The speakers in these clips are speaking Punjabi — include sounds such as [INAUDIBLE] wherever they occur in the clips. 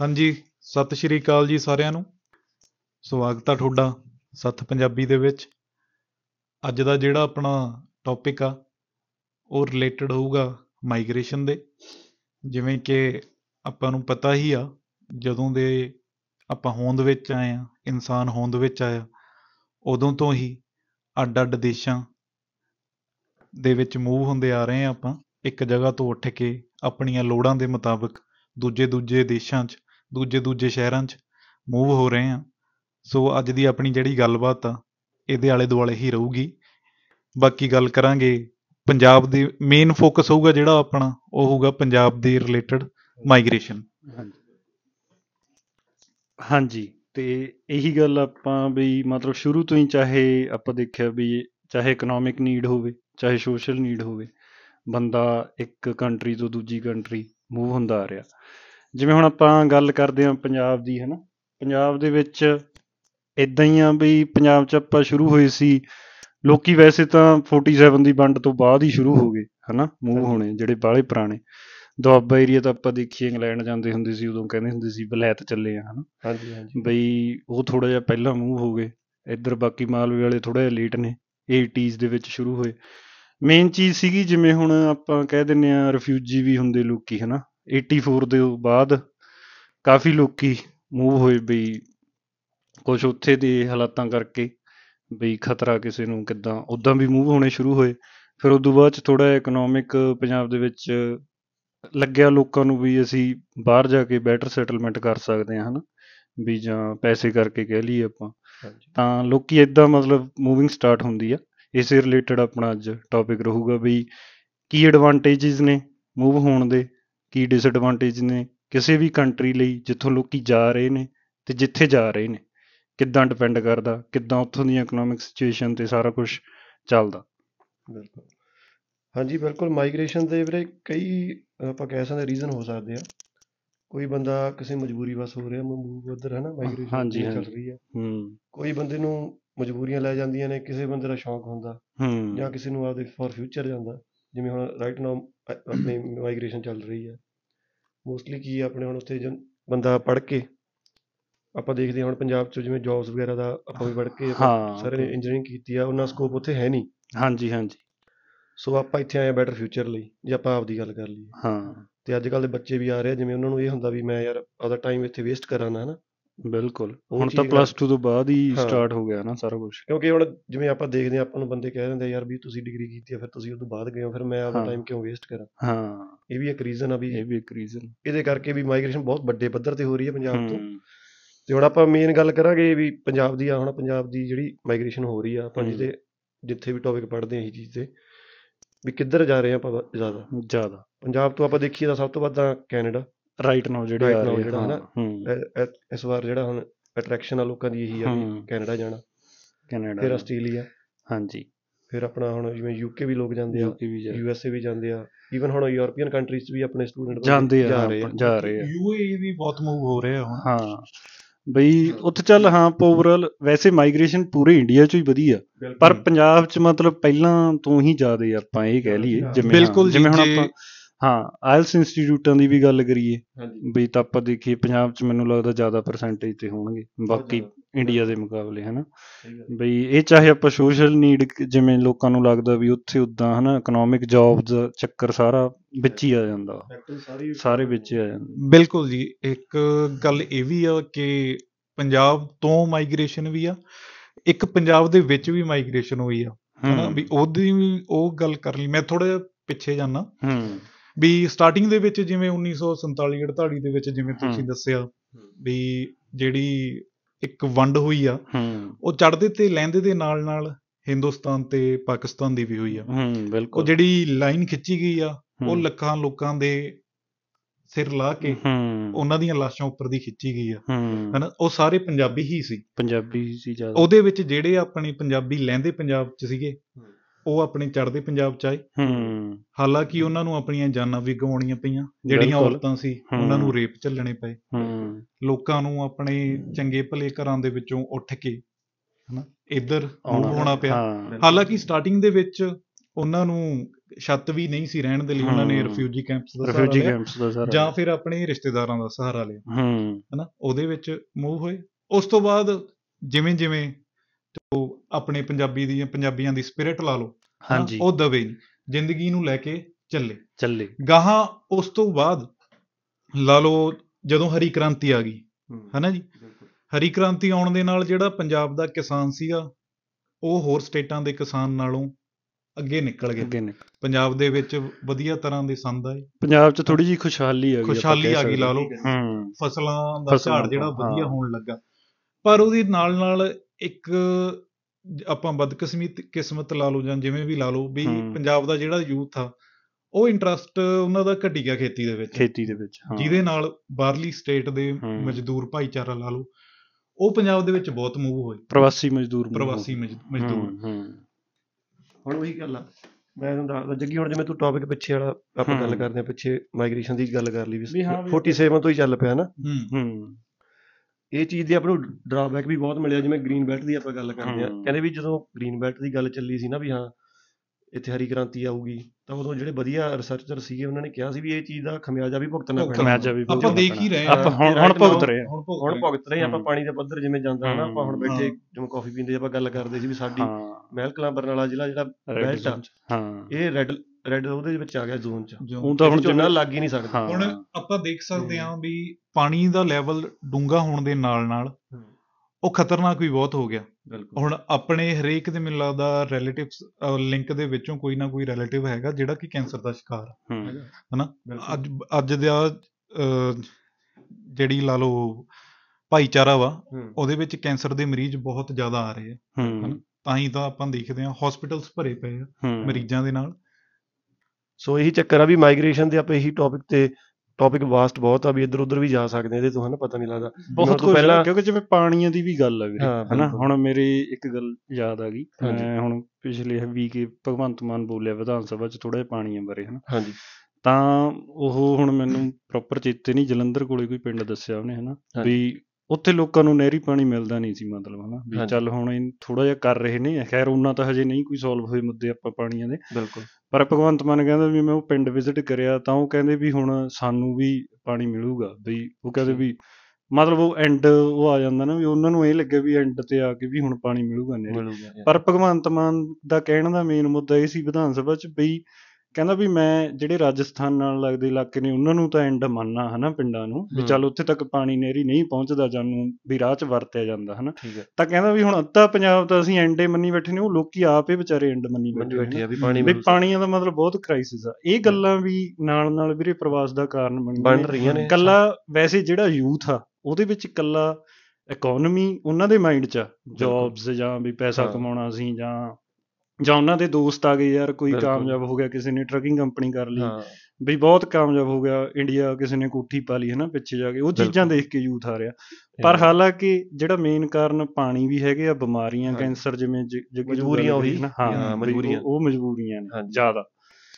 ਹਾਂਜੀ ਸਤਿ ਸ਼੍ਰੀ ਅਕਾਲ ਜੀ ਸਾਰਿਆਂ ਨੂੰ ਸਵਾਗਤ ਆ ਤੁਹਾਡਾ ਸੱਤ ਪੰਜਾਬੀ ਦੇ ਵਿੱਚ ਅੱਜ ਦਾ ਜਿਹੜਾ ਆਪਣਾ ਟੌਪਿਕ ਆ ਉਹ ਰਿਲੇਟਡ ਹੋਊਗਾ ਮਾਈਗ੍ਰੇਸ਼ਨ ਦੇ ਜਿਵੇਂ ਕਿ ਆਪਾਂ ਨੂੰ ਪਤਾ ਹੀ ਆ ਜਦੋਂ ਦੇ ਆਪਾਂ ਹੋਂਦ ਵਿੱਚ ਆਏ ਆ ਇਨਸਾਨ ਹੋਂਦ ਵਿੱਚ ਆਇਆ ਉਦੋਂ ਤੋਂ ਹੀ ਅੱਡ-ਅੱਡ ਦੇਸ਼ਾਂ ਦੇ ਵਿੱਚ ਮੂਵ ਹੁੰਦੇ ਆ ਰਹੇ ਆ ਆਪਾਂ ਇੱਕ ਜਗ੍ਹਾ ਤੋਂ ਉੱਠ ਕੇ ਆਪਣੀਆਂ ਲੋੜਾਂ ਦੇ ਮੁਤਾਬਕ ਦੂਜੇ ਦੂਜੇ ਦੇਸ਼ਾਂ 'ਚ ਦੂਜੇ ਦੂਜੇ ਸ਼ਹਿਰਾਂ 'ਚ ਮੂਵ ਹੋ ਰਹੇ ਆ ਸੋ ਅੱਜ ਦੀ ਆਪਣੀ ਜਿਹੜੀ ਗੱਲਬਾਤ ਆ ਇਹਦੇ ਆਲੇ ਦੁਆਲੇ ਹੀ ਰਹੂਗੀ ਬਾਕੀ ਗੱਲ ਕਰਾਂਗੇ ਪੰਜਾਬ ਦੀ ਮੇਨ ਫੋਕਸ ਹੋਊਗਾ ਜਿਹੜਾ ਆਪਣਾ ਉਹ ਹੋਊਗਾ ਪੰਜਾਬ ਦੇ ਰਿਲੇਟਡ ਮਾਈਗ੍ਰੇਸ਼ਨ ਹਾਂਜੀ ਹਾਂਜੀ ਤੇ ਇਹੀ ਗੱਲ ਆਪਾਂ ਵੀ ਮਤਲਬ ਸ਼ੁਰੂ ਤੋਂ ਹੀ ਚਾਹੇ ਆਪਾਂ ਦੇਖਿਆ ਵੀ ਚਾਹੇ ਇਕਨੋਮਿਕ ਨੀਡ ਹੋਵੇ ਚਾਹੇ ਸੋਸ਼ਲ ਨੀਡ ਹੋਵੇ ਬੰਦਾ ਇੱਕ ਕੰਟਰੀ ਤੋਂ ਦੂਜੀ ਕੰਟਰੀ ਮੂਵ ਹੁੰਦਾ ਆ ਰਿਹਾ ਜਿਵੇਂ ਹੁਣ ਆਪਾਂ ਗੱਲ ਕਰਦੇ ਹਾਂ ਪੰਜਾਬ ਦੀ ਹਨਾ ਪੰਜਾਬ ਦੇ ਵਿੱਚ ਇਦਾਂ ਹੀ ਆ ਵੀ ਪੰਜਾਬ 'ਚ ਆਪਾਂ ਸ਼ੁਰੂ ਹੋਏ ਸੀ ਲੋਕੀ ਵੈਸੇ ਤਾਂ 47 ਦੀ ਵੰਡ ਤੋਂ ਬਾਅਦ ਹੀ ਸ਼ੁਰੂ ਹੋ ਗਏ ਹਨਾ ਮੂਵ ਹੋਣੇ ਜਿਹੜੇ ਬਾਹਲੇ ਪੁਰਾਣੇ ਦੁਆਬਾ ਏਰੀਆ ਤਾਂ ਆਪਾਂ ਦੇਖੀਏ ਇੰਗਲੈਂਡ ਜਾਂਦੇ ਹੁੰਦੇ ਸੀ ਉਦੋਂ ਕਹਿੰਦੇ ਹੁੰਦੇ ਸੀ ਵਲੈਤ ਚੱਲੇ ਆ ਹਨਾ ਹਾਂਜੀ ਹਾਂਜੀ ਬਈ ਉਹ ਥੋੜਾ ਜਿਹਾ ਪਹਿਲਾਂ ਮੂਵ ਹੋ ਗਏ ਇੱਧਰ ਬਾਕੀ ਮਾਲਵੇ ਵਾਲੇ ਥੋੜਾ ਜਿਹਾ ਲੇਟ ਨੇ 80s ਦੇ ਵਿੱਚ ਸ਼ੁਰੂ ਹੋਏ ਮੇਨ ਚੀਜ਼ ਸੀਗੀ ਜਿਵੇਂ ਹੁਣ ਆਪਾਂ ਕਹਿ ਦਿੰਨੇ ਆ ਰਿਫਿਊਜੀ ਵੀ ਹੁੰਦੇ ਲੋਕੀ ਹਨਾ 84 ਦੇ ਬਾਅਦ ਕਾਫੀ ਲੋਕੀ ਮੂਵ ਹੋਏ ਬਈ ਕੁਝ ਉੱਥੇ ਦੇ ਹਾਲਾਤਾਂ ਕਰਕੇ ਬਈ ਖਤਰਾ ਕਿਸੇ ਨੂੰ ਕਿੱਦਾਂ ਉਦਾਂ ਵੀ ਮੂਵ ਹੋਣੇ ਸ਼ੁਰੂ ਹੋਏ ਫਿਰ ਉਦੋਂ ਬਾਅਦ ਚ ਥੋੜਾ ਇਕਨੋਮਿਕ ਪੰਜਾਬ ਦੇ ਵਿੱਚ ਲੱਗਿਆ ਲੋਕਾਂ ਨੂੰ ਵੀ ਅਸੀਂ ਬਾਹਰ ਜਾ ਕੇ ਬੈਟਰ ਸੈਟਲਮੈਂਟ ਕਰ ਸਕਦੇ ਹਾਂ ਹਨਾ ਵੀ ਜਾਂ ਪੈਸੇ ਕਰਕੇ ਕਹਿ ਲਈਏ ਆਪਾਂ ਹਾਂਜੀ ਤਾਂ ਲੋਕੀ ਇਦਾਂ ਮਤਲਬ ਮੂਵਿੰਗ ਸਟਾਰਟ ਹੁੰਦੀ ਆ ਇਸੇ ਰਿਲੇਟਡ ਆਪਣਾ ਅੱਜ ਟੌਪਿਕ ਰਹੂਗਾ ਵੀ ਕੀ ਐਡਵਾਂਟੇजेस ਨੇ ਮੂਵ ਹੋਣ ਦੇ ਕੀ ਡਿਸਐਡਵਾਂਟੇਜ ਨੇ ਕਿਸੇ ਵੀ ਕੰਟਰੀ ਲਈ ਜਿੱਥੋਂ ਲੋਕੀ ਜਾ ਰਹੇ ਨੇ ਤੇ ਜਿੱਥੇ ਜਾ ਰਹੇ ਨੇ ਕਿੱਦਾਂ ਡਿਪੈਂਡ ਕਰਦਾ ਕਿੱਦਾਂ ਉੱਥੋਂ ਦੀ ਇਕਨੋਮਿਕ ਸਿਚੁਏਸ਼ਨ ਤੇ ਸਾਰਾ ਕੁਝ ਚੱਲਦਾ ਬਿਲਕੁਲ ਹਾਂਜੀ ਬਿਲਕੁਲ ਮਾਈਗ੍ਰੇਸ਼ਨ ਦੇ ਵੀਰੇ ਕਈ ਆਪਾਂ ਕਹਿ ਸਕਦੇ ਰੀਜ਼ਨ ਹੋ ਸਕਦੇ ਆ ਕੋਈ ਬੰਦਾ ਕਿਸੇ ਮਜਬੂਰੀ ਵਸ ਹੋ ਰਿਹਾ ਮੂਵ ਉਧਰ ਹੈ ਨਾ ਹਾਂਜੀ, ਮਾਈਗ੍ਰੇਸ਼ਨ ਚੱਲ ਹਾਂਜੀ। ਰਹੀ ਆ ਹੂੰ ਕੋਈ ਬੰਦੇ ਨੂੰ ਮਜਬੂਰੀਆਂ ਲੈ ਜਾਂਦੀਆਂ ਨੇ ਕਿਸੇ ਬੰਦੇ ਦਾ ਸ਼ੌਂਕ ਹੁੰਦਾ ਜਾਂ ਹੂੰ ਕਿਸੇ ਨੂੰ ਆਪਦੇ ਫॉर ਫਿਊਚਰ ਜਾਂਦਾ ਜਿਵੇਂ ਹੁਣ ਰਾਈਟ ਨਾਓ ਆਪਣੀ ਮਾਈਗ੍ਰੇਸ਼ਨ ਚੱਲ ਰਹੀ ਆ ਮੋਸਟਲੀ ਕੀ ਆ ਆਪਣੇ ਹੁਣ ਉੱਥੇ ਜਨ- ਬੰਦਾ ਪੜ ਕੇ ਆਪਾਂ ਦੇਖਦੇ ਹਾਂ ਹੁਣ ਪੰਜਾਬ 'ਚ ਜਿਵੇਂ ਜੌਬਸ ਵਗੈਰਾ ਦਾ ਆਪਾਂ ਵੀ ਪੜ ਕੇ ਆਪਾਂ ਹਾਂ। ਸਾਰੇ ਨੇ ਇੰਜੀਨੀਅਰਿੰਗ ਕੀਤੀ ਆ ਉਹਨਾਂ ਸਕੋਪ ਉੱਥੇ ਹੈ ਨਹੀਂ ਹਾਂਜੀ ਹਾਂਜੀ ਸੋ ਆਪਾਂ ਇੱਥੇ ਆਏ ਆ ਬੈਟਰ ਫਿਊਚਰ ਲਈ ਜੇ ਆਪਾਂ ਆਪਦੀ ਗੱਲ ਕਰ ਲਈਏ ਹਾਂ ਤੇ ਅੱਜ ਕੱਲ ਦੇ ਬੱਚੇ ਵੀ ਆ ਰਹੇ ਆ ਜਿਵੇਂ ਉਹਨਾਂ ਨੂੰ ਇਹ ਹੁੰਦਾ ਵੀ ਮੈਂ ਯਾਰ ਆਪਦਾ ਟਾਈਮ ਇੱਥੇ ਵੇਸਟ ਕਰਾਂ ਨਾ ਹਨਾ ਬਿਲਕੁਲ ਉਹ ਹੁਣ ਤਾਂ ਚੀਜ਼ ਪਲੱਸ 2 ਤੋਂ ਬਾਅਦ ਹੀ ਹਾਂ। ਸਟਾਰਟ ਹੋ ਗਿਆ ਨਾ ਸਾਰਾ ਕੁਝ ਕਿਉਂਕਿ ਹੁਣ ਜਿਵੇਂ ਆਪਾਂ ਦੇਖਦੇ ਆ ਆਪਾਂ ਨੂੰ ਬੰਦੇ ਕਹਿ ਦਿੰਦੇ ਆ ਯਾਰ ਵੀ ਤੁਸੀਂ ਡਿਗਰੀ ਕੀਤੀ ਆ ਫਿਰ ਤੁਸੀਂ ਉਹ ਤੋਂ ਬਾਅਦ ਗਏ ਹੋ ਫਿਰ ਮੈਂ ਆਪਦਾ ਹਾਂ। ਟਾਈਮ ਕਿਉਂ ਵੇਸਟ ਕਰਾਂ ਹਾਂ ਇਹ ਵੀ ਇੱਕ ਰੀਜ਼ਨ ਆ ਵੀ ਇਹ ਵੀ ਇੱਕ ਰੀਜ਼ਨ ਇਹਦੇ ਕਰਕੇ ਵੀ ਮਾਈਗ੍ਰੇਸ਼ਨ ਬਹੁਤ ਵੱਡੇ ਪੱਧਰ ਤੇ ਹੋ ਰਹੀ ਹੈ ਪੰਜਾਬ ਤੋਂ ਤੇ ਹੁਣ ਆਪਾਂ ਮੇਨ ਗੱਲ ਕਰਾਂਗੇ ਵੀ ਪੰਜਾਬ ਦੀ ਆ ਹੁਣ ਪੰਜਾਬ ਦੀ ਜਿਹੜੀ ਮਾਈਗ੍ਰੇਸ਼ਨ ਹੋ ਰਹੀ ਆ ਆਪਾਂ ਹਮ। ਜਿਹਦੇ ਜਿੱਥੇ ਵੀ ਟੌਪਿਕ ਪੜ੍ਹਦੇ ਆ ਇਹ ਚੀਜ਼ ਤੇ ਵੀ ਕਿੱਧਰ ਜਾ ਰਹੇ ਆ ਆਪਾਂ ਜ਼ਿਆਦਾ ਜਿਆਦਾ ਪੰਜਾਬ ਤੋਂ ਆਪਾਂ ਦੇਖੀਏ ਤਾਂ ਸਭ ਤੋਂ ਵੱਧ ਤਾਂ ਕੈਨੇਡਾ ਰਾਈਟ ਨਾਓ ਜਿਹੜੇ Right ਆ now ਰਹੇ ਜਿਹੜਾ ਹਾਂ ਹਨਾ, ਹੂੰ ਐ- ਐ- ਇਸ ਵਾਰ ਜਿਹੜਾ ਹੁਣ ਅਟਰੈਕਸ਼ਨ ਆ ਲੋਕਾਂ ਦੀ ਇਹੀ ਆ ਵੀ ਹਮ। ਕੈਨੇਡਾ ਜਾਣਾ ਕੈਨੇਡਾ ਫਿਰ ਆਸਟ੍ਰੇਲੀਆ ਹਾਂਜੀ ਫਿਰ ਆਪਣਾ ਹੁਣ ਜਿਵੇਂ ਯੂਕੇ ਵੀ ਲੋਕ ਜਾਂਦੇ ਆ ਯੂਕੇ ਵੀ ਜਾ- ਯੂ ਐਸ ਏ ਵੀ ਜਾਂਦੇ ਆ ਈਵਨ ਹੁਣ ਯੂਰਪੀਅਨ ਕੰਟਰੀਜ਼ 'ਚ ਵੀ ਆਪਣੇ ਸਟੂਡੈਂਟ ਜਾਂਦੇ ਆ ਜਾ ਹਾਂ, ਰਹੇ ਆ ਜਾ ਰਹੇ ਆ ਯੂਏਈ ਵੀ ਬਹੁਤ ਮੂਵ ਹੋ ਰਿਹਾ ਹੁਣ ਹਾਂ ਬਈ ਉੱਥੇ ਚੱਲ ਹਾਂ ਓਵਰਆਲ ਵੈਸੇ ਮਾਈਗ੍ਰੇਸ਼ਨ ਪੂਰੇ ਇੰਡੀਆ ਚੋਂ ਹੀ ਵਧੀਆ ਪਰ ਪੰਜਾਬ ਚ ਮਤਲਬ ਪਹਿਲਾਂ ਤੋਂ ਹੀ ਜ਼ਿਆਦਾ ਆ, ਆਪਾਂ ਇਹ ਕਹਿ ਲਈਏ ਹਾਂ, ਜਿਵੇਂ ਬਿਲਕੁਲ ਹਾਂ, ਜੀ, ਜਿਵੇਂ ਹੁਣ ਜੇ- ਆਪਾਂ ਹਾਂ ਆਇਲਸ ਇੰਸਟੀਚਿਊਟਾਂ ਦੀ ਵੀ ਗੱਲ ਕਰੀਏ ਹਾਂਜੀ ਬਈ ਤਾਂ ਆਪਾਂ ਦੇਖੀਏ ਪੰਜਾਬ ਚ ਮੈਨੂੰ ਲੱਗਦਾ ਜ਼ਿਆਦਾ ਪਰਸੈਂਟੇਜ ਤੇ ਹੋਣਗੇ ਬਾਕੀ ਇੰਡੀਆ ਦੇ ਮੁਕਾਬਲੇ ਹਨਾ ਬਈ ਇਹ ਚਾਹੇ ਆਪਾਂ ਸੋਸ਼ਲ ਨੀਡ ਜਿਵੇਂ ਲੋਕਾਂ ਨੂੰ ਲੱਗਦਾ ਵੀ ਉੱਥੇ ਉਦਾਂ ਹਨਾ ਇਕਨੋਮਿਕ ਜੌਬਸ ਦਾ ਚੱਕਰ ਸਾਰਾ ਵਿੱਚ ਹੀ ਆ ਜਾਂਦਾ ਸਾਰੇ ਵਿੱਚ ਹੀ ਆ ਜਾਂਦਾ ਬਿਲਕੁਲ ਜੀ ਇੱਕ ਗੱਲ ਇਹ ਵੀ ਆ ਕਿ ਪੰਜਾਬ ਤੋਂ ਮਾਈਗ੍ਰੇਸ਼ਨ ਵੀ ਆ ਇੱਕ ਪੰਜਾਬ ਦੇ ਵਿੱਚ ਵੀ ਮਾਈਗ੍ਰੇਸ਼ਨ ਹੋਈ ਆ ਹਨਾ ਹੂੰ, ਵੀ ਉਹਦੀ ਵੀ ਉਹ ਗੱਲ ਕਰ ਲਈ ਮੈਂ ਥੋੜਾ ਜਿਹਾ ਪਿੱਛੇ ਜਾਣਾ ਹੂੰ ਵੀ ਸਟਾਰਟਿੰਗ ਦੇ ਵਿੱਚ ਜਿਵੇਂ 1947 48 ਦੇ ਵਿੱਚ ਜਿਵੇਂ ਤੁਸੀਂ ਹਮ। ਦੱਸਿਆ ਵੀ ਜਿਹੜੀ ਇੱਕ ਵੰਡ ਹੋਈ ਆ ਹੂੰ ਉਹ ਚੜ੍ਹਦੇ ਤੇ ਲਹਿੰਦੇ ਦੇ ਨਾਲ ਨਾਲ ਹਿੰਦੁਸਤਾਨ ਤੇ ਪਾਕਿਸਤਾਨ ਦੀ ਵੀ ਹੋਈ ਆ ਹੂੰ ਉਹ ਬਿਲਕੁਲ ਜਿਹੜੀ ਲਾਈਨ ਖਿੱਚੀ ਗਈ ਆ ਉਹ ਹੂੰ, ਲੱਖਾਂ ਲੋਕਾਂ ਦੇ ਸਿਰ ਲਾ ਕੇ ਹੂੰ ਉਹਨਾਂ ਦੀਆਂ ਲਾਸ਼ਾਂ ਉੱਪਰ ਦੀ ਖਿੱਚੀ ਗਈ ਆ ਹੂੰ ਹਨਾ ਉਹ ਸਾਰੇ ਪੰਜਾਬੀ ਹੀ ਸੀ ਪੰਜਾਬੀ ਸੀ ਜ਼ਿਆਦਾ ਉਹਦੇ ਵਿੱਚ ਜਿਹੜੇ ਆਪਣੇ ਪੰਜਾਬੀ ਲਹਿੰਦੇ ਪੰਜਾਬ 'ਚ ਸੀਗੇ ਉਹ ਆਪਣੇ ਚੜ੍ਹਦੇ ਪੰਜਾਬ ਚ ਆਏ ਹੂੰ ਹਾਲਾਂਕਿ ਉਹਨਾਂ ਨੂੰ ਆਪਣੀਆਂ ਜਾਨਾਂ ਵੀ ਗਵਾਉਣੀਆਂ ਪਈਆਂ ਜਿਹੜੀਆਂ ਬਿਲਕੁਲ। ਔਰਤਾਂ ਸੀ ਹਮ। ਉਹਨਾਂ ਨੂੰ ਰੇਪ ਝੱਲਣੇ ਪਏ ਹੂੰ ਲੋਕਾਂ ਨੂੰ ਆਪਣੇ ਚੰਗੇ ਭਲੇ ਘਰਾਂ ਦੇ ਵਿੱਚੋਂ ਉੱਠ ਕੇ ਹਨਾ ਇੱਧਰ ਮੂਵ ਆਉਣਾ ਹੋਣਾ ਪਿਆ ਹਾਂ ਹਾਲਾਂਕਿ ਸਟਾਰਟਿੰਗ ਦੇ ਵਿੱਚ ਉਹਨਾਂ ਨੂੰ ਛੱਤ ਵੀ ਨਹੀਂ ਸੀ ਰਹਿਣ ਦੇ ਲਈ ਉਹਨਾਂ ਨੇ ਹਮ। ਰਿਫਿਊਜੀ ਕੈਂਪਸ ਦਾ ਸਹਾਰਾ ਰਿਫਿਊਜੀ ਲਿਆ ਕੈਂਪਸ ਦਾ ਸਾਰਾ ਜਾਂ ਫਿਰ ਆਪਣੇ ਰਿਸ਼ਤੇਦਾਰਾਂ ਦਾ ਸਹਾਰਾ ਲਿਆ ਹੂੰ ਹਨਾ ਉਹਦੇ ਵਿੱਚ ਮੂਵ ਹੋਏ ਉਸ ਤੋਂ ਬਾਅਦ ਜਿਵੇਂ ਜਿਵੇਂ ਉਹ ਆਪਣੇ ਪੰਜਾਬੀ ਦੀ ਪੰਜਾਬੀਆਂ ਦੀ ਸਪਿਰਿਟ ਲਾ ਲਓ ਹਨਾ, ਹਾਂਜੀ ਉਹ ਦਵੇ ਨਹੀਂ। ਜ਼ਿੰਦਗੀ ਨੂੰ ਲੈ ਕੇ ਚੱਲੇ ਚੱਲੇ ਗਾਹਾਂ ਉਸ ਤੋਂ ਬਾਅਦ ਲਾ ਲਓ ਜਦੋਂ ਹਰੀ ਕ੍ਰਾਂਤੀ ਆ ਗਈ ਹਨਾ ਜੀ ਹਰੀ ਕ੍ਰਾਂਤੀ ਆਉਣ ਦੇ ਨਾਲ ਜਿਹੜਾ ਪੰਜਾਬ ਦਾ ਕਿਸਾਨ ਸੀਗਾ ਉਹ ਹੋਰ ਸਟੇਟਾਂ ਦੇ ਕਿਸਾਨ ਨਾਲੋਂ ਅੱਗੇ ਨਿਕਲ ਗਿਆ ਅੱਗੇ ਨੇ ਪੰਜਾਬ ਦੇ ਵਿੱਚ ਵਧੀਆ ਤਰ੍ਹਾਂ ਦੇ ਸੰਦ ਆਏ ਪੰਜਾਬ 'ਚ ਥੋੜੀ ਜੀ ਖੁਸ਼ਹਾਲੀ ਆ ਗਈ ਆਪਾਂ ਖੁਸ਼ਹਾਲੀ ਕਹਿ ਆ ਗਈ ਲਾ ਲਓ ਸਕਦੇ ਹਾਂ। ਹੂੰ ਫਸਲਾਂ ਦਾ ਫਸਲਾਂ ਝਾੜ ਜਿਹੜਾ ਦਾ, ਵਧੀਆ ਹਾਂ। ਹੋਣ ਲੱਗਾ ਪਰ ਉਹਦੇ ਨਾਲ ਨਾਲ ਇੱਕ ਜ- ਆਪਾਂ ਬਦਕਿਸਮਤ ਕਿਸਮਤ ਲਾ ਲਓ ਜਾਂ ਜਿਵੇਂ ਵੀ ਲਾ ਲਓ ਵੀ ਹੂੰ। ਪੰਜਾਬ ਦਾ ਜਿਹੜਾ ਯੂਥ ਆ ਉਹ ਇੰਟਰਸਟ ਉਹਨਾਂ ਦਾ ਘਟੀ ਗਿਆ ਖੇਤੀ ਦੇ ਵਿੱਚ ਖੇਤੀ ਦੇ ਵਿੱਚ ਹਾਂ ਜਿਹਦੇ ਨਾਲ ਬਾਹਰਲੀ ਸਟੇਟ ਦੇ ਹੂੰ। ਮਜ਼ਦੂਰ ਭਾਈਚਾਰਾ ਲਾ ਲਓ ਉਹ ਪੰਜਾਬ ਦੇ ਵਿੱਚ ਬਹੁਤ ਮੂਵ ਹੋਏ ਪ੍ਰਵਾਸੀ ਮਜ਼ਦੂਰ ਨੂੰ- ਪ੍ਰਵਾਸੀ ਮਜ਼- ਹੂੰ, ਮਜ਼ਦੂਰ ਹੂੰ ਹੁਣ ਉਹੀ ਗੱਲ ਆ ਮੈਂ ਤੁਹਾਨੂੰ ਦੱਸਦਾ ਜੱਗੀ ਹੁਣ ਜਿਵੇਂ ਤੂੰ ਟੌਪਿਕ ਪਿੱਛੇ ਵਾਲਾ ਆਪਾਂ ਹਮ। ਗੱਲ ਕਰਦੇ ਆ ਪਿੱਛੇ ਮਾਈਗ੍ਰੇਸ਼ਨ ਦੀ ਗੱਲ ਕਰ ਲਈ ਵੀ ਵੀ ਹਾਂ ਵੀ- 47 ਤੋਂ ਹੀ ਚੱਲ ਪਿਆ ਨਾ ਹੂੰ ਹੂੰ ਇਹ ਚੀਜ਼ ਦੇ ਆਪਾਂ ਨੂੰ ਡਰਾਬੈਕ ਵੀ ਬਹੁਤ ਮਿਲਿਆ ਜਿਵੇਂ ਗ੍ਰੀਨ ਬੈਲਟ ਦੀ ਆਪਾਂ ਗੱਲ ਕਰਦੇ ਆ ਹਮ। ਕਹਿੰਦੇ ਵੀ ਜਦੋਂ ਗ੍ਰੀਨ ਬੈਲਟ ਦੀ ਗੱਲ ਚੱਲੀ ਸੀ ਨਾ ਵੀ ਹਾਂ ਇੱਥੇ ਹਰੀ ਕ੍ਰਾਂਤੀ ਆਊਗੀ ਤਾਂ ਉਦੋਂ ਜਿਹੜੇ ਵਧੀਆ ਰਿਸਰਚਰ ਸੀਗੇ ਉਹਨਾਂ ਨੇ ਕਿਹਾ ਸੀ ਵੀ ਇਹ ਚੀਜ਼ ਦਾ ਖਮਿਆਜਾ ਵੀ ਭੁਗਤਣਾ ਭੁਗਤਣਾ ਪੈਣਾ ਮੈਂ ਜਾ ਵੀ ਆਪਾਂ ਭੁਗਤਣਾ ਦੇਖ ਹੀ ਪੈਣਾ। ਰਹੇ ਹਾਂ। ਆਪਾਂ ਹੁਣ ਤੇ ਹੁਣ right ਭੁਗਤ now- ਰਹੇ ਹਾਂ। ਹੁਣ ਹੁਣ ਭੁਗਤ ਭੁਗਤ ਰਹੇ ਆ, ਆਪਾਂ ਹਮ। ਪਾਣੀ ਦਾ ਪੱਧਰ ਜਿਵੇਂ ਜਾਂਦਾ ਹਨਾ ਆਪਾਂ ਹੁਣ ਹਮ, ਬੈਠੇ ਹਾਂ। ਜਿਵੇਂ ਕਾਫੀ ਪੀਂਦੇ ਆਪਾਂ ਗੱਲ ਕਰਦੇ ਸੀ ਵੀ ਸਾਡੀ ਹਾਂ ਮਹਿਲਕਲਾਂ ਬਰਨਾਲਾ ਜ਼ਿਲ੍ਹਾ ਜਿਹੜਾ red ਬੈਲਟ ਆ zone 'ਚ। ਹਾਂ ਇਹ ਰੈੱਡ ਰੈੱਡ ਉਹਦੇ ਵਿੱਚ ਆ ਗਿਆ ਜ਼ੋਨ 'ਚ ਜੋ- ਹੁਣ ਤਾਂ ਹੁਣ ਝੋਨਾ ਜਿਵੇਂ ਲੱਗ ਹੀ ਨਹੀਂ ਸਕਦਾ ਹਾਂ ਹੁਣ ਆਪਾਂ ਦੇਖ ਸਕਦੇ ਹਾਂ ਵੀ ਪਾਣੀ ਦਾ ਲੈਵਲ ਡੂੰਘਾ ਹੋਣ ਦੇ ਨਾਲ ਨਾਲ ਹਮ। ਉਹ ਖਤਰਨਾਕ ਵੀ ਬਹੁਤ ਹੋ ਗਿਆ ਬਿਲਕੁਲ ਹੁਣ ਆਪਣੇ ਹਰੇਕ ਦੇ ਮੈਨੂੰ ਲੱਗਦਾ ਰਿਲੇਟਿਵਸ ਲਿੰਕ ਦੇ ਵਿੱਚੋਂ ਕੋਈ ਨਾ ਕੋਈ ਰਿਲੇਟਿਵ ਹੈਗਾ ਜਿਹੜਾ ਕਿ ਕੈਂਸਰ ਦਾ ਸ਼ਿਕਾਰ ਆ। ਹੂੰ ਅੱਜ ਅੱਜ ਦਾ ਅਹ, ਜਿਹੜੀ ਲਾ ਲਓ ਭਾਈਚਾਰਾ ਵਾ ਹੂੰ ਉਹਦੇ ਵਿੱਚ ਕੈਂਸਰ ਦੇ ਮਰੀਜ਼ ਬਹੁਤ ਜ਼ਿਆਦਾ ਆ ਰਹੇ ਆ ਹੂੰ ਤਾਂ ਹੀ ਤਾਂ ਆਪਾਂ ਦੇਖਦੇ ਹਾਂ ਹਸਪੀਟਲਸ ਭਰੇ ਪਏ ਆ ਹੂੰ ਮਰੀਜ਼ਾਂ ਦੇ ਨਾਲ ਸੋ ਇਹੀ ਚੱਕਰ ਆ ਵੀ ਮਾਈਗ੍ਰੇਸ਼ਨ ਦੇ ਆਪਾਂ ਇਹੀ ਟੌਪਿਕ ਤੇ ਟੌਪਿਕ ਵਾਸਟ ਬਹੁਤ ਆ ਵੀ ਇੱਧਰ ਉੱਧਰ ਵੀ ਜਾ ਸਕਦੇ ਆ ਇਹਦੇ ਤੋਂ ਹਨਾ ਪਤਾ ਨਹੀਂ ਲੱਗਦਾ ਉਹਨਾਂ ਬਹੁਤ ਤੋਂ ਕੁਝ ਪਹਿਲਾਂ- ਹੈ, ਕਿਉਂਕਿ ਜਿਵੇਂ ਪਾਣੀਆਂ ਦੀ ਵੀ ਗੱਲ ਆ ਵੀਰੇ ਹਾਂ, ਹਨਾ ਬਿਲਕੁਲ। ਹੁਣ ਮੇਰੀ ਇੱਕ ਗੱਲ ਯਾਦ ਆ ਗਈ ਹਾਂਜੀ। ਮੈਂ ਹੁਣ ਪਿਛਲੇ ਵੀਕੇ ਭਗਵੰਤ ਮਾਨ ਬੋਲਿਆ ਵਿਧਾਨ ਸਭਾ 'ਚ ਥੋੜਾ ਜਿਹਾ ਪਾਣੀਆਂ ਬਾਰੇ ਹਨਾ ਹਾਂਜੀ ਤਾਂ ਉਹ ਹੁਣ ਮੈਨੂੰ ਪ੍ਰੋਪਰ ਚੇਤੇ ਨਹੀਂ ਜਲੰਧਰ ਕੋਲੇ ਕੋਈ ਪਿੰਡ ਦੱਸਿਆ ਉਹਨੇ ਹਨਾ ਹਾਂਜੀ। ਵੀ ਉੱਥੇ ਲੋਕਾਂ ਨੂੰ ਨਹਿਰੀ ਪਾਣੀ ਮਿਲਦਾ ਨਹੀਂ ਸੀ ਮਤਲਬ ਹਨਾ ਵੀ ਹਾਂਜੀ। ਚੱਲ ਹੁਣ ਇਹ ਥੋੜਾ ਜਿਹਾ ਕਰ ਰਹੇ ਨੇ ਖੈਰ ਉਹਨਾਂ ਤਾਂ ਹਜੇ ਨਹੀਂ ਕੋਈ ਸੋਲਵ ਹੋਏ ਮੁੱਦੇ ਆਪਾਂ ਪਾਣੀਆਂ ਦੇ ਬਿਲਕੁਲ ਪਰ ਭਗਵੰਤ ਮਾਨ ਕਹਿੰਦਾ ਵੀ ਮੈਂ ਉਹ ਪਿੰਡ ਵਿਜ਼ਿਟ ਕਰਿਆ ਤਾਂ ਉਹ ਕਹਿੰਦੇ ਵੀ ਹੁਣ ਸਾਨੂੰ ਵੀ ਪਾਣੀ ਮਿਲੂਗਾ ਵੀ ਉਹ ਕਹਿੰਦੇ ਵੀ ਮਤਲਬ ਉਹ ਐਂਡ ਉਹ ਆ ਜਾਂਦਾ ਨਾ ਵੀ ਉਹਨਾਂ ਨੂੰ ਇਹ ਲੱਗਿਆ ਵੀ ਐਂਡ ਤੇ ਆ ਕੇ ਵੀ ਹੁਣ ਪਾਣੀ ਮਿਲੂਗਾ ਨੇੜੇ ਪਰ ਭਗਵੰਤ ਮਾਨ ਦਾ ਕਹਿਣ ਦਾ ਮੇਨ ਮੁੱਦਾ ਇਹ ਸੀ ਵਿਧਾਨ ਸਭਾ 'ਚ ਵੀ ਕਹਿੰਦਾ ਵੀ ਮੈਂ ਜਿਹੜੇ ਰਾਜਸਥਾਨ ਨਾਲ ਲੱਗਦੇ ਇਲਾਕੇ ਨੇ ਉਹਨਾਂ ਨੂੰ ਤਾਂ ਐਂਡ ਮੰਨਣਾ ਹਨਾ ਪਿੰਡਾਂ ਨੂੰ ਵੀ ਹਮ। ਚੱਲ ਉੱਥੇ ਤੱਕ ਪਾਣੀ ਨਹਿਰੀ ਨਹੀਂ ਪਹੁੰਚਦਾ ਜਾਨੂੰ ਵੀ ਰਾਹ 'ਚ ਵਰਤਿਆ ਜਾਂਦਾ ਹਨਾ ਠੀਕ ਹੈ ਤਾਂ ਕਹਿੰਦਾ ਵੀ ਹੁਣ ਅੱਧਾ ਪੰਜਾਬ ਤਾਂ ਅਸੀਂ ਐਂਡੇ ਮੰਨੀ ਬੈਠੇ ਨੇ ਉਹ ਲੋਕੀ ਆਪੇ ਵਿਚਾਰੇ ਐਂਡ ਮੰਨੀ ਬੈਠੇ ਮੰਡੀ ਨੇ ਬੈਠੀ ਆ ਵੀ ਪਾਣੀ ਵੀ ਮਿਲੂ- ਪਾਣੀਆਂ ਦਾ ਮਤਲਬ ਬਹੁਤ ਕ੍ਰਾਈਸਿਸ ਆ ਇਹ ਗੱਲਾਂ ਵੀ ਨਾਲ ਨਾਲ ਵੀਰੇ ਪ੍ਰਵਾਸ ਦਾ ਕਾਰਨ ਬਣੀਆਂ ਬਣ ਰਹੀਆਂ ਨੇ ਕੱਲਾ ਵੈਸੇ ਜਿਹੜਾ ਯੂਥ ਆ ਉਹਦੇ ਵਿੱਚ ਕੱਲਾ ਇਕਨੋਮੀ ਉਹਨਾਂ ਦੇ ਮਾਈਂਡ 'ਚ ਜੌਬਸ ਜਾਂ ਵੀ ਪੈਸਾ ਹਾਂ। ਕਮਾਉਣਾ ਸੀ ਜਾਂ ਜਾਂ ਉਹਨਾਂ ਦੇ ਦੋਸਤ ਆ ਗਏ ਯਾਰ ਕੋਈ ਬਿਲਕੁਲ। ਕਾਮਯਾਬ ਹੋ ਗਿਆ ਕਿਸੇ ਨੇ ਟਰਕਿੰਗ ਕੰਪਨੀ ਕਰ ਲਈ ਹਾਂ ਵੀ ਬਹੁਤ ਕਾਮਯਾਬ ਹੋ ਗਿਆ ਇੰਡੀਆ ਕਿਸੇ ਨੇ ਕੋਠੀ ਪਾ ਲਈ ਹੈ ਨਾ ਪਿੱਛੇ ਜਾ ਕੇ ਉਹ ਚੀਜ਼ਾਂ ਬਿਲਕੁਲ। ਦੇਖ ਕੇ ਯੂਥ ਆ ਰਿਹਾ ਪਰ ਹਾਲਾਂਕਿ ਜਿਹੜਾ ਮੇਨ ਕਾਰਨ ਪਾਣੀ ਵੀ ਹੈਗੇ ਆ ਬਿਮਾਰੀਆਂ ਹਾਂ। ਕੈਂਸਰ ਜਿਵੇਂ ਜ- ਜੱਗੀ ਜੂ ਮਜਬੂਰੀਆਂ ਗੱਲ ਕਰੀ ਉਹੀ। ਨਾ, ਹਾਂ ਹਾਂ, ਵੀ ਮਜਬੂਰੀਆਂ। ਉਹ- ਉਹ ਮਜਬੂਰੀਆਂ ਨੇ ਹਾਂਜੀ। ਜ਼ਿਆਦਾ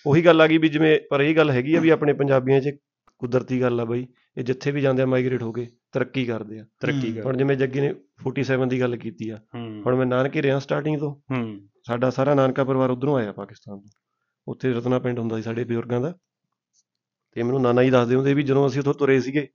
ਉਹੀ ਗੱਲ ਆ ਗਈ ਵੀ ਜਿਵੇਂ ਪਰ ਇਹ ਗੱਲ ਹੈਗੀ ਆ ਵੀ ਆਪਣੇ ਪੰਜਾਬੀਆਂ 'ਚ ਕੁਦਰਤੀ ਗੱਲ ਆ ਬਈ ਇਹ ਜਿੱਥੇ ਵੀ ਜਾਂਦੇ ਆ ਮਾਈਗ੍ਰੇਟ ਹੋ ਕੇ ਤਰੱਕੀ ਕਰਦੇ ਆ ਤਰੱਕੀ ਹਮ, ਕਰ ਹੁਣ ਜਿਵੇਂ ਜੱਗੀ ਨੇ 47 ਦੀ ਗੱਲ ਕੀਤੀ ਆ ਹੂੰ ਹੁਣ ਮੈਂ ਨਾਨਕੇ ਰਿਹਾ ਸਟਾਰਟਿੰਗ ਤੋਂ ਹੂੰ ਸਾਡਾ ਸਾਰਾ ਨਾਨਕਾ ਪਰਿਵਾਰ ਉਧਰੋਂ ਆਇਆ ਪਾਕਿਸਤਾਨ ਤੋਂ ਉੱਥੇ ਰਤਨਾ ਪਿੰਡ ਹੁੰਦਾ ਸੀ ਸਾਡੇ ਬਜ਼ੁਰਗਾਂ ਦਾ ਤੇ ਮੈਨੂੰ ਨਾਨਾ ਜੀ ਦੱਸਦੇ ਹੁੰਦੇ ਵੀ ਜਦੋਂ ਅਸੀਂ ਉੱਥੋਂ ਤੁਰੇ ਸੀਗੇ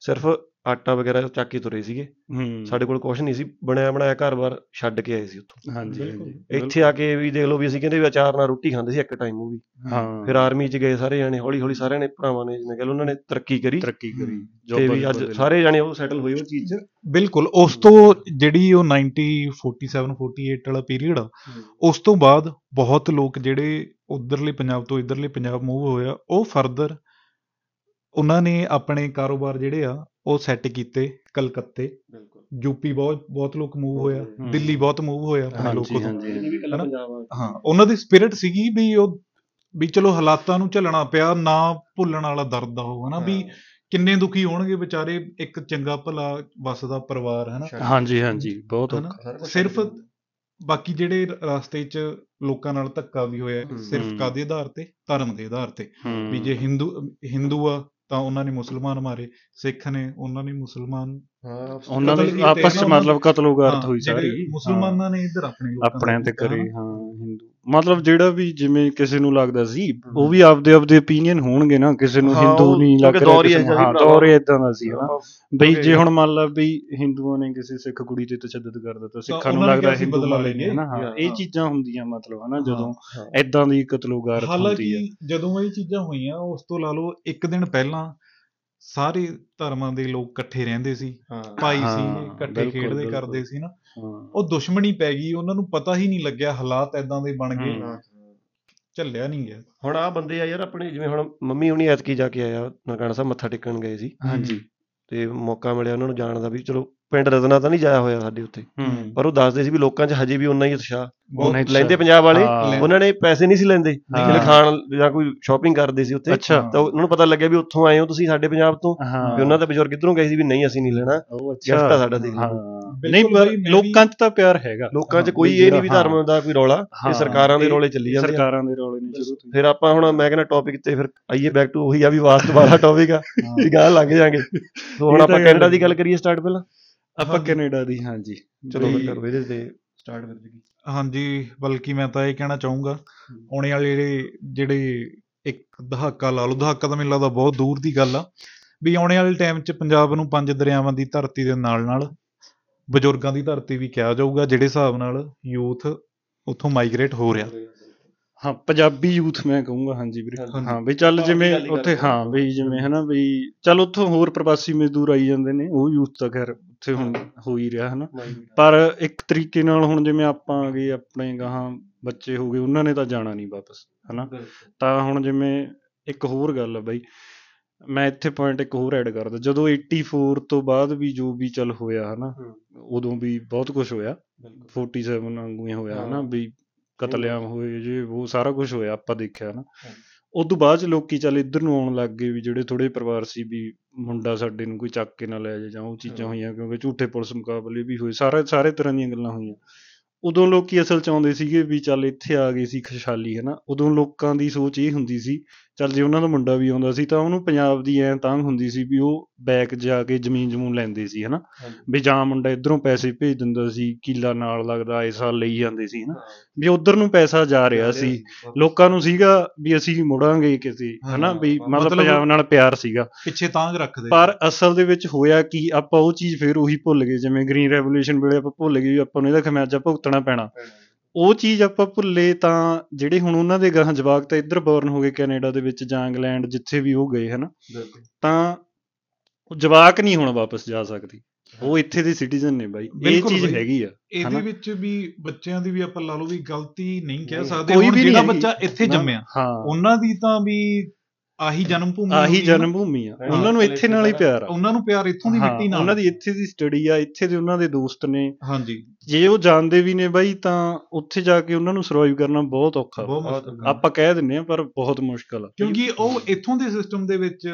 ਸਿਰਫ ਆਟਾ ਵਗੈਰਾ ਚੱਕ ਕੇ ਤੁਰੇ ਸੀਗੇ ਹੂੰ ਸਾਡੇ ਕੋਲ ਕੁਝ ਨਹੀਂ ਸੀ ਬਣਿਆ ਬਣਾਇਆ ਘਰ-ਬਾਰ ਛੱਡ ਕੇ ਆਏ ਸੀ ਉੱਥੋਂ ਹਾਂਜੀ ਬਿਲਕੁਲ। ਹਾਂਜੀ ਇੱਥੇ ਆ ਕੇ ਵੀ ਦੇਖ ਲਓ ਵੀ ਅਸੀਂ ਕਹਿੰਦੇ ਵੀ ਅਚਾਰ ਨਾਲ ਰੋਟੀ ਖਾਂਦੇ ਸੀ ਇੱਕ ਟਾਈਮ ਉਹ ਵੀ ਹਾਂ ਫਿਰ ਆਰਮੀ 'ਚ ਗਏ ਸਾਰੇ ਜਾਣੇ ਹੌਲੀ-ਹੌਲੀ ਸਾਰਿਆਂ ਨੇ ਭਰਾਵਾਂ ਨੇ ਜਿਵੇਂ ਕਹ ਲਓ ਉਹਨਾਂ ਨੇ ਤਰੱਕੀ ਕਰੀ ਤਰੱਕੀ ਕਰੀ ਤੇ ਜੌਬਾਂ ਵੀ ਜੂਬਾਂ ਅੱਜ ਦੇ ਲਈ। ਸਾਰੇ ਜਾਣੇ ਉਹ ਸੈਟਲ ਹੋਏ ਉਹ ਚੀਜ਼ 'ਚ ਬਿਲਕੁਲ ਉਸ ਤੋਂ ਜਿਹੜੀ ਉਹ 90 47 48 ਵਾਲਾ ਪੀਰੀਅਡ ਆ ਉਸ ਤੋਂ ਬਾਅਦ ਬਹੁਤ ਲੋਕ ਜਿਹੜੇ ਉਧਰਲੇ ਪੰਜਾਬ ਤੋਂ ਇਧਰਲੇ ਪੰਜਾਬ ਮੂਵ ਹੋਇਆ ਉਹ ਫਰਦਰ ਉਹਨਾਂ ਨੇ ਆਪਣੇ ਕਾਰੋਬਾਰ ਜਿਹੜੇ ਆ ਉਹ ਸੈੱਟ ਕੀਤੇ ਕਲਕੱਤੇ ਬਿਲਕੁਲ ਯੂਪੀ ਬਹੁਤ ਬਹੁਤ ਲੋਕ ਮੂਵ ਹੋਇਆ ਹਮ। ਦਿੱਲੀ ਬਹੁਤ ਮੂਵ ਹੋਇਆ ਆਪਣੇ ਲੋਕੋ ਹਾਂਜੀ ਤੋਂ ਹਾਂਜੀ ਵੀ ਕੱਲਾ ਹਨਾ? ਪੰਜਾਬ ਆ ਹਾਂ ਉਹਨਾਂ ਦੀ ਸਪਿਰਿਟ ਸੀਗੀ ਵੀ ਉਹ ਵੀ ਚਲੋ ਹਾਲਾਤਾਂ ਨੂੰ ਝੱਲਣਾ ਪਿਆ ਨਾ ਭੁੱਲਣ ਵਾਲਾ ਦਰਦ ਆ ਉਹ ਹਨਾ ਵੀ ਕਿੰਨੇ ਦੁਖੀ ਹੋਣਗੇ ਵਿਚਾਰੇ ਇੱਕ ਚੰਗਾ ਭਲਾ ਵਸਦਾ ਪਰਿਵਾਰ ਹਨਾ ਹਾਂਜੀ ਹਾਂਜੀ ਬਹੁਤ ਹਨਾ? ਔਖਾ ਸਿਰਫ ਬਾਕੀ ਜਿਹੜੇ ਰ- ਰਸਤੇ 'ਚ ਲੋਕਾਂ ਨਾਲ ਧੱਕਾ ਵੀ ਹੋਇਆ ਹੈ, ਹਮ, ਸਿਰਫ ਹਮ। ਕਾਦੇ ਆਧਾਰ ਤੇ ਧਰਮ ਦੇ ਆਧਾਰ ਤੇ ਹੂੰ ਵੀ ਜੇ ਹਿੰਦੂ ਹਿੰਦੂ ਆ ਤਾਂ ਉਹਨਾਂ ਨੇ ਮੁਸਲਮਾਨ ਮਾਰੇ ਸਿੱਖ ਨੇ ਉਹਨਾਂ ਨੇ ਮੁਸਲਮਾਨ ਹਾਂ ਉਹਨਾਂ ਕਤਲ ਦੇ ਕੀਤੇ ਆਪਸ ਚ ਨਾ, ਮਤਲਬ ਕਤਲੋਗਾਰਤ ਹਾਂ, ਹੋਈ ਜਿਹੜੇ ਸਾਰੀ ਹਾਂ। ਮੁਸਲਮਾਨਾਂ ਨੇ ਇੱਧਰ ਆਪਣੇ ਲੋਕਾਂ ਆਪਣਿਆਂ ਤੇ ਕੀਤਾ ਕਰੇ ਹਨਾ। ਹਾਂ ਹਿੰਦੂ ਮਤਲਬ ਜਿਹੜਾ ਵੀ ਜਿਵੇਂ ਕਿਸੇ ਨੂੰ ਲੱਗਦਾ ਸੀ ਉਹ ਹਮ। ਵੀ ਆਪਦੇ ਆਪਦੇ opinion ਹੋਣਗੇ ਨਾ ਕਿਸੇ ਨੂੰ ਹਾਂ, ਹਿੰਦੂ ਉਹ ਨਹੀਂ ਲੱਗ ਕਿਉਂਕਿ ਰਿਹਾ ਦੌਰ ਹੀ ਕਿਸੇ ਇਹੋ ਨੂੰ ਜਿਹਾ ਹਾਂ ਵੀ ਦੌਰ ਭਰਾਵਾ। ਇਦਾਂ ਦਾ ਸੀ ਹਨਾ ਬਈ ਜੇ ਹੁਣ ਮੰਨ ਲਾ ਵੀ ਹਿੰਦੂਆਂ ਨੇ ਕਿਸੇ ਸਿੱਖ ਕੁੜੀ ਤੇ ਤਸ਼ੱਦਦ ਕਰ ਦਿੱਤਾ ਸਿੱਖਾਂ ਨੂੰ ਉਹਨਾਂ ਨੇ ਲੱਗਦਾ ਕਿਹਾ ਸੀ ਹਿੰਦੂ ਬਦਲਾ ਮਾਰੇ ਨੇ ਲੈਣਗੇ। ਹਨਾ ਹਾਂ, ਹਾਂ, ਇਹ ਹਾਂ। ਚੀਜ਼ਾਂ ਹੁੰਦੀਆਂ ਮਤਲਬ ਹਨਾ ਹਾਂ। ਜਦੋਂ ਹਾਂ। ਇਦਾਂ ਦੀ ਕਤਲੋਗਾਰਤ ਹੁੰਦੀ ਹੈ ਹਾਲਾਂਕਿ ਜਦੋਂ ਇਹ ਚੀਜ਼ਾਂ ਹੋਈਆਂ ਉਸ ਤੋਂ ਲਾ ਲਓ ਇੱਕ ਦਿਨ ਪਹਿਲਾਂ ਸਾਰੇ ਧਰਮਾਂ ਦੇ ਲੋਕ ਇਕੱਠੇ ਰਹਿੰਦੇ ਸੀ ਹਾਂ ਭਾਈ ਹਾਂ, ਸੀ ਇਕੱਠੇ ਬਿਲਕੁਲ, ਖੇਡਦੇ ਬਿਲਕੁਲ। ਕਰਦੇ ਸੀ ਨਾ ਹਾਂ। ਉਹ ਦੁਸ਼ਮਣੀ ਪੈ ਗਈ ਉਹਨਾਂ ਨੂੰ ਪਤਾ ਹੀ ਨਹੀਂ ਲੱਗਿਆ ਹਾਲਾਤ ਐਦਾਂ ਦੇ ਬਣ ਗਏ ਹਮ। ਝੱਲਿਆ ਨਹੀਂ ਗਿਆ ਹੁਣ ਆ ਬੰਦੇ ਆ ਯਾਰ ਆਪਣੇ ਜਿਵੇਂ ਹੁਣ ਮੰਮੀ ਹੁਣੀ ਐਤਕੀ ਜਾ ਕੇ ਆਇਆ ਨਨਕਾਣਾ ਸਾਹਿਬ ਮੱਥਾ ਟੇਕਣ ਗਏ ਸੀ ਹਾਂਜੀ ਤੇ ਮੌਕਾ ਮਿਲਿਆ ਉਹਨਾਂ ਨੂੰ ਜਾਣ ਦਾ ਵੀ ਚਲੋ ਪਿੰਡ ਰਤਨਾ ਤਾਂ ਨਹੀਂ ਜਾਇਆ ਹੋਇਆ ਸਾਡੇ ਉੱਥੇ ਹੂੰ ਪਰ ਉਹ ਦੱਸਦੇ ਸੀ ਵੀ ਲੋਕਾਂ 'ਚ ਹਜੇ ਵੀ ਉਨਾ ਹੀ ਉਤਸ਼ਾਹ ਬਹੁਤ ਨਹੀਂ- ਅੱਛਾ। ਲੈਂਦੇ ਪੰਜਾਬ ਵਾਲੇ ਹਾਂ। ਉਹਨਾਂ ਨੇ ਪੈਸੇ ਨਹੀਂ ਸੀ ਲੈਂਦੇ ਹਾਂ। ਜਿਹੜੇ ਖਾਣ ਜਾਂ ਕੋਈ ਸ਼ਾਪਿੰਗ ਕਰਦੇ ਸੀ ਉੱਥੇ ਅੱਛਾ ਤਾਂ ਉਹਨਾਂ ਨੂੰ ਪਤਾ ਲੱਗਿਆ ਵੀ ਉੱਥੋਂ ਆਏ ਹੋ ਤੁਸੀਂ ਸਾਡੇ ਪੰਜਾਬ ਤੋਂ ਹਾਂ ਵੀ ਉਹਨਾਂ ਦੇ ਬਜ਼ੁਰਗ ਕਿੱਧਰੋਂ ਗਏ ਸੀ ਵੀ ਨਹੀਂ ਅਸੀਂ ਨਹੀਂ ਲੈਣਾ ਉਹ ਗਿਫਟ ਆ ਸਾਡਾ ਦੇਖ ਹਾਂ ਲਓ ਨਹੀਂ ਬਿਲਕੁਲ ਪਰ ਜੀ, ਮੈਂ ਲੋਕਾਂ 'ਚ ਤਾਂ ਪਿਆਰ ਹੈਗਾ ਲੋਕਾਂ 'ਚ ਹਾਂ, ਕੋਈ ਵੀ ਇਹ ਨਹੀਂ ਵੀ ਜਿਹੜਾ- ਧਰਮ ਦਾ ਕੋਈ ਰੌਲਾ ਹਾਂ, ਇਹ ਸਰਕਾਰਾਂ ਦੇ ਇਹ- ਰੌਲੇ ਚੱਲੀ ਜਾਂਦੇ ਆ ਸਰਕਾਰਾਂ ਦੇ ਰੌਲੇ ਨੇ ਸ਼ੁਰੂ ਤੋਂ ਹੀ। ਫਿਰ ਆਪਾਂ ਹੁਣ ਮੈਂ ਕਹਿੰਦਾ ਟੌਪਿਕ ਤੇ ਫਿਰ ਆਈਏ ਬੈਕ ਟੂ ਉਹੀ ਆ ਵੀ ਵਾਸਤ ਵਾਲਾ ਟੌਪਿਕ ਆ ਹਾਂ। ਜੀ ਗਾਂ ਲੰਘ [LAUGHS] ਜਾਾਂਗੇ ਸੋ ਹੁਣ ਇਹ ਤਾਂ ਆਪਾਂ ਗੱਲ ਕੈਨੇਡਾ ਹੈ। ਦੀ ਗੱਲ ਕਰੀਏ ਸਟਾਰਟ ਪਹਿਲਾਂ ਆਪਾਂ ਕੈਨੇਡਾ ਦੀ ਹਾਂਜੀ ਚਲੋ ਵੀ- ਫਿਰ ਕਰੋ ਇਹਦੇ ਤੇ ਸਟਾਰਟ ਕਰ ਜੀ ਹਾਂਜੀ ਬਲਕਿ ਮੈਂ ਤਾਂ ਇਹ ਕਹਿਣਾ ਚਾਹੂੰਗਾ ਆਉਣੇ ਵਾਲੇ ਜਿਹੜੇ ਜਿਹੜੇ ਇੱਕ ਦਹਾਕਾ ਲਾ ਲਓ ਦਹਾਕਾ ਤਾਂ ਮੈਨੂੰ ਲੱਗਦਾ ਬਹੁਤ ਦੂਰ ਦੀ ਗੱਲ ਆ ਵੀ ਆਉਣੇ ਵਾਲੇ ਟਾਈਮ 'ਚ ਪੰਜਾਬ ਨੂੰ ਪੰਜ ਦਰਿਆਵਾਂ ਦੀ ਧਰਤੀ ਦੇ ਨਾਲ-ਨਾਲ ਬਜ਼ੁਰਗਾਂ ਦੀ ਧਰਤੀ ਵੀ ਕਿਹਾ ਜਾਊਗਾ ਜਿਹੜੇ ਹਿਸਾਬ ਨਾਲ ਯੂਥ ਉੱਥੋਂ ਮਾਈਗ੍ਰੇਟ ਹੋ ਰਿਹਾ ਹਾਂ ਪੰਜਾਬੀ ਯੂਥ ਮੈਂ ਕਹੂੰਗਾ ਹਾਂਜੀ ਵੀਰੇ ਹਾਂਜੀ। ਹਾਂ ਵੀ ਚੱਲ ਭਾਰਤ ਦੀ ਜਿਵੇਂ ਗੱਲ ਹੀ ਕਰ ਉੱਥੇ ਰਹੇ ਹਾਂ। ਹਾਂ ਵੀ ਜਿਵੇਂ ਹਨਾ ਵੀ ਚੱਲ ਉੱਥੋਂ ਹੋਰ ਪ੍ਰਵਾਸੀ ਮਜ਼ਦੂਰ ਆਈ ਜਾਂਦੇ ਨੇ ਉਹ ਯੂਥ ਤਾਂ ਖੈਰ ਉੱਥੇ ਹੁਣ ਹੋ ਹੀ ਰਿਹਾ ਹਨਾ ਪਰ ਇੱਕ ਤਰੀਕੇ ਨਾਲ ਹੁਣ ਜਿਵੇਂ ਆਪਾਂ ਆ ਗਏ ਆਪਣੇ ਗਾਹਾਂ ਬੱਚੇ ਹੋ ਗਏ ਉਹਨਾਂ ਨੇ ਤਾਂ ਜਾਣਾ ਨਹੀਂ ਵਾਪਸ ਹਨਾ ਤਾਂ ਹੁਣ ਜਿਵੇਂ ਇੱਕ ਹੋਰ ਗੱਲ ਆ ਬਾਈ ਮੈਂ ਇੱਥੇ ਪੁਆਇੰਟ ਇੱਕ ਹੋਰ ਐਡ ਕਰਦਾ ਜਦੋਂ 84 ਤੋਂ ਬਾਅਦ ਵੀ ਜੋ ਵੀ ਚੱਲ ਹੋਇਆ ਹਨਾ ਹੂੰ। ਉਦੋਂ ਵੀ ਬਹੁਤ ਕੁਝ ਹੋਇਆ 47 ਵਾਂਗੂ ਹੀ ਹੋਇਆ ਹਨਾ ਹਾਂ। ਵੀ ਕਤਲੇਆਮ ਹੋਏ ਜੇ ਉਹ ਸਾਰਾ ਕੁਝ ਹੋਇਆ ਆਪਾਂ ਦੇਖਿਆ ਹਨਾ ਹਾਂ। ਉਸ ਤੋਂ ਬਾਅਦ ਚ ਲੋਕੀ ਚੱਲ ਇੱਧਰ ਨੂੰ ਆਉਣ ਲੱਗ ਗਏ ਵੀ ਜਿਹੜੇ ਥੋੜੇ ਪਰਿਵਾਰ ਸੀ ਵੀ ਮੁੰਡਾ ਸਾਡੇ ਨੂੰ ਕੋਈ ਚੱਕ ਕੇ ਨਾ ਲੈ ਜਾਏ ਜਾਂ ਉਹ ਚੀਜ਼ਾਂ ਹਾਂ। ਹੋਈਆਂ ਕਿਉਂਕਿ ਝੂਠੇ ਪੁਲਿਸ ਮੁਕਾਬਲੇ ਵੀ ਹੋਏ ਸਾਰੇ ਸਾਰੇ ਤਰ੍ਹਾਂ ਦੀਆਂ ਗੱਲਾਂ ਹੋਈਆਂ ਉਦੋਂ ਲੋਕੀ ਅਸਲ ਚ ਆਉਂਦੇ ਸੀਗੇ ਵੀ ਚੱਲ ਇੱਥੇ ਆ ਗਏ ਸੀ ਖੁਸ਼ਹਾਲੀ ਹਨਾ ਉਦੋਂ ਲੋਕਾਂ ਦੀ ਸੋਚ ਇਹ ਹੁੰਦੀ ਸੀ ਚੱਲ ਜੇ ਉਹਨਾਂ ਦਾ ਮੁੰਡਾ ਵੀ ਆਉਂਦਾ ਸੀ ਤਾਂ ਉਹਨੂੰ ਪੰਜਾਬ ਦੀ ਐਂ ਤੰਗ ਹੁੰਦੀ ਸੀ ਵੀ ਉਹ ਬੈਕ ਜਾ ਕੇ ਜ਼ਮੀਨ ਜਮੂਨ ਲੈਂਦੇ ਸੀ ਹਨਾ ਵੀ ਜਾਂ ਮੁੰਡਾ ਇਧਰੋਂ ਪੈਸੇ ਭੇਜ ਦਿੰਦਾ ਸੀ ਕੀਲਾ ਨਾਲ ਲੱਗਦਾ ਇਸ ਸਾਲ ਲਈ ਜਾਂਦੇ ਸੀ ਹਨਾ ਵੀ ਉਧਰ ਨੂੰ ਪੈਸਾ ਜਾ ਰਿਹਾ ਸੀ ਲੋਕਾਂ ਨੂੰ ਸੀਗਾ ਵੀ ਅਸੀਂ ਮੁੜਾਂਗੇ ਕਿਤੇ ਹਨਾ ਹਾਂ, ਵੀ ਮਤਲਬ ਮਤਲਬ- ਪੰਜਾਬ ਨਾਲ ਪਿਆਰ ਸੀਗਾ ਪਿੱਛੇ ਤਾਂਗ ਰੱਖਦੇ ਪਰ ਅਸਲ ਦੇ ਵਿੱਚ ਹੋਇਆ ਕੀ ਆਪਾਂ ਉਹ ਚੀਜ਼ ਫੇਰ ਉਹੀ ਭੁੱਲ ਗਏ ਜਿਵੇਂ ਗ੍ਰੀਨ ਰੈਵੋਲੂਸ਼ਨ ਵੇਲੇ ਆਪਾਂ ਭੁੱਲ ਗਏ ਵੀ ਆਪਾਂ ਨੂੰ ਇਹਦਾ ਖਮਿਆਜਾ ਭੁਗਤਣਾ ਪੈਣਾ ਉਹ ਚੀਜ਼ ਆਪਾਂ ਭੁੱਲੇ ਤਾਂ ਜਿਹੜੇ ਹੁਣ ਉਹਨਾਂ ਦੇ ਗਾਹਾਂ ਜਵਾਕ ਤਾਂ ਇੱਧਰ ਬੌਰਨ ਹੋ ਗਏ ਕੈਨੇਡਾ ਦੇ ਵਿੱਚ ਜਾਂ ਇੰਗਲੈਂਡ ਜਿੱਥੇ ਵੀ ਉਹ ਗਏ ਹਨਾ ਤਾਂ ਉਹ ਜਵਾਕ ਨਹੀਂ ਹੁਣ ਵਾਪਸ ਜਾ ਸਕਦੀ ਉਹ ਇੱਥੇ ਦੇ ਸਿਟੀਜ਼ਨ ਨੇ ਬਾਈ ਇਹ ਬਿਲਕੁਲ ਚੀਜ਼ ਬਾਈ। ਹੈਗੀ ਆ ਹਨਾ? ਇਹਦੇ ਵਿੱਚ ਵੀ ਬੱਚਿਆਂ ਦੀ ਵੀ ਆਪਾਂ ਲਾ ਲਓ ਵੀ ਗਲਤੀ ਨਹੀਂ ਕਹਿ ਨਹੀਂ, ਸਕਦੇ ਕੋਈ ਹੁਣ ਵੀ ਨਹੀਂ ਜਿਹੜਾ ਹੈਗੀ। ਬੱਚਾ ਇੱਥੇ ਨਾ- ਜੰਮਿਆ ਹਾਂ ਉਹਨਾਂ ਦੀ ਤਾਂ ਵੀ ਆਹੀ ਜਨਮ ਭੂਮੀ ਆਹੀ ਹੋਊਗੀ ਨਾ। ਜਨਮ ਭੂਮੀ ਆ ਹਾਂ, ਉਹਨਾਂ ਨੂੰ ਇੱਥੇ ਨਾਲ ਹੀ ਪਿਆਰ ਆ ਉਹਨਾਂ ਨੂੰ ਪਿਆਰ ਇੱਥੋਂ ਦੀ ਹਾਂ, ਮਿੱਟੀ ਨਾਲ ਉਹਨਾਂ ਦੀ ਇੱਥੇ ਦੀ ਸਟੱਡੀ ਆ ਇੱਥੇ ਦੇ ਉਹਨਾਂ ਦੇ ਦੋਸਤ ਨੇ ਹਾਂਜੀ ਜੇ ਉਹ ਜਾਣਦੇ ਵੀ ਨੇ ਬਾਈ ਤਾਂ ਉੱਥੇ ਜਾ ਕੇ ਉਹਨਾਂ ਨੂੰ ਸਰਵਾਈਵ ਕਰਨਾ ਬਹੁਤ ਔਖਾ ਵਾ। ਬਹੁਤ ਮੁਸ਼ਕਲ ਆ। ਆਪਾਂ ਕਹਿ ਦਿੰਨੇ ਆ ਪਰ ਬਹੁਤ ਮੁਸ਼ਕਲ ਆ ਕਿਉਂਕਿ ਉਹ ਇੱਥੋਂ ਦੇ ਸਿਸਟਮ ਦੇ ਵਿੱਚ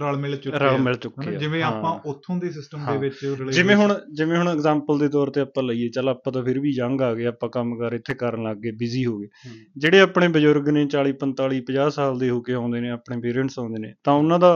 ਰਲ ਮਿਲ ਚੁੱਕੇ ਰਲ ਆ ਮਿਲ ਚੁੱਕੇ ਹਨਾ, ਆ ਜਿਵੇਂ ਹਾਂ। ਆਪਾਂ ਉੱਥੋਂ ਦੇ ਸਿਸਟਮ ਦੇ ਹਾਂ। ਵਿੱਚ ਰਲੇ ਜਿਵੇਂ ਹੁਣ ਜਿਵੇਂ ਹੁਣ ਐਗਜ਼ਾਮਪਲ ਦੇ ਤੌਰ ਤੇ ਆਪਾਂ ਲਈਏ ਚੱਲ ਆਪਾਂ ਤਾਂ ਫਿਰ ਵੀ ਯੰਗ ਆ ਗਏ ਆਪਾਂ ਕੰਮਕਾਰ ਇੱਥੇ ਕਰਨ ਲੱਗ ਗਏ ਬਿਜ਼ੀ ਹੋ ਗਏ ਹੂੰ। ਜਿਹੜੇ ਆਪਣੇ ਬਜ਼ੁਰਗ ਨੇ 40 45 50 ਸਾਲ ਦੇ ਹੋ ਕੇ ਆਉਂਦੇ ਨੇ ਆਪਣੇ ਪੇਰੈਂਟਸ ਆਉਂਦੇ ਨੇ ਤਾਂ ਉਹਨਾਂ ਦਾ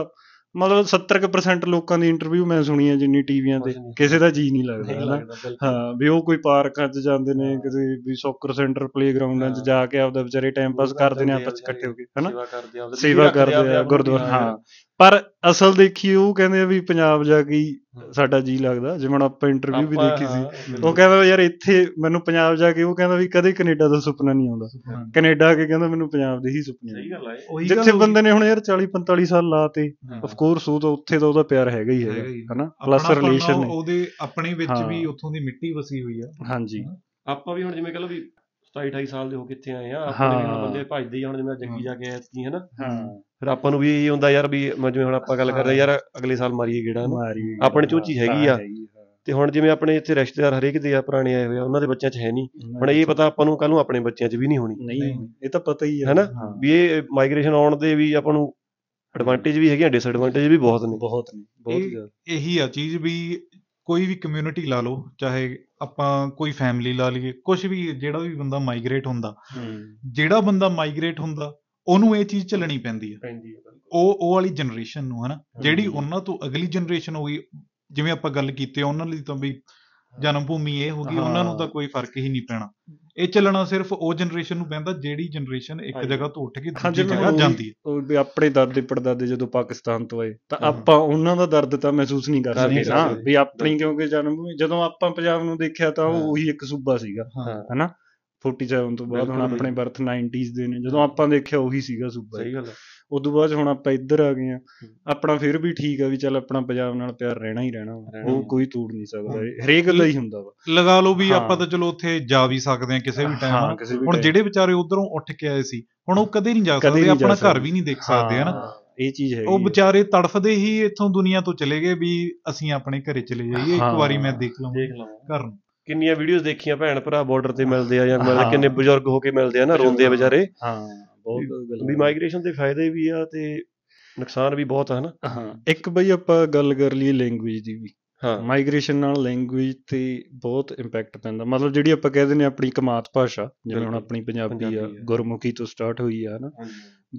ਮਤਲਬ 70% ਲੋਕਾਂ ਦੀ ਇੰਟਰਵਿਊ ਮੈਂ ਸੁਣੀ ਹੈ ਜਿੰਨੀ ਟੀਵੀਆਂ ਤੇ ਕੁਛ ਨਹੀਂ। ਕਿਸੇ ਦਾ ਜੀ ਨਹੀਂ ਲੱਗਦਾ ਹਨਾ ਹਾਂ ਵੀ ਉਹ ਕੋਈ ਪਾਰਕਾਂ 'ਚ ਜਾਂਦੇ ਨੇ ਹਾਂ। ਕਿਤੇ ਵੀ ਸੌਕਰ ਸੈਂਟਰ ਪਲੇਗਰਾਉਂਡਾਂ 'ਚ ਹਾਂ। ਜਾ ਕੇ ਆਪਦਾ ਵਿਚਾਰੇ ਟਾਈਮ ਪਾਸ ਗੁਰਦੁਆਰੇ ਕਰਦੇ ਨੇ ਜਾਂਦੇ ਆਪਸ 'ਚ ਆ ਇਕੱਠੇ ਹੋ ਕੇ ਹਨਾ ਸੇਵਾ ਕਰਦੇ ਆ ਸੇਵਾ ਕਰਦੇ ਆ ਗੁਰਦੁਆਰਾ ਹਾਂ ਪਰ ਅਸਲ ਦੇਖੀ ਉਹ ਕਹਿੰਦੇ ਆ ਵੀ ਪੰਜਾਬ ਜਾ ਕੇ ਹੀ ਸਾਡਾ ਜੀ ਲੱਗਦਾ ਜਿਵੇਂ ਹੁਣ ਆਪਾਂ ਇੰਟਰਵਿਊ ਵੀ ਦੇਖੀ ਸੀ ਉਹ ਕਹਿੰਦਾ ਯਾਰ ਇੱਥੇ ਮੈਨੂੰ ਪੰਜਾਬ ਜਾ ਕੇ ਉਹ ਕਹਿੰਦਾ ਵੀ ਕਦੇ ਕੈਨੇਡਾ ਦਾ ਸੁਪਨਾ ਨਹੀਂ ਆਉਂਦਾ ਹਾਂ। ਕੈਨੇਡਾ ਆ ਕੇ ਕਹਿੰਦਾ ਮੈਨੂੰ ਪੰਜਾਬ ਦੇ ਹੀ ਸੁਪਨੇ ਆਉਂਦੇ। ਗੱਲ ਹੈ ਉਹੀ ਗੱਲ ਜਿੱਥੇ ਹੋਈ। ਬੰਦੇ ਨੇ ਹੁਣ ਯਾਰ 40 45 ਸਾਲ ਲਾਤੇ ਹਾਂ। ਆਫ ਕੋਰਸ ਉਹ ਤਾਂ ਉੱਥੇ ਤਾਂ ਉਹਦਾ ਪਿਆਰ ਹੈਗਾ ਹੀ ਹੈਗਾ ਹੀ। ਹੈਗਾ ਹਨਾ ਆਪਣਾ ਪਲੱਸ ਆਪਣਾ ਰਿਲੇਸ਼ਨ ਨੇ ਉਹਦੇ ਆਪਣੇ ਵਿੱਚ ਹਾਂ। ਵੀ ਉੱਥੋਂ ਦੀ ਮਿੱਟੀ ਵਸੀ ਹੋਈ ਆ ਹਾਂਜੀ ਆਪਾਂ ਵੀ ਹੁਣ ਜਿਵੇਂ ਕਹ ਲਓ ਵੀ 27 28 ਸਾਲ ਦੇ ਹੋ ਕੇ ਇੱਥੇ ਆਏ ਆ ਆਪਣੇ ਵੀ ਹੁਣ ਹਾਂ। ਬੰਦੇ ਭੱਜਦੇ ਹੀ ਆ, ਹੁਣ ਜਿਵੇਂ ਜੱਗੀ ਜਾ ਕੇ ਆਇਆ ਸੀ ਹਨਾ ਹਾਂ ਫਿਰ ਆਪਾਂ ਨੂੰ ਵੀ ਇਹ ਹੁੰਦਾ ਯਾਰ ਵੀ ਮੈਂ ਜਿਵੇਂ ਹੁਣ ਆਪਾਂ ਗੱਲ ਕਰ ਰਹੇ ਯਾਰ ਅਗਲੇ ਸਾਲ ਮਾਰੀਏ ਗੇੜਾ ਨਾ ਮਾਰੀ ਆਪਣੇ ਚ ਉਹ ਚੀਜ਼ ਹੈਗੀ ਆ। ਹਾਂ, ਤੇ ਹੁਣ ਜਿਵੇਂ ਆਪਣੇ ਇੱਥੇ ਰਿਸ਼ਤੇਦਾਰ ਹਰੇਕ ਦੇ ਆ ਪੁਰਾਣੇ ਆਏ ਹੋਏ ਆ ਉਹਨਾਂ ਦੇ ਬੱਚਿਆਂ 'ਚ ਹੈ ਨਹੀਂ ਹਾਂ। ਹੁਣ ਇਹ ਪਤਾ ਆਪਾਂ ਨੂੰ ਕੱਲ ਨੂੰ ਆਪਣੇ ਬੱਚਿਆਂ 'ਚ ਵੀ ਨਹੀਂ ਹੋਣੀ ਨਹੀਂ ਇਹ ਤਾਂ ਪਤਾ ਹੀ ਹੈ ਹਨਾ? ਹਾਂ, ਵੀ ਇਹ ਮਾਈਗ੍ਰੇਸ਼ਨ ਆਉਣ ਦੇ ਵੀ ਆਪਾਂ ਨੂੰ ਐਡਵਾਂਟੇਜ ਵੀ ਹੈਗੇ ਆ ਡਿਸਐਡਵਾਂਟੇਜ ਵੀ ਬਹੁਤ ਨੇ ਬਹੁਤ ਨੇ ਬਹੁਤ ਇਹ- ਜ਼ਿਆਦਾ ਇਹੀ ਆ ਚੀਜ਼ ਵੀ ਕੋਈ ਵੀ ਕਮਿਊਨਿਟੀ ਲਾ ਲਓ ਚਾਹੇ ਆਪਾਂ ਕੋਈ ਫੈਮਿਲੀ ਲਾ ਲਈਏ ਕੁਝ ਵੀ ਜਿਹੜਾ ਵੀ ਬੰਦਾ ਮਾਈਗ੍ਰੇਟ ਹੁੰਦਾ ਜਿਹੜਾ ਬੰਦਾ ਮਾਈਗ੍ਰੇਟ ਹੁੰਦਾ ਉਹਨੂੰ ਇਹ ਚੀਜ਼ ਝੱਲਣੀ ਪੈਂਦੀ ਆ ਪੈਂਦੀ ਹੈ ਬਿਲਕੁਲ ਉਹ ਉਹ ਵਾਲੀ ਜਨਰੇਸ਼ਨ ਨੂੰ ਹਨਾ ਜਿਹੜੀ ਹਮ। ਉਹਨਾਂ ਤੋਂ ਅਗਲੀ ਜਨਰੇਸ਼ਨ ਹੋ ਗਈ ਜਿਵੇਂ ਆਪਾਂ ਗੱਲ ਕੀਤੀ ਆ, ਉਹਨਾਂ ਲਈ ਤਾਂ ਵੀ ਜਨਮ ਭੂਮੀ ਇਹ ਹੋ ਗਈ ਉਹਨਾਂ ਨੂੰ ਹਾਂ। ਤਾਂ ਕੋਈ ਫਰਕ ਹੀ ਨਹੀਂ ਪੈਣਾ ਇਹ ਚੱਲਣਾ ਸਿਰਫ ਉਹ ਜਨਰੇਸ਼ਨ ਨੂੰ ਪੈਂਦਾ ਜਿਹੜੀ ਜਨਰੇਸ਼ਨ ਇੱਕ ਹਾਂਜੀ। ਜਗ੍ਹਾ ਤੋਂ ਉੱਠ ਕੇ ਹਾਂ ਦੂਜੀ ਜਿਵੇਂ ਜਗ੍ਹਾ ਉਹ- ਜਾਂਦੀ ਹੈ ਉਹ ਵੀ ਆਪਣੇ ਦਾਦੇ ਪੜਦਾਦੇ ਜਦੋਂ ਪਾਕਿਸਤਾਨ ਤੋਂ ਆਏ ਤਾਂ ਹਾਂ। ਆਪਾਂ ਉਹਨਾਂ ਦਾ ਦਰਦ ਤਾਂ ਮਹਿਸੂਸ ਨਹੀਂ ਕਰ ਕਰ ਸਕੇ ਨਹੀਂ ਨਾ ਸਕਦੇ। ਵੀ ਆਪਣੀ ਕਿਉਂਕਿ ਜਨਮ ਭੂਮੀ- ਜਦੋਂ ਆਪਾਂ ਪੰਜਾਬ ਨੂੰ ਦੇਖਿਆ ਤਾਂ ਹਾਂ। ਉਹ ਉਹੀ ਇੱਕ ਸੂਬਾ ਸੀਗਾ ਹਾਂ 47 ਤੋਂ ਬਾਅਦ ਹੁਣ ਬਿਲਕੁਲ ਆਪਣੇ ਬਿਲਕੁਲ। ਬਰਥ 90s ਦੇ ਨੇ ਜਦੋਂ ਆਪਾਂ ਦੇਖਿਆ ਉਹੀ ਸੀਗਾ ਸੂਬਾ ਸਹੀ ਗੱਲ ਹੈ ਉਦੋਂ ਬਾਅਦ 'ਚ ਹੁਣ ਆਪਾਂ ਇੱਧਰ ਆ ਗਏ ਆ ਆਪਣਾ ਫਿਰ ਵੀ ਠੀਕ ਆ ਵੀ ਚੱਲ ਆਪਣਾ ਪੰਜਾਬ ਨਾਲ ਪਿਆਰ ਰਹਿਣਾ ਹੀ ਰਹਿਣਾ ਵਾ। ਰਹਿਣਾ ਹੀ ਉਹ ਆ। ਕੋਈ ਤੋੜ ਨਹੀਂ ਸਕਦਾ ਹਾਂ। ਇਹ। ਹਰੇਕ ਦਾ ਹੀ ਹੁੰਦਾ ਵਾ ਲਗਾ ਲਓ ਵੀ ਹਾਂ। ਆਪਾਂ ਤਾਂ ਚਲੋ ਉੱਥੇ ਜਾ ਵੀ ਸਕਦੇ ਹਾਂ ਕਿਸੇ ਵੀ ਟਾਈਮ ਕਿਸੇ ਵੀ ਹੁਣ time। ਜਿਹੜੇ ਵਿਚਾਰੇ ਉਧਰੋਂ ਉੱਠ ਕੇ ਆਏ ਸੀ ਹੁਣ ਉਹ ਕਦੇ ਨਹੀਂ ਜਾ ਕਦੇ ਸਕਦੇ ਨਹੀਂ ਜਾ ਆਪਣਾ ਘਰ ਸਕਦੇ। ਵੀ ਨਹੀਂ ਦੇਖ ਸਕਦੇ ਹਨਾ ਹਾਂ, ਇਹ ਚੀਜ਼ ਹੈਗੀ ਉਹ ਆ। ਵਿਚਾਰੇ ਤੜਫਦੇ ਹੀ ਇੱਥੋਂ ਦੁਨੀਆ ਤੋਂ ਚਲੇ ਗਏ ਵੀ ਅਸੀਂ ਆਪਣੇ ਘਰੇ ਚਲੇ ਜਾਈਏ ਇੱਕ ਹਾਂ। ਵਾਰੀ ਮੈਂ ਦੇਖ ਲਵਾਂ ਦੇਖ ਲਵਾਂ ਘਰ ਨੂੰ ਕਿੰਨੀਆਂ ਵੀਡੀਓਜ਼ ਦੇਖੀਆਂ ਭੈਣ ਭਰਾ ਬਾਰਡਰ ਤੇ ਮਿਲਦੇ ਆ ਜਾਂ ਹਾਂ। ਮਿਲਦੇ ਕਿੰਨੇ ਬਜ਼ੁਰਗ ਹੋ ਕੇ ਮਿਲਦੇ ਆ ਨਾ ਰੋਂਦੇ ਆ ਵਿਚਾਰੇ ਹਾਂ ਬਹੁਤ ਗੱਲ ਵੀ ਮਾਈਗ੍ਰੇਸ਼ਨ ਦੇ ਫਾਇਦੇ ਵੀ ਆ ਤੇ ਨੁਕਸਾਨ ਵੀ ਬਹੁਤ ਆ ਨਾ ਹਾਂ ਇੱਕ ਬਈ ਆਪਾਂ ਗੱਲ ਕਰ ਲਈਏ ਲੈਂਗੁਏਜ ਦੀ ਵੀ ਹਾਂ ਮਾਈਗ੍ਰੇਸ਼ਨ ਨਾਲ ਲੈਂਗੁਏਜ ਤੇ ਬਹੁਤ ਇੰਪੈਕਟ ਪੈਂਦਾ ਮਤਲਬ ਜਿਹੜੀ ਆਪਾਂ ਕਹਿ ਦਿੰਦੇ ਆ ਆਪਣੀ ਕਮਾਤ ਭਾਸ਼ਾ ਜਿਵੇਂ ਹੁਣ ਬਿਲਕੁਲ। ਆਪਣੀ ਪੰਜਾਬੀ ਆ ਪੰਜਾਬੀ ਆ। ਗੁਰਮੁਖੀ ਤੋਂ ਸਟਾਰਟ ਹੋਈ ਆ ਹਨਾ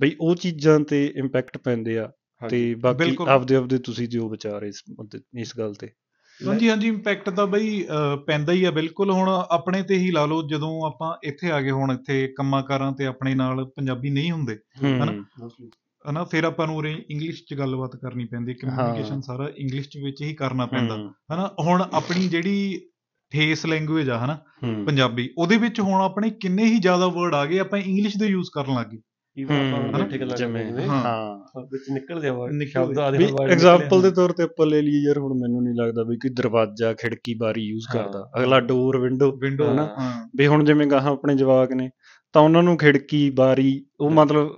ਬਈ ਉਹ ਚੀਜ਼ਾਂ ਤੇ ਇੰਪੈਕਟ ਪੈਂਦੇ ਆ ਤੇ ਬਾਕੀ ਬਿਲਕੁਲ। ਆਪਦੇ ਆਪਦੇ ਤੁਸੀਂ ਦਿਓ ਵਿਚਾਰ ਇਸ ਮੁੱਦੇ- ਇਸ ਗੱਲ ਤੇ ਹਾਂਜੀ ਹਾਂਜੀ ਇੰਪੈਕਟ ਤਾਂ ਬਈ ਅਹ, ਪੈਂਦਾ ਹੀ ਆ ਬਿਲਕੁਲ ਹੁਣ ਆਪਣੇ ਤੇ ਹੀ ਲਾ ਲਓ ਜਦੋਂ ਆਪਾਂ ਇੱਥੇ ਆ ਗਏ ਹੁਣ ਇੱਥੇ ਕੰਮਾਂ ਕਾਰਾਂ ਤੇ ਆਪਣੇ ਨਾਲ ਪੰਜਾਬੀ ਨਹੀਂ ਹੁੰਦੇ ਹਨਾ? ਹਮ, ਹਨਾ ਫਿਰ ਆਪਾਂ ਨੂੰ ਉਰੇ ਇੰਗਲਿਸ਼ 'ਚ ਗੱਲਬਾਤ ਕਰਨੀ ਪੈਂਦੀ ਕਮਿਊਨੀਕੇਸ਼ਨ ਸਾਰਾ ਇੰਗਲਿਸ਼ 'ਚ ਵਿੱਚ ਹੀ ਕਰਨਾ ਪੈਂਦਾ ਹਮ, ਹਨਾ ਹੁਣ ਆਪਣੀ ਜਿਹੜੀ ਠੇਸ ਲੈਂਗੁਏਜ ਆ ਹਨਾ ਹਮ, ਪੰਜਾਬੀ ਉਹਦੇ ਵਿੱਚ ਹੁਣ ਆਪਣੇ ਕਿੰਨੇ ਹੀ ਜ਼ਿਆਦਾ ਵਰਡ ਆ ਗਏ ਆਪਾਂ ਇੰਗਲਿਸ਼ ਦੇ ਯੂਜ਼ ਕਰਨ ਲੱਗ ਗਏ Even ਆਪਾਂ ਹਮ, ਬੈਠੇ ਗੱਲਾਂ ਜਿਵੇਂ, ਕਰਦੇ ਨੇ, ਹਾਂ। ਹਾਂ ਵਿੱਚ ਨਿਕਲਦੇ ਆ ਵਰਡ ਨਿਕਲਦੇ। ਸ਼ਬਦ ਆਦੇ ਵੀ ਐਗਜ਼ਾਮਪਲ ਦੇ ਤੌਰ ਤੇ ਆਪਾਂ ਲੈ ਲਈਏ ਯਾਰ ਹੁਣ ਮੈਨੂੰ ਨਹੀਂ ਲੱਗਦਾ ਵੀ ਕੋਈ ਦਰਵਾਜ਼ਾ ਖਿੜਕੀ ਬਾਰੀ ਯੂਜ਼ ਹਾਂ। ਕਰਦਾ ਅਗਲਾ ਡੋਰ ਵਿੰਡੋ ਵਿੰਡੋ ਹਨਾ? ਹਾਂ ਵੀ ਹੁਣ ਜਿਵੇਂ ਗਾਹਾਂ ਆਪਣੇ ਜਵਾਕ ਨੇ ਤਾਂ ਉਹਨਾਂ ਨੂੰ ਖਿੜਕੀ ਬਾਰੀ ਉਹ ਮਤਲਬ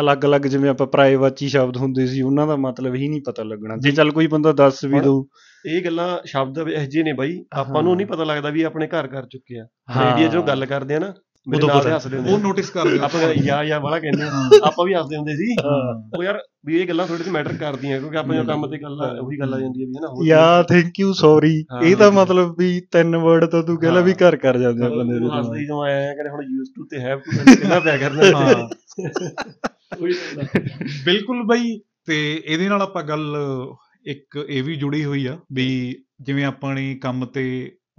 ਅਲੱਗ-ਅਲੱਗ ਜਿਵੇਂ ਆਪਾਂ ਪ੍ਰਾਇਵਾਚੀ ਸ਼ਬਦ ਹੁੰਦੇ ਸੀ ਉਹਨਾਂ ਦਾ ਮਤਲਬ ਹੀ ਨਹੀਂ ਪਤਾ ਲੱਗਣਾ ਜੇ ਚੱਲ ਕੋਈ ਬੰਦਾ ਦੱਸ ਵੀ ਹੁਣ- ਦਊ ਇਹ ਗੱਲਾਂ ਸ਼ਬਦ ਇਹੋ ਜਿਹੇ ਨੇ ਬਾਈ ਆਪਾਂ ਨੂੰ ਨਹੀਂ ਪਤਾ ਲੱਗਦਾ ਵੀ ਆਪਣੇ ਘਰ ਕਰ ਚੁੱਕੇ ਆ ਰੇਡੀਓ 'ਚੋਂ ਗੱਲ ਕਰਦੇ ਆ ਨਾ ਮੇਰੇ ਉਦੋਂ ਨਾਲ ਦੇ ਪਤਾ। ਹੱਸਦੇ ਉਹ ਹੁੰਦੇ ਨੋਟਿਸ ਕਰਦੇ ਆ। ਆਪਾਂ ਕਹਿੰਦੇ ਯਾ ਯਾ ਵਾਲਾ ਕਹਿੰਦੇ ਆ ਆਪਾਂ ਵੀ ਹੱਸਦੇ ਹੁੰਦੇ ਸੀ ਉਹ ਯਾਰ ਵੀ ਇਹ ਗੱਲਾਂ ਥੋੜੀ ਜਿਹੀ ਮੈਟਰ ਕਰਦੀਆਂ ਕਿਉਂਕਿ ਆਪਾਂ ਜਦੋਂ ਕੰਮ ਤੇ ਗੱਲਾਂ ਉਹੀ ਗੱਲ ਆ ਜਾਂਦੀ ਹੈ ਵੀ ਹਨਾ ਹੋਰ ਯਾ ਥੈਂਕ ਯੂ ਸੌਰੀ ਹਾਂ। ਇਹ ਤਾਂ ਮਤਲਬ ਵੀ ਤਿੰਨ ਵਰਡ ਤਾਂ ਤੂੰ ਕਹਿ ਲੈ ਵੀ ਹਾਂ। ਘਰ ਕਰ ਜਾਂਦੇ ਆ ਬੰਦੇ ਉਹ ਦੇ ਹੱਸਦੇ ਦਿਮਾਗ। ਹੀ ਜਦੋਂ ਆਇਆ ਕਹਿੰਦੇ ਹੁਣ ਯੂਜ਼ ਟੂ ਤੇ ਹੈਵ ਟੂ ਕਿੰਨਾ ਪਿਆ ਕਰਨਾ ਹਾਂ ਉਹੀ ਗੱਲ ਆ। ਬਿਲਕੁਲ ਬਈ ਤੇ ਇਹਦੇ ਨਾਲ ਆਪਾਂ ਗੱਲ ਇੱਕ ਇਹ ਵੀ ਜੁੜੀ ਹੋਈ ਆ ਵੀ ਜਿਵੇਂ ਆਪਾਂ ਨੇ ਕੰਮ ਤੇ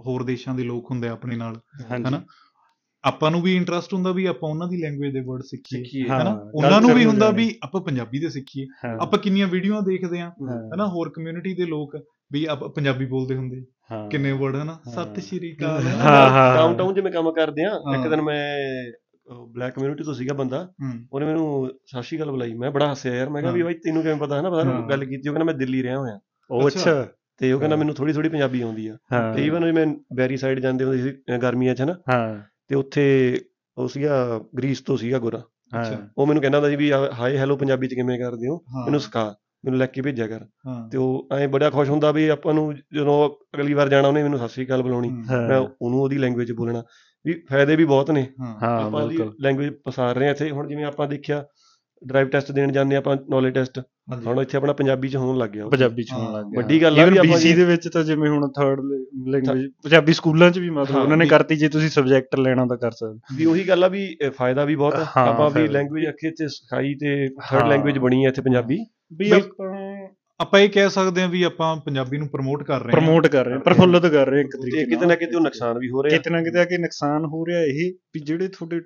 ਹੋਰ ਦੇਸ਼ਾਂ ਦੇ ਲੋਕ ਹੁੰਦੇ ਆ ਆਪਣੇ ਨਾਲ ਹਨਾ ਆਪਾਂ ਨੂੰ ਵੀ ਇੰਟਰਸਟ ਹੁੰਦਾ ਵੀ ਆਪਾਂ ਉਹਨਾਂ ਦੀ ਲੈਂਗੁਏਜ ਦੇ ਵਰਡ ਸਿੱਖੀਏ ਸਿੱਖੀਏ ਹਾਂ। ਹਨਾ ਉਹਨਾਂ ਨੂੰ culture ਵੀ ਨੂੰ ਹੁੰਦਾ ਜਾਣੇ। ਵੀ ਆਪਾਂ ਪੰਜਾਬੀ ਦੇ ਸਿੱਖੀਏ ਹਾਂ। ਆਪਾਂ ਕਿੰਨੀਆਂ ਵੀਡੀਓਆਂ ਦੇਖਦੇ ਆ ਹਾਂ। ਹਨਾ ਹੋਰ ਕਮਿਊਨਿਟੀ ਦੇ ਲੋਕ ਵੀ ਆਪਾਂ ਪੰਜਾਬੀ ਬੋਲਦੇ ਹੁੰਦੇ ਹਾਂ। ਕਿੰਨੇ ਵਰਡ ਹਨਾ ਹਾਂ। ਸਤਿ ਸ਼੍ਰੀ ਅਕਾਲ ਹਾਂ, ਹਾਂ। ਡਾਊਨ ਟਾਊਨ ਜਿਵੇਂ ਕੰਮ ਕਰਦੇ ਆ ਹਾਂ। ਇੱਕ ਦਿਨ ਮੈਂ ਬਲੈਕ ਕਮਿਊਨਿਟੀ ਤੋਂ ਸੀਗਾ ਬੰਦਾ ਹਮ, ਉਹਨੇ ਮੈਨੂੰ ਸਤਿ ਸ਼੍ਰੀ ਅਕਾਲ ਬੁਲਾਈ ਮੈਂ ਬੜਾ ਹੱਸਿਆ ਯਾਰ ਮੈਂ ਕਿਹਾ ਵੀ ਹਾਂ। ਬਾਈ ਤੈਨੂੰ ਕਿਵੇਂ ਪਤਾ ਹੈ ਨਾ ਪਤਾ ਹਾਂ। ਨਹੀਂ ਗੱਲ ਕੀਤੀ ਉਹ ਕਹਿੰਦਾ ਮੈਂ ਦਿੱਲੀ ਰਿਹਾ ਹੋਇਆ ਉਹ ਅੱਛਾ ਤੇ ਉਹ ਕਹਿੰਦਾ ਹਾਂ। ਮੈਨੂੰ ਥੋੜੀ ਥੋੜੀ ਪੰਜਾਬੀ ਆਉਂਦੀ ਆ ਹਾਂ ਤੇ ਈਵਨ ਮੈਂ ਬੈਰੀ ਸਾਈਡ ਜਾਂਦੇ ਹੁੰਦੇ ਸੀ ਅਹ ਗਰਮੀਆਂ 'ਚ ਨਾ ਹਾਂ ਤੇ ਉੱਥੇ ਉਹ ਸੀਗਾ ਗ੍ਰੀਸ ਤੋਂ ਸੀਗਾ ਗੋਰਾ ਅੱਛਾ। ਹਾਂ ਉਹ ਮੈਨੂੰ ਕਹਿੰਦਾ ਹੁੰਦਾ ਸੀ ਵੀ ਆ- ਹਾਏ ਹੈਲੋ ਪੰਜਾਬੀ 'ਚ ਕਿਵੇਂ ਕਰਦੇ ਹੋ ਹਾਂ ਮੈਨੂੰ ਸਿਖਾ ਮੈਨੂੰ ਲੈ ਕੇ ਭੇਜਿਆ ਕਰ ਹਾਂ ਤੇ ਉਹ ਐਂ ਬੜਾ ਖੁਸ਼ ਹੁੰਦਾ ਵੀ ਆਪਾਂ ਨੂੰ ਜਦੋਂ ਅਗਲੀ ਵਾਰ ਜਾਣਾ ਉਹਨੇ ਮੈਨੂੰ ਸਤਿ ਸ਼੍ਰੀ ਅਕਾਲ ਬੁਲਾਉਣੀ ਹਮ, ਹਾਂ। ਮੈਂ ਉਹਨੂੰ ਉਹਦੀ ਲੈਂਗੁਏਜ ਬੋਲਣਾ ਵੀ ਫਾਇਦੇ ਵੀ ਬਹੁਤ ਨੇ ਹਾਂ ਹਾਂ ਆਪਾਂ ਦੀ ਬਿਲਕੁਲ ਲੈਂਗੁਏਜ ਪਸਾਰ ਰਹੇ ਹਾਂ ਇੱਥੇ ਹੁਣ ਜਿਵੇਂ ਆਪਾਂ ਦੇਖਿਆ ਡਰਾਈਵ ਟੈਸਟ ਦੇਣ ਜਾਂਦੇ ਆਪਾਂ ਨੌਲੇਜ ਟੈਸਟ ਹਾਂਜੀ। ਹੁਣ ਇੱਥੇ ਆਪਣਾ ਪੰਜਾਬੀ ਚ ਹੋਣ ਲੱਗ ਗਿਆ ਉਹ। ਪੰਜਾਬੀ ਚ ਹੋਣ ਹਾਂ। ਲੱਗ ਗਿਆ ਵੱਡੀ ਗੱਲ ਆ ਵੀ ਆਪਾਂ BC ਜੀ- ਦੇ ਵਿੱਚ ਤਾਂ ਜਿਵੇਂ ਹੁਣ ਥਰਡ ਲੈਂਗੁਏਜ ਪੰਜਾਬੀ ਸਕੂਲਾਂ ਚ ਵੀ ਮਤਲਬ ਹਾਂ, ਉਹਨਾਂ ਨੇ ਵੀ- ਕਰਤੀ ਜੇ ਤੁਸੀਂ ਸਬਜੈਕਟ ਲੈਣਾ ਤਾਂ ਕਰ ਸਕਦੇ ਵੀ ਉਹੀ ਗੱਲ ਆ ਵੀ ਇਹ ਫਾਇਦਾ ਵੀ ਬਹੁਤ ਆ ਹਾਂ, ਆਪਾਂ ਵੀ ਫਾਇਦਾ। ਲੈਂਗੁਏਜ ਅੱਖੇ ਤੇ ਸਿਖਾਈ ਤੇ ਹਾਂ। ਥਰਡ ਲੈਂਗੁਏਜ ਬਣੀ ਹੈ ਇੱਥੇ ਪੰਜਾਬੀ ਵੀ ਬਿਲ- ਆਪਾਂ ਆਪਾਂ ਇਹ ਕਹਿ ਸਕਦੇ ਹਾਂ ਵੀ ਆਪਾਂ ਪੰਜਾਬੀ ਨੂੰ ਪ੍ਰਮੋਟ ਕਰ ਰਹੇ ਹਾਂ ਪ੍ਰਮੋਟ ਕਰ ਰਹੇ ਹਾਂ, ਪ੍ਰਫੁੱਲਤ ਕਰ ਰਹੇ ਹਾਂ ਇੱਕ ਤੇ ਤਰੀਕੇ ਕਿਤੇ ਨਾ ਕਿਤੇ ਉਹ ਨੁਕਸਾਨ ਵੀ ਹੋ ਰਿਹਾ ਕਿਤੇ ਨਾ ਕਿਤੇ ਆ ਕਿ ਨੁਕਸਾਨ ਹੋ ਰਿਹਾ ਇਹ ਵੀ ਜਿਹੜੇ ਤੁਹਾਡੇ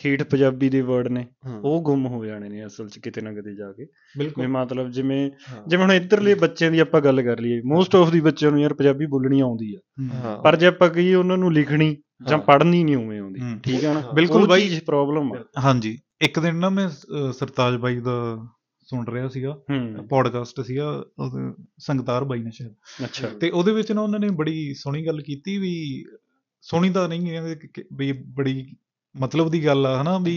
ਠੇਠ ਪੰਜਾਬੀ ਦੇ ਵਰਡ ਨੇ ਹਮ, ਉਹ ਗੁੰਮ ਹੋ ਜਾਣੇ ਨੇ ਅਸਲ ਚ ਕਿਤੇ ਨਾ ਕਿਤੇ ਜਾ ਕੇ ਵੀ ਬਿਲਕੁਲ ਮਤਲਬ ਜਿਵੇਂ ਹਾਂ। ਜਿਵੇਂ ਹੁਣ ਇੱਧਰਲੇ ਬੱਚਿਆਂ ਦੀ ਆਪਾਂ ਗੱਲ ਕਰ ਲਈਏ ਮੋਸਟ ਆਫ ਦੀ ਬੱਚਿਆਂ ਨੂੰ ਯਾਰ ਪੰਜਾਬੀ ਬੋਲਣੀ ਆਉਂਦੀ ਆ ਹਾਂ ਪਰ ਜੇ ਆਪਾਂ ਕਹੀਏ ਉਹਨਾਂ ਨੂੰ ਲਿਖਣੀ ਜਾਂ ਹਾਂ। ਪੜ੍ਹਨੀ ਨਹੀਂ ਉਵੇਂ ਆਉਂਦੀ ਹਮ, ਠੀਕ ਆ ਨਾ ਹਾਂ। ਬਿਲਕੁਲ ਬਾਈ। ਪ੍ਰੋਬਲਮ ਆ ਹਾਂਜੀ ਇੱਕ ਦਿਨ ਨਾ ਮੈਂ ਅਹ, ਸਰਤਾਜ ਬਾਈ ਦਾ ਸੁਣ ਰਿਹਾ ਸੀਗਾ ਹੂੰ ਪੋਡਕਾਸਟ ਸੀਗਾ ਉਹਦੇ- ਸੰਗਤਾਰ ਬਾਈ ਨੇ ਸ਼ਾਇਦ ਅੱਛਾ ਤੇ ਉਹਦੇ ਵਿੱਚ ਨਾ ਉਹਨਾਂ ਨੇ ਬੜੀ ਸੋਹਣੀ ਗੱਲ ਕੀਤੀ ਵੀ ਸੋਹਣੀ ਤਾਂ ਨਹੀਂ ਕਹਿੰਦੇ ਕਿ- ਕਿ- ਵੀ ਬੜੀ ਮਤਲਬ ਦੀ ਗੱਲ ਆ ਹਨਾ ਵੀ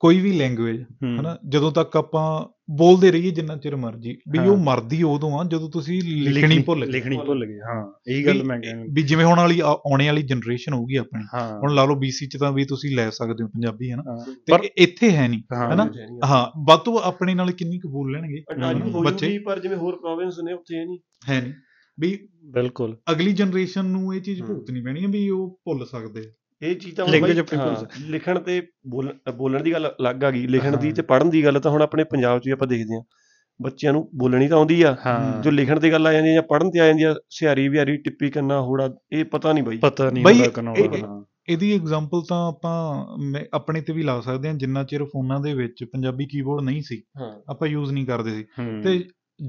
ਕੋਈ ਵੀ ਲੈਂਗੁਏਜ ਹਮ, ਹਨਾ ਜਦੋਂ ਤੱਕ ਆਪਾਂ ਬੋਲਦੇ ਰਹੀਏ ਜਿੰਨਾ ਚਿਰ ਮਰਜੀ ਵੀ ਉਹ ਹਾਂ। ਮਰਦੀ ਉਦੋਂ ਆ ਜਦੋਂ ਤੁਸੀਂ ਲਿਖਣੀ ਭੁੱਲ ਗਏ ਲਿਖਣੀ ਭੁੱਲ ਗਏ ਹਾਂ ਇਹੀ ਗੱਲ ਮੈਂ ਕਹਿਣਾ ਵੀ ਜਿਵੇਂ ਹੁਣ ਵਾਲੀ ਆ- ਆਉਣੇ ਵਾਲੀ ਜਨਰੇਸ਼ਨ ਹੋਊਗੀ ਆਪਣੀ ਹਾਂ ਹੁਣ ਲਾ ਲਓ ਬੀਸੀ ਚ ਤਾਂ ਵੀ ਤੁਸੀਂ ਲੈ ਸਕਦੇ ਹੋ ਪੰਜਾਬੀ ਹਨਾ ਹਾਂ, ਤੇ ਇੱਥੇ ਹੈ ਨਹੀਂ ਹਾਂ, ਹਨਾ? ਹਾਂ ਵੱਧ ਤੋਂ ਵੱਧ ਆਪਣੇ ਨਾਲ ਕਿੰਨੀ ਕੁ ਬੋਲ ਲੈਣਗੇ ਅਟਾਰੀ ਹਮ, ਹੋ ਬੱਚੇ। ਜੂਗੀ ਪਰ ਜਿਵੇਂ ਹੋਰ ਪ੍ਰੋਵਿੰਸ ਨੇ ਉੱਥੇ ਇਹ ਨਹੀਂ ਹੈ ਨਹੀਂ ਵੀ ਬਿਲਕੁਲ ਅਗਲੀ ਜਨਰੇਸ਼ਨ ਨੂੰ ਇਹ ਚੀਜ਼ ਹਮ। ਭੁਗਤਣੀ ਪੈਣੀ ਹੈ ਵੀ ਉਹ ਭੁੱਲ ਸਕਦੇ ਆ। ਇਹ ਚੀਜ਼ ਤਾਂ ਹੁਣ Language ਬਾਈ, ਆਪਣੀ ਹਾਂ, ਭੁੱਲ- ਲਿਖਣ ਤੇ ਬੋਲ- ਬੋਲਣ ਦੀ ਗੱਲ ਅਲੱਗ ਆ ਗਈ ਲਿਖਣ ਦੀ ਹਾਂ। ਤੇ ਪੜ੍ਹਨ ਦੀ ਗੱਲ ਤਾਂ ਹੁਣ ਆਪਣੇ ਪੰਜਾਬ 'ਚ ਵੀ ਆਪਾਂ ਦੇਖਦੇ ਹਾਂ ਬੱਚਿਆਂ ਨੂੰ ਬੋਲਣੀ ਤਾਂ ਆਉਂਦੀ ਆ ਹਾਂ ਜੋ ਲਿਖਣ ਦੀ ਗੱਲ ਆ ਜਾਂਦੀ ਆ ਜਾਂ ਪੜ੍ਹਨ ਤੇ ਆ ਜਾਂਦੀ ਆ ਸਿਹਾਰੀ ਵਿਹਾਰੀ ਟਿੱਪੀ ਕੰਨਾ ਹੋੜਾ ਇਹ ਪਤਾ ਨਹੀਂ ਬਾਈ ਪਤਾ ਨਹੀਂ ਬਈ, ਹੁੰਦਾ ਕਨੌੜਾ ਇਹ- ਇਹਦੀ ਐਗਜ਼ਾਮਪਲ ਤਾਂ ਆਪਾਂ ਮੈਂ- ਆਪਣੇ ਤੇ ਵੀ ਲਾ ਸਕਦੇ ਹਾਂ ਜਿੰਨਾ ਚਿਰ ਫੋਨਾਂ ਦੇ ਵਿੱਚ ਪੰਜਾਬੀ ਕੀਬੋਰਡ ਨਹੀਂ ਸੀ ਹਾਂ ਆਪਾਂ ਯੂਜ਼ ਨਹੀਂ ਕਰਦੇ ਸੀ ਹੂੰ। ਤੇ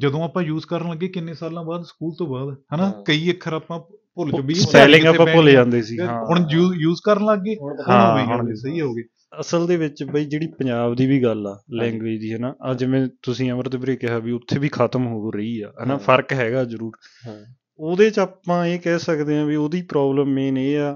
ਜਦੋਂ ਆਪਾਂ ਯੂਜ਼ ਕਰਨ ਲੱਗੇ ਕਿੰਨੇ ਸਾਲਾਂ ਬਾਅਦ ਸਕੂਲ ਤੋਂ ਬਾਅਦ ਹਨਾ ਹਾਂ। ਕਈ ਅੱਖਰ ਆਪਾਂ ਭੁੱਲ ਚੁੱਕੇ ਵੀ ਸਪੈਲਿੰਗ ਆਪਾਂ ਭੁੱਲ ਜਾਂਦੇ ਸੀ ਹਾਂ ਹੁਣ ਯੂਜ਼ ਕਰਨ ਲੱਗ ਗਏ ਹੁਣ ਹੁਣ ਹਾਂ, ਹੋ ਗਈ ਹੁਣ ਗੱਲ, ਸਹੀ ਹੋ ਗਈ ਅਸਲ ਦੇ ਵਿੱਚ ਬਈ ਜਿਹੜੀ ਪੰਜਾਬ ਦੀ ਵੀ ਗੱਲ ਆ ਲੈਂਗੁਏਜ ਦੀ ਹੈ ਨਾ ਆ ਜਿਵੇਂ ਤੁਸੀਂ ਅਮਰਤ ਵੀਰੇ ਕਿਹਾ ਵੀ ਉੱਥੇ ਵੀ ਖਤਮ ਹੋ ਰਹੀ ਆ ਹਨਾ ਹਾਂ। ਫਰਕ ਹੈਗਾ ਜ਼ਰੂਰ ਹਾਂ। ਉਹਦੇ ਚ ਆਪਾਂ ਇਹ ਕਹਿ ਸਕਦੇ ਆ ਵੀ ਉਹਦੀ ਪ੍ਰੋਬਲਮ ਮੇਨ ਇਹ ਆ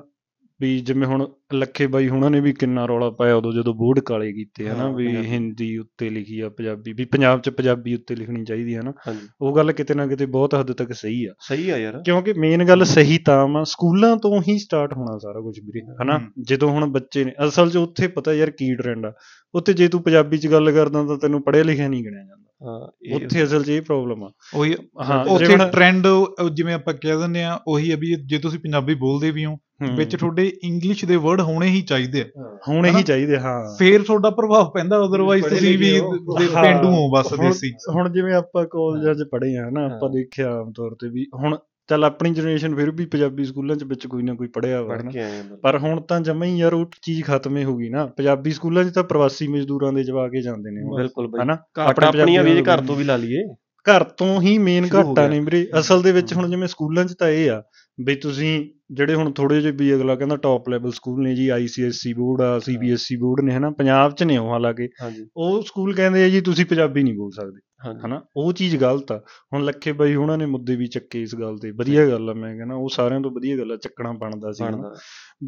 ਵੀ ਜਿਵੇਂ ਹੁਣ ਲੱਖੇ ਬਾਈ ਹੁਣਾਂ ਨੇ ਵੀ ਕਿੰਨਾ ਰੌਲਾ ਪਾਇਆ ਉਦੋਂ ਜਦੋਂ ਬੋਰਡ ਕਾਲੇ ਕੀਤੇ ਹਨਾ ਹਾਂ, ਵੀ ਪੰਜਾਬੀ। ਹਿੰਦੀ ਉੱਤੇ ਲਿਖੀ ਆ ਪੰਜਾਬੀ ਵੀ ਪੰਜਾਬ ਚ ਪੰਜਾਬੀ ਉੱਤੇ ਲਿਖਣੀ ਚਾਹੀਦੀ ਹੈ ਨਾ ਹਾਂਜੀ ਉਹ ਗੱਲ ਕਿਤੇ ਨਾ ਕਿਤੇ ਬਹੁਤ ਹੱਦ ਤੱਕ ਸਹੀ ਆ ਸਹੀ ਆ ਯਾਰ ਕਿਉਂਕਿ ਮੇਨ ਗੱਲ ਸਹੀ ਤਾਂ ਆ ਸਕੂਲਾਂ ਤੋਂ ਹੀ ਸਟਾਰਟ ਹੋਣਾ ਸਾਰਾ ਕੁਝ ਵੀਰੇ ਹਨਾ ਹਮ। ਜਦੋਂ ਹੁਣ ਬੱਚੇ ਨੇ ਅਸਲ 'ਚ ਉੱਥੇ ਪਤਾ ਯਾਰ ਕੀ ਟ੍ਰੈਂਡ ਆ ਉੱਥੇ ਜੇ ਤੂੰ ਪੰਜਾਬੀ 'ਚ ਗੱਲ ਕਰਦਾ ਤਾਂ ਤੈਨੂੰ ਪੜ੍ਹਿਆ ਲਿਖਿਆ ਨਹੀਂ ਗਿਣਿਆ ਜਾਂਦਾ ਹਾਂ ਇਹ- ਉੱਥੇ ਅਸਲ 'ਚ ਇਹ ਪ੍ਰੋਬਲਮ ਆ ਉਹੀ ਹਾਂ ਉੱਥੇ ਜਿਵੇਂ ਹੁਣ- ਟ੍ਰੈਂਡ ਜਿਵੇਂ ਆਪਾਂ ਕਹਿ ਦਿੰਦੇ ਆ ਉਹੀ ਆ ਵੀ ਜੇ ਤੁਸੀਂ ਪੰਜਾਬੀ ਬੋਲਦੇ ਵੀ ਹੋ ਹਮ, ਵਿੱਚ ਤੁਹਾਡੇ ਇੰਗਲਿਸ਼ ਦੇ ਵਰਡ ਹੋਣੇ ਹੀ ਚਾਹੀਦੇ ਆ ਹਾਂ। ਹੋਣੇ ਹਨਾ? ਹੀ ਚਾਹੀਦੇ ਹਾਂ ਫੇਰ ਤੁਹਾਡਾ ਪ੍ਰਭਾਵ ਪੈਂਦਾ ਅਦਰਵਾਈਜ਼ ਪੜ੍ਹੇ ਤੁਸੀਂ ਵੀ ਲਿਖੇ ਹੋ। ਦੇ- ਹਾਂ। ਪੇਂਡੂ ਹੋ ਬਸ ਹੁਣ- ਦੇਸੀ ਹੁਣ ਜਿਵੇਂ ਆਪਾਂ ਕਾਲਜਾਂ 'ਚ ਪੜ੍ਹੇ ਆ ਹਨਾ ਆਪਾਂ ਹਾਂ। ਦੇਖਿਆ ਆਮ ਤੌਰ ਤੇ ਵੀ ਹੁਣ ਚੱਲ ਆਪਣੀ ਜਨਰੇਸ਼ਨ ਫਿਰ ਵੀ ਪੰਜਾਬੀ ਸਕੂਲਾਂ 'ਚ ਵਿੱਚ ਕੋਈ ਨਾ ਕੋਈ ਪੜ੍ਹਿਆ ਵਾ ਪੜ੍ਹ ਹਨਾ। ਕੇ ਆਏ ਆ ਬੰਦੇ। ਪਰ ਹੁਣ ਤਾਂ ਜਮਾਂ ਹੀ ਯਾਰ ਉਹ ਚੀਜ਼ ਖਤਮ ਹੀ ਹੋ ਗਈ ਨਾ ਪੰਜਾਬੀ ਸਕੂਲਾਂ 'ਚ ਤਾਂ ਪ੍ਰਵਾਸੀ ਮਜ਼ਦੂਰਾਂ ਦੇ ਜਵਾਕ ਹੀ ਜਾਂਦੇ ਨੇ ਹੁਣ ਬਿਲਕੁਲ ਬਾਈ ਹਨਾ ਆਪਣਾ ਆਪਣੀਆਂ ਵੀ ਜੇ ਪੰਜਾਬੀਆਂ ਘਰ ਤੋਂ ਵੀ ਲਾ ਲਈਏ ਘਰ ਤੋਂ ਹੀ ਮੇਨ ਸ਼ੁਰੂ ਹੋ ਘਾਟਾ ਗਿਆ। ਨੇ ਵੀਰੇ ਅਸਲ ਦੇ ਵਿੱਚ ਹਮ। ਹੁਣ ਜਿਵੇਂ ਸਕੂਲਾਂ 'ਚ ਤਾਂ ਇਹ ਆ ਵੀ ਤੁਸੀਂ ਜਿਹੜੇ ਹੁਣ ਥੋੜੇ ਜਿਹੇ ਵੀ ਅਗਲਾ ਕਹਿੰਦਾ ਟੌਪ ਲੈਵਲ ਸਕੂਲ ਨੇ ਜੀ ICSE ਬੋਰਡ ਆ CBSE ਬੋਰਡ ਨੇ ਹਨਾ ਪੰਜਾਬ 'ਚ ਨੇ ਉਹ ਹਾਲਾਂਕਿ ਹਾਂਜੀ ਉਹ ਸਕੂਲ ਕਹਿੰਦੇ ਆ ਜੀ ਤੁਸੀਂ ਪੰਜਾਬੀ ਨਹੀਂ ਬੋਲ ਸਕਦੇ ਹਾਂਜੀ ਹਨਾ ਉਹ ਚੀਜ਼ ਗਲਤ ਆ ਹੁਣ ਲੱਖੇ ਬਾਈ ਉਹਨਾਂ ਨੇ ਮੁੱਦੇ ਵੀ ਚੱਕੇ ਇਸ ਗੱਲ ਤੇ ਵਧੀਆ ਗੱਲ ਆ ਮੈਂ ਕਹਿੰਦਾ ਉਹ ਸਾਰਿਆਂ ਤੋਂ ਵਧੀਆ ਗੱਲ ਆ ਚੱਕਣਾ ਬਣਦਾ ਸੀ ਹਨਾ। ਬਣਦਾ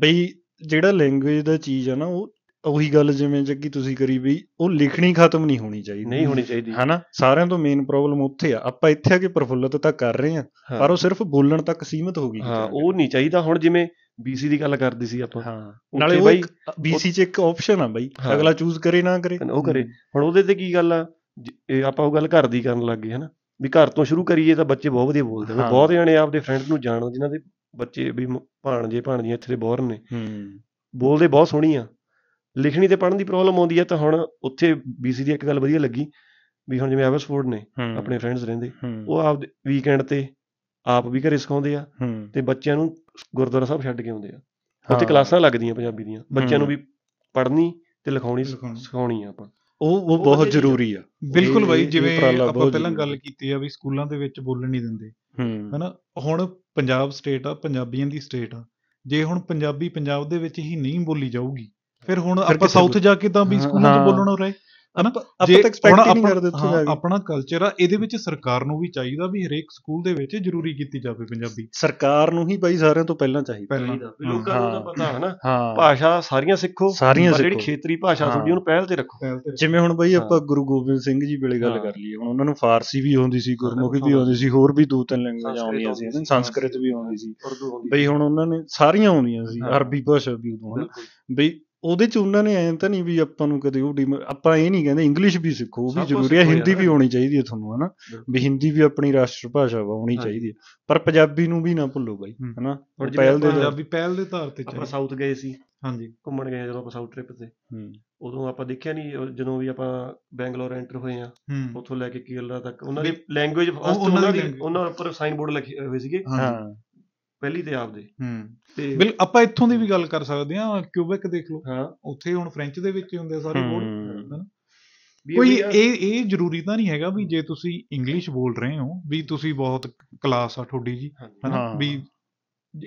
ਬਈ ਜਿਹੜਾ ਲੈਂਗੁਏਜ ਦਾ ਚੀਜ਼ ਆ ਨਾ ਉਹ ਉਹੀ ਗੱਲ ਜਿਵੇਂ ਜੱਗੀ ਤੁਸੀਂ ਕਰੀ ਵੀ ਉਹ ਲਿਖਣੀ ਖਤਮ ਨਹੀਂ ਹੋਣੀ ਚਾਹੀਦੀ ਨਹੀਂ ਹੋਣੀ ਚਾਹੀਦੀ ਹਨਾ ਸਾਰਿਆਂ ਤੋਂ ਮੇਨ ਪ੍ਰੋਬਲਮ ਉੱਥੇ ਆ ਆਪਾਂ ਇੱਥੇ ਆ ਕੇ ਪ੍ਰਫੁੱਲਤ ਤਾਂ ਕਰ ਰਹੇ ਆ ਹਾਂ। ਪਰ ਉਹ ਸਿਰਫ ਬੋਲਣ ਤੱਕ ਸੀਮਿਤ ਹੋ ਗਈ ਹਾਂ ਉਹ ਨਹੀਂ ਚਾਹੀਦਾ ਹੁਣ ਜਿਵੇਂ ਬੀਸੀ ਦੀ ਗੱਲ ਕਰਦੀ ਸੀ ਆਪਾਂ ਹਾਂ ਨਾਲੇ ਉਹ ਬਾਈ ਬੀਸੀ ਚ ਇੱਕ ਆਪਸ਼ਨ ਆ ਬਾਈ ਹਾਂ। ਅਗਲਾ ਚੂਜ਼ ਕਰੇ ਨਾ ਕਰੇ ਉਹ ਕਰੇ ਹੁਣ ਉਹਦੇ ਤੇ ਕੀ ਗੱਲ ਆ ਜ- ਇਹ ਆਪਾਂ ਉਹ ਗੱਲ ਘਰ ਦੀ ਕਰਨ ਲੱਗ ਗਏ ਹਨਾ ਵੀ ਘਰ ਤੋਂ ਸ਼ੁਰੂ ਕਰੀਏ ਤਾਂ ਬੱਚੇ ਬਹੁਤ ਵਧੀਆ ਬੋਲਦੇ ਨੇ ਹਾਂ। ਬਹੁਤ ਜਣੇ ਆਪਦੇ ਫਰੈਂਡ ਨੂੰ ਜਾਣਦੇ ਜਿਨ੍ਹਾਂ ਦੇ ਬੱਚੇ ਵੀ ਮ- ਭਾਣਜੇ ਭਾਣਜੀਆਂ ਇੱਥੇ ਦੇ ਬਾਹਰ ਨੇ ਹੂੰ ਬੋਲਦੇ ਬਹੁਤ ਸੋਹਣੀ ਆ ਲਿਖਣੀ ਤੇ ਪੜ੍ਹਨ ਦੀ ਪ੍ਰੋਬਲਮ ਆਉਂਦੀ ਆ ਤਾਂ ਹੁਣ ਉੱਥੇ ਬੀਸੀ ਦੀ ਇੱਕ ਗੱਲ ਵਧੀਆ ਲੱਗੀ ਵੀ ਹੁਣ ਜਿਵੇਂ ਐਵਰਸਫੋਰਡ ਨੇ ਆਪਣੇ ਫਰੈਂਡਸ ਰਹਿੰਦੇ ਹੂੰ ਉਹ ਆਪ ਵੀਕਐਂਡ ਤੇ ਆਪ ਵੀ ਘਰੇ ਸਿਖਾਉਂਦੇ ਆ ਹੂੰ ਤੇ ਬੱਚਿਆਂ ਨੂੰ ਗੁਰਦੁਆਰਾ ਸਾਹਿਬ ਛੱਡ ਕੇ ਆਉਂਦੇ ਆ ਉੱਥੇ ਕਲਾਸਾਂ ਲੱਗਦੀਆਂ ਪੰਜਾਬੀ ਦੀਆਂ ਬੱਚਿਆਂ ਨੂੰ ਹਮ। ਵੀ ਪੜ੍ਹਨੀ ਤੇ ਲਿਖਾਉਣੀ ਸ- ਲਿਖਾਉਣੀ। ਸਿਖਾਉਣੀ ਆ ਆਪਾਂ ਉਹ ਉਹ ਉਹ ਬਹੁਤ ਵਧੀਆ ਜ਼ਰੂਰੀ ਆ ਬਿਲਕੁਲ ਬਾਈ ਇਹ- ਇਹ ਜਿਵੇਂ ਉਪਰਾਲਾ ਆਪਾਂ ਬਹੁਤ ਪਹਿਲਾਂ ਜ਼ਰੂਰੀ ਗੱਲ ਕੀਤੀ ਆ ਵੀ ਸਕੂਲਾਂ ਦੇ ਵਿੱਚ ਬੋਲਣ ਨਹੀਂ ਦਿੰਦੇ ਹੂੰ ਹਨਾ ਹੁਣ ਪੰਜਾਬ ਸਟੇਟ ਆ ਪੰਜਾਬੀਆਂ ਦੀ ਸਟੇਟ ਆ ਜੇ ਹੁਣ ਪੰਜਾਬੀ ਪੰਜਾਬ ਦੇ ਵਿੱਚ ਹੀ ਨਹੀਂ ਬੋਲੀ ਜਾਊਗੀ ਫਿਰ ਹੁਣ ਫਿਰ ਆਪਾਂ ਕਿੱਥੇ ਸਾਊਥ ਜਾ ਕੇ ਤਾਂ ਵੀ ਹਾਂ, ਸਕੂਲਾਂ ਹਾਂ। 'ਚ ਬੋਲਣੋਂ ਰਹੇ ਹਨਾ ਆਪਾਂ ਜੇ ਤਾਂ ਐਕਸਪੈਕਟ ਹੁਣ ਨਹੀਂ ਆਪਾਂ- ਕਰਦੇ ਉੱਥੇ ਹਾਂ, ਜਾ ਕੇ ਆਪਣਾ ਕਲਚਰ ਆ ਇਹਦੇ ਵਿੱਚ ਸਰਕਾਰ ਨੂੰ ਵੀ ਚਾਹੀਦਾ ਵੀ ਹਰੇਕ ਸਕੂਲ ਦੇ ਵਿੱਚ ਜ਼ਰੂਰੀ ਕੀਤੀ ਜਾਵੇ ਪੰਜਾਬੀ ਸਰਕਾਰ ਨੂੰ ਹੀ ਬਾਈ ਸਾਰਿਆਂ ਤੋਂ ਪਹਿਲਾਂ ਚਾਹੀਦਾ ਪਹਿਲਾਂ ਵੀ ਲੋਕਾਂ ਨੂੰ ਤਾਂ ਪਤਾ ਹੈ ਨਾ ਹਾਂ ਭਾਸ਼ਾ ਸਾਰੀਆਂ ਸਿੱਖੋ ਸਾਰੀਆਂ ਪਰ ਜਿਹੜੀ ਸਿੱਖੋ। ਖੇਤਰੀ ਭਾਸ਼ਾ ਹਾਂ। ਤੁਹਾਡੀ ਉਹਨੂੰ ਪਹਿਲ ਤੇ ਰੱਖੋ ਪਹਿਲ ਤੇ- ਜਿਵੇਂ ਹੁਣ ਬਈ ਹਾਂ। ਆਪਾਂ ਗੁਰੂ ਗੋਬਿੰਦ ਸਿੰਘ ਜੀ ਵੇਲੇ ਗੱਲ ਹਾਂ। ਕਰ ਲਈਏ ਹੁਣ ਉਹਨਾਂ ਨੂੰ ਫਾਰਸੀ ਵੀ ਆਉਂਦੀ ਸੀ ਗੁਰਮੁਖੀ ਵੀ ਹਾਂ। ਆਉਂਦੀ ਸੀ ਹੋਰ ਵੀ ਦੋ ਤਿੰਨ ਲੈਂਗੁਏਜ ਸੰਸਕ੍ਰਿਤ ਆਉਂਦੀਆਂ ਸੀ ਆਉਂਦੀ ਸੀ, ਸੰਸਕ੍ਰਿਤ ਵੀ ਆਉਂਦੀ ਸੀ ਉਰਦੂ ਹੁੰਦੀ ਬਈ ਹੁਣ ਉਹਨਾਂ ਨੇ ਸਾਰੀਆਂ ਆਉਂਦੀਆਂ ਸੀ ਹਾਂ। ਅਰਬੀ ਭਾਸ਼ਾ ਵੀ ਉਦੋਂ ਹਨਾ ਬਿਲਕੁਲ। ਬਈ ਉਹਦੇ ਚ ਉਹਨਾਂ ਨੇ ਐਂ ਤਾਂ ਨਹੀਂ ਵੀ ਆਪਾਂ ਨੂੰ ਕਦੇ ਉਹ ਡਿਮ- ਆਪਾਂ ਇਹ ਨਹੀਂ ਕਹਿੰਦੇ ਇੰਗਲਿਸ਼ ਵੀ ਸਿੱਖੋ ਉਹ ਸਭ ਵੀ ਕੁਛ ਜ਼ਰੂਰੀ ਹੈ ਸਿੱਖੋ ਹਿੰਦੀ ਯਾਰ। ਵੀ ਆਉਣੀ ਚਾਹੀਦੀ ਹੈ ਤੁਹਾਨੂੰ ਹਨਾ ਬਿਲਕੁਲ। ਵੀ ਹਿੰਦੀ ਵੀ ਆਪਣੀ ਰਾਸ਼ਟਰ ਭਾਸ਼ਾ ਵਾ ਹੋਣੀ ਹਾਂ। ਚਾਹੀਦੀ ਹੈ ਪਰ ਪੰਜਾਬੀ ਨੂੰ ਵੀ ਨਾ ਭੁੱਲੋ ਬਾਈ ਹੂੰ। ਹਨਾ ਹੁਣ ਜਿਵੇਂ ਪਹਿਲ ਦੇ ਆਪਾਂ- ਦਰ- ਪੰਜਾਬੀ ਪਹਿਲ ਦੇ ਆਧਾਰ ਤੇ ਆਪਾਂ ਚਾਹੀਦਾ ਸਾਊਥ ਗਏ ਸੀ ਹਾਂਜੀ ਘੁੰਮਣ ਗਏ ਜਦੋਂ ਆਪਾਂ ਸਾਊਥ ਟ੍ਰਿਪ ਤੇ ਹੂੰ। ਉਦੋਂ ਆਪਾਂ ਦੇਖਿਆ ਨਹੀਂ ਜਦੋਂ ਵੀ ਆਪਾਂ ਬੈਂਗਲੌਰ ਐਂਟਰ ਹੋਏ ਆ ਹੂੰ ਉੱਥੋਂ ਲੈ ਕੇ ਕੇਰਲਾ ਤੱਕ ਉਹਨਾਂ ਦੀ ਲੈਂਗੁਏਜ ਉਹਨਾਂ ਉਹਨਾਂ ਦੀ ਦੀ language। ਉਹਨਾਂ ਉੱਪਰ ਸਾਈਨ ਬੋਰਡ ਲੱਗੇ ਹੋਏ ਸੀਗੇ ਹਾਂ ਹਾਂ ਪਹਿਲੀ ਤੇ ਆਪਦੇ ਹੂੰ ਤੇ ਬਿਲ ਆਪਾਂ ਇੱਥੋਂ ਦੀ ਵੀ ਗੱਲ ਕਰ ਸਕਦੇ ਹਾਂ ਕਿਊਬਿਕ ਦੇਖ ਲਓ ਹਾਂ ਉੱਥੇ ਹੁਣ ਫ੍ਰੈਂਚ ਦੇ ਵਿੱਚ ਹੀ ਹੁੰਦੇ ਆ ਸਾਰੇ ਬੋਰਡ ਹੂੰ। ਹਨਾ ਵੀ ਕੋਈ ਆ- ਇਹ ਇਹ ਜ਼ਰੂਰੀ ਤਾਂ ਨਹੀਂ ਹੈਗਾ ਵੀ ਜੇ ਤੁਸੀਂ ਇੰਗਲਿਸ਼ ਬੋਲ ਰਹੇ ਹੋ ਵੀ ਤੁਸੀਂ ਬਹੁਤ ਕਲਾਸ ਆ ਤੁਹਾਡੀ ਜੀ ਹਾਂਜੀ। ਹਨਾ ਹਾਂ। ਵੀ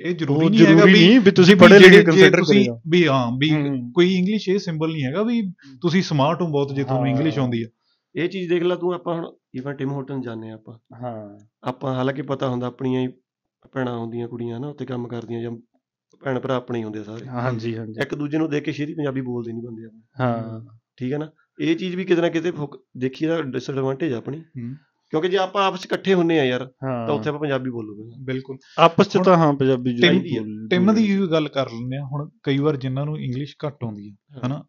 ਇਹ ਜ਼ਰੂਰੀ ਉਹ ਨਹੀਂ ਹੈਗਾ ਜ਼ਰੂਰੀ ਵੀ ਨਹੀਂ ਵੀ ਤੁਸੀਂ ਵੀ ਪੜ੍ਹੇ ਲਿਖੇ ਜਿਹੜੇ- ਜੇ ਕੰਸੀਡਰ ਤੁਸੀਂ ਕਰੋ ਵੀ ਹਾਂ ਵੀ ਹੂੰ। ਕੋਈ ਇੰਗਲਿਸ਼ ਇਹ ਸਿੰਬਲ ਨਹੀਂ ਹੈਗਾ ਵੀ ਤੁਸੀਂ ਸਮਾਰਟ ਹੋ ਬਹੁਤ ਜੇ ਤੁਹਾਨੂੰ ਹਾਂ। ਇੰਗਲਿਸ਼ ਆਉਂਦੀ ਆ ਇਹ ਚੀਜ਼ ਦੇਖ ਲੈ ਤੂੰ ਆਪਾਂ ਹੁਣ ਈਵਨ ਟਿਮ ਹੋਟਲ ਜਾਂਦੇ ਆ ਆਪਾਂ ਹਾਂ ਆਪਾਂ ਹਾਲਾਂਕਿ ਪਤਾ ਹੁੰਦਾ ਆਪਣੀਆਂ ਹੀ ਭੈਣਾਂ ਹੁੰਦੀਆਂ ਕੁੜੀਆਂ ਨਾ ਉੱਥੇ ਕੰਮ ਕਰਦੀਆਂ ਜਾਂ ਭੈਣ ਭਰਾ ਆਪਣੇ ਹੀ ਹੁੰਦੇ ਆ ਸਾਰੇ ਹਾਂਜੀ ਹਾਂਜੀ ਇੱਕ ਦੂਜੇ ਨੂੰ ਦੇਖ ਕੇ ਸ਼ੇਰੀ ਪੰਜਾਬੀ ਬੋਲਦੇ ਨਹੀਂ ਬੰਦੇ ਆਪਣੇ ਹਾਂ ਠੀਕ ਹੈ ਨਾ ਇਹ ਚੀਜ਼ ਵੀ ਕਿਤੇ ਨਾ ਕਿਤੇ ਫੁਕ- ਦੇਖੀਏ ਤਾਂ ਡਿਸਐਡਵਾਂਟੇਜ ਆਪਣੀ ਹੂੰ। ਕਿਉਂਕਿ ਜੇ ਆਪਾਂ ਆਪਸ 'ਚ ਇਕੱਠੇ ਹੁੰਨੇ ਆ ਯਾਰ ਹਾਂ ਤਾਂ ਉੱਥੇ ਆਪਾਂ ਪੰਜਾਬੀ ਬੋਲੂਗੇ ਬਿਲਕੁਲ ਆਪਸ ਚ ਤਾਂ ਹਾਂ ਪੰਜਾਬੀ ਟਿਮ- ਜ਼ਰੂਰੀ ਬੋਲ- ਟਿਮ ਦੀ ਵੀ ਗੱਲ ਕਰ ਲੈਂਦੇ ਆ ਹੁਣ ਕਈ ਵਾਰ ਜਿਨ੍ਹਾਂ ਨੂੰ ਇੰਗਲਿਸ਼ ਘੱਟ ਆਉਂਦੀ ਆ ਹਨਾ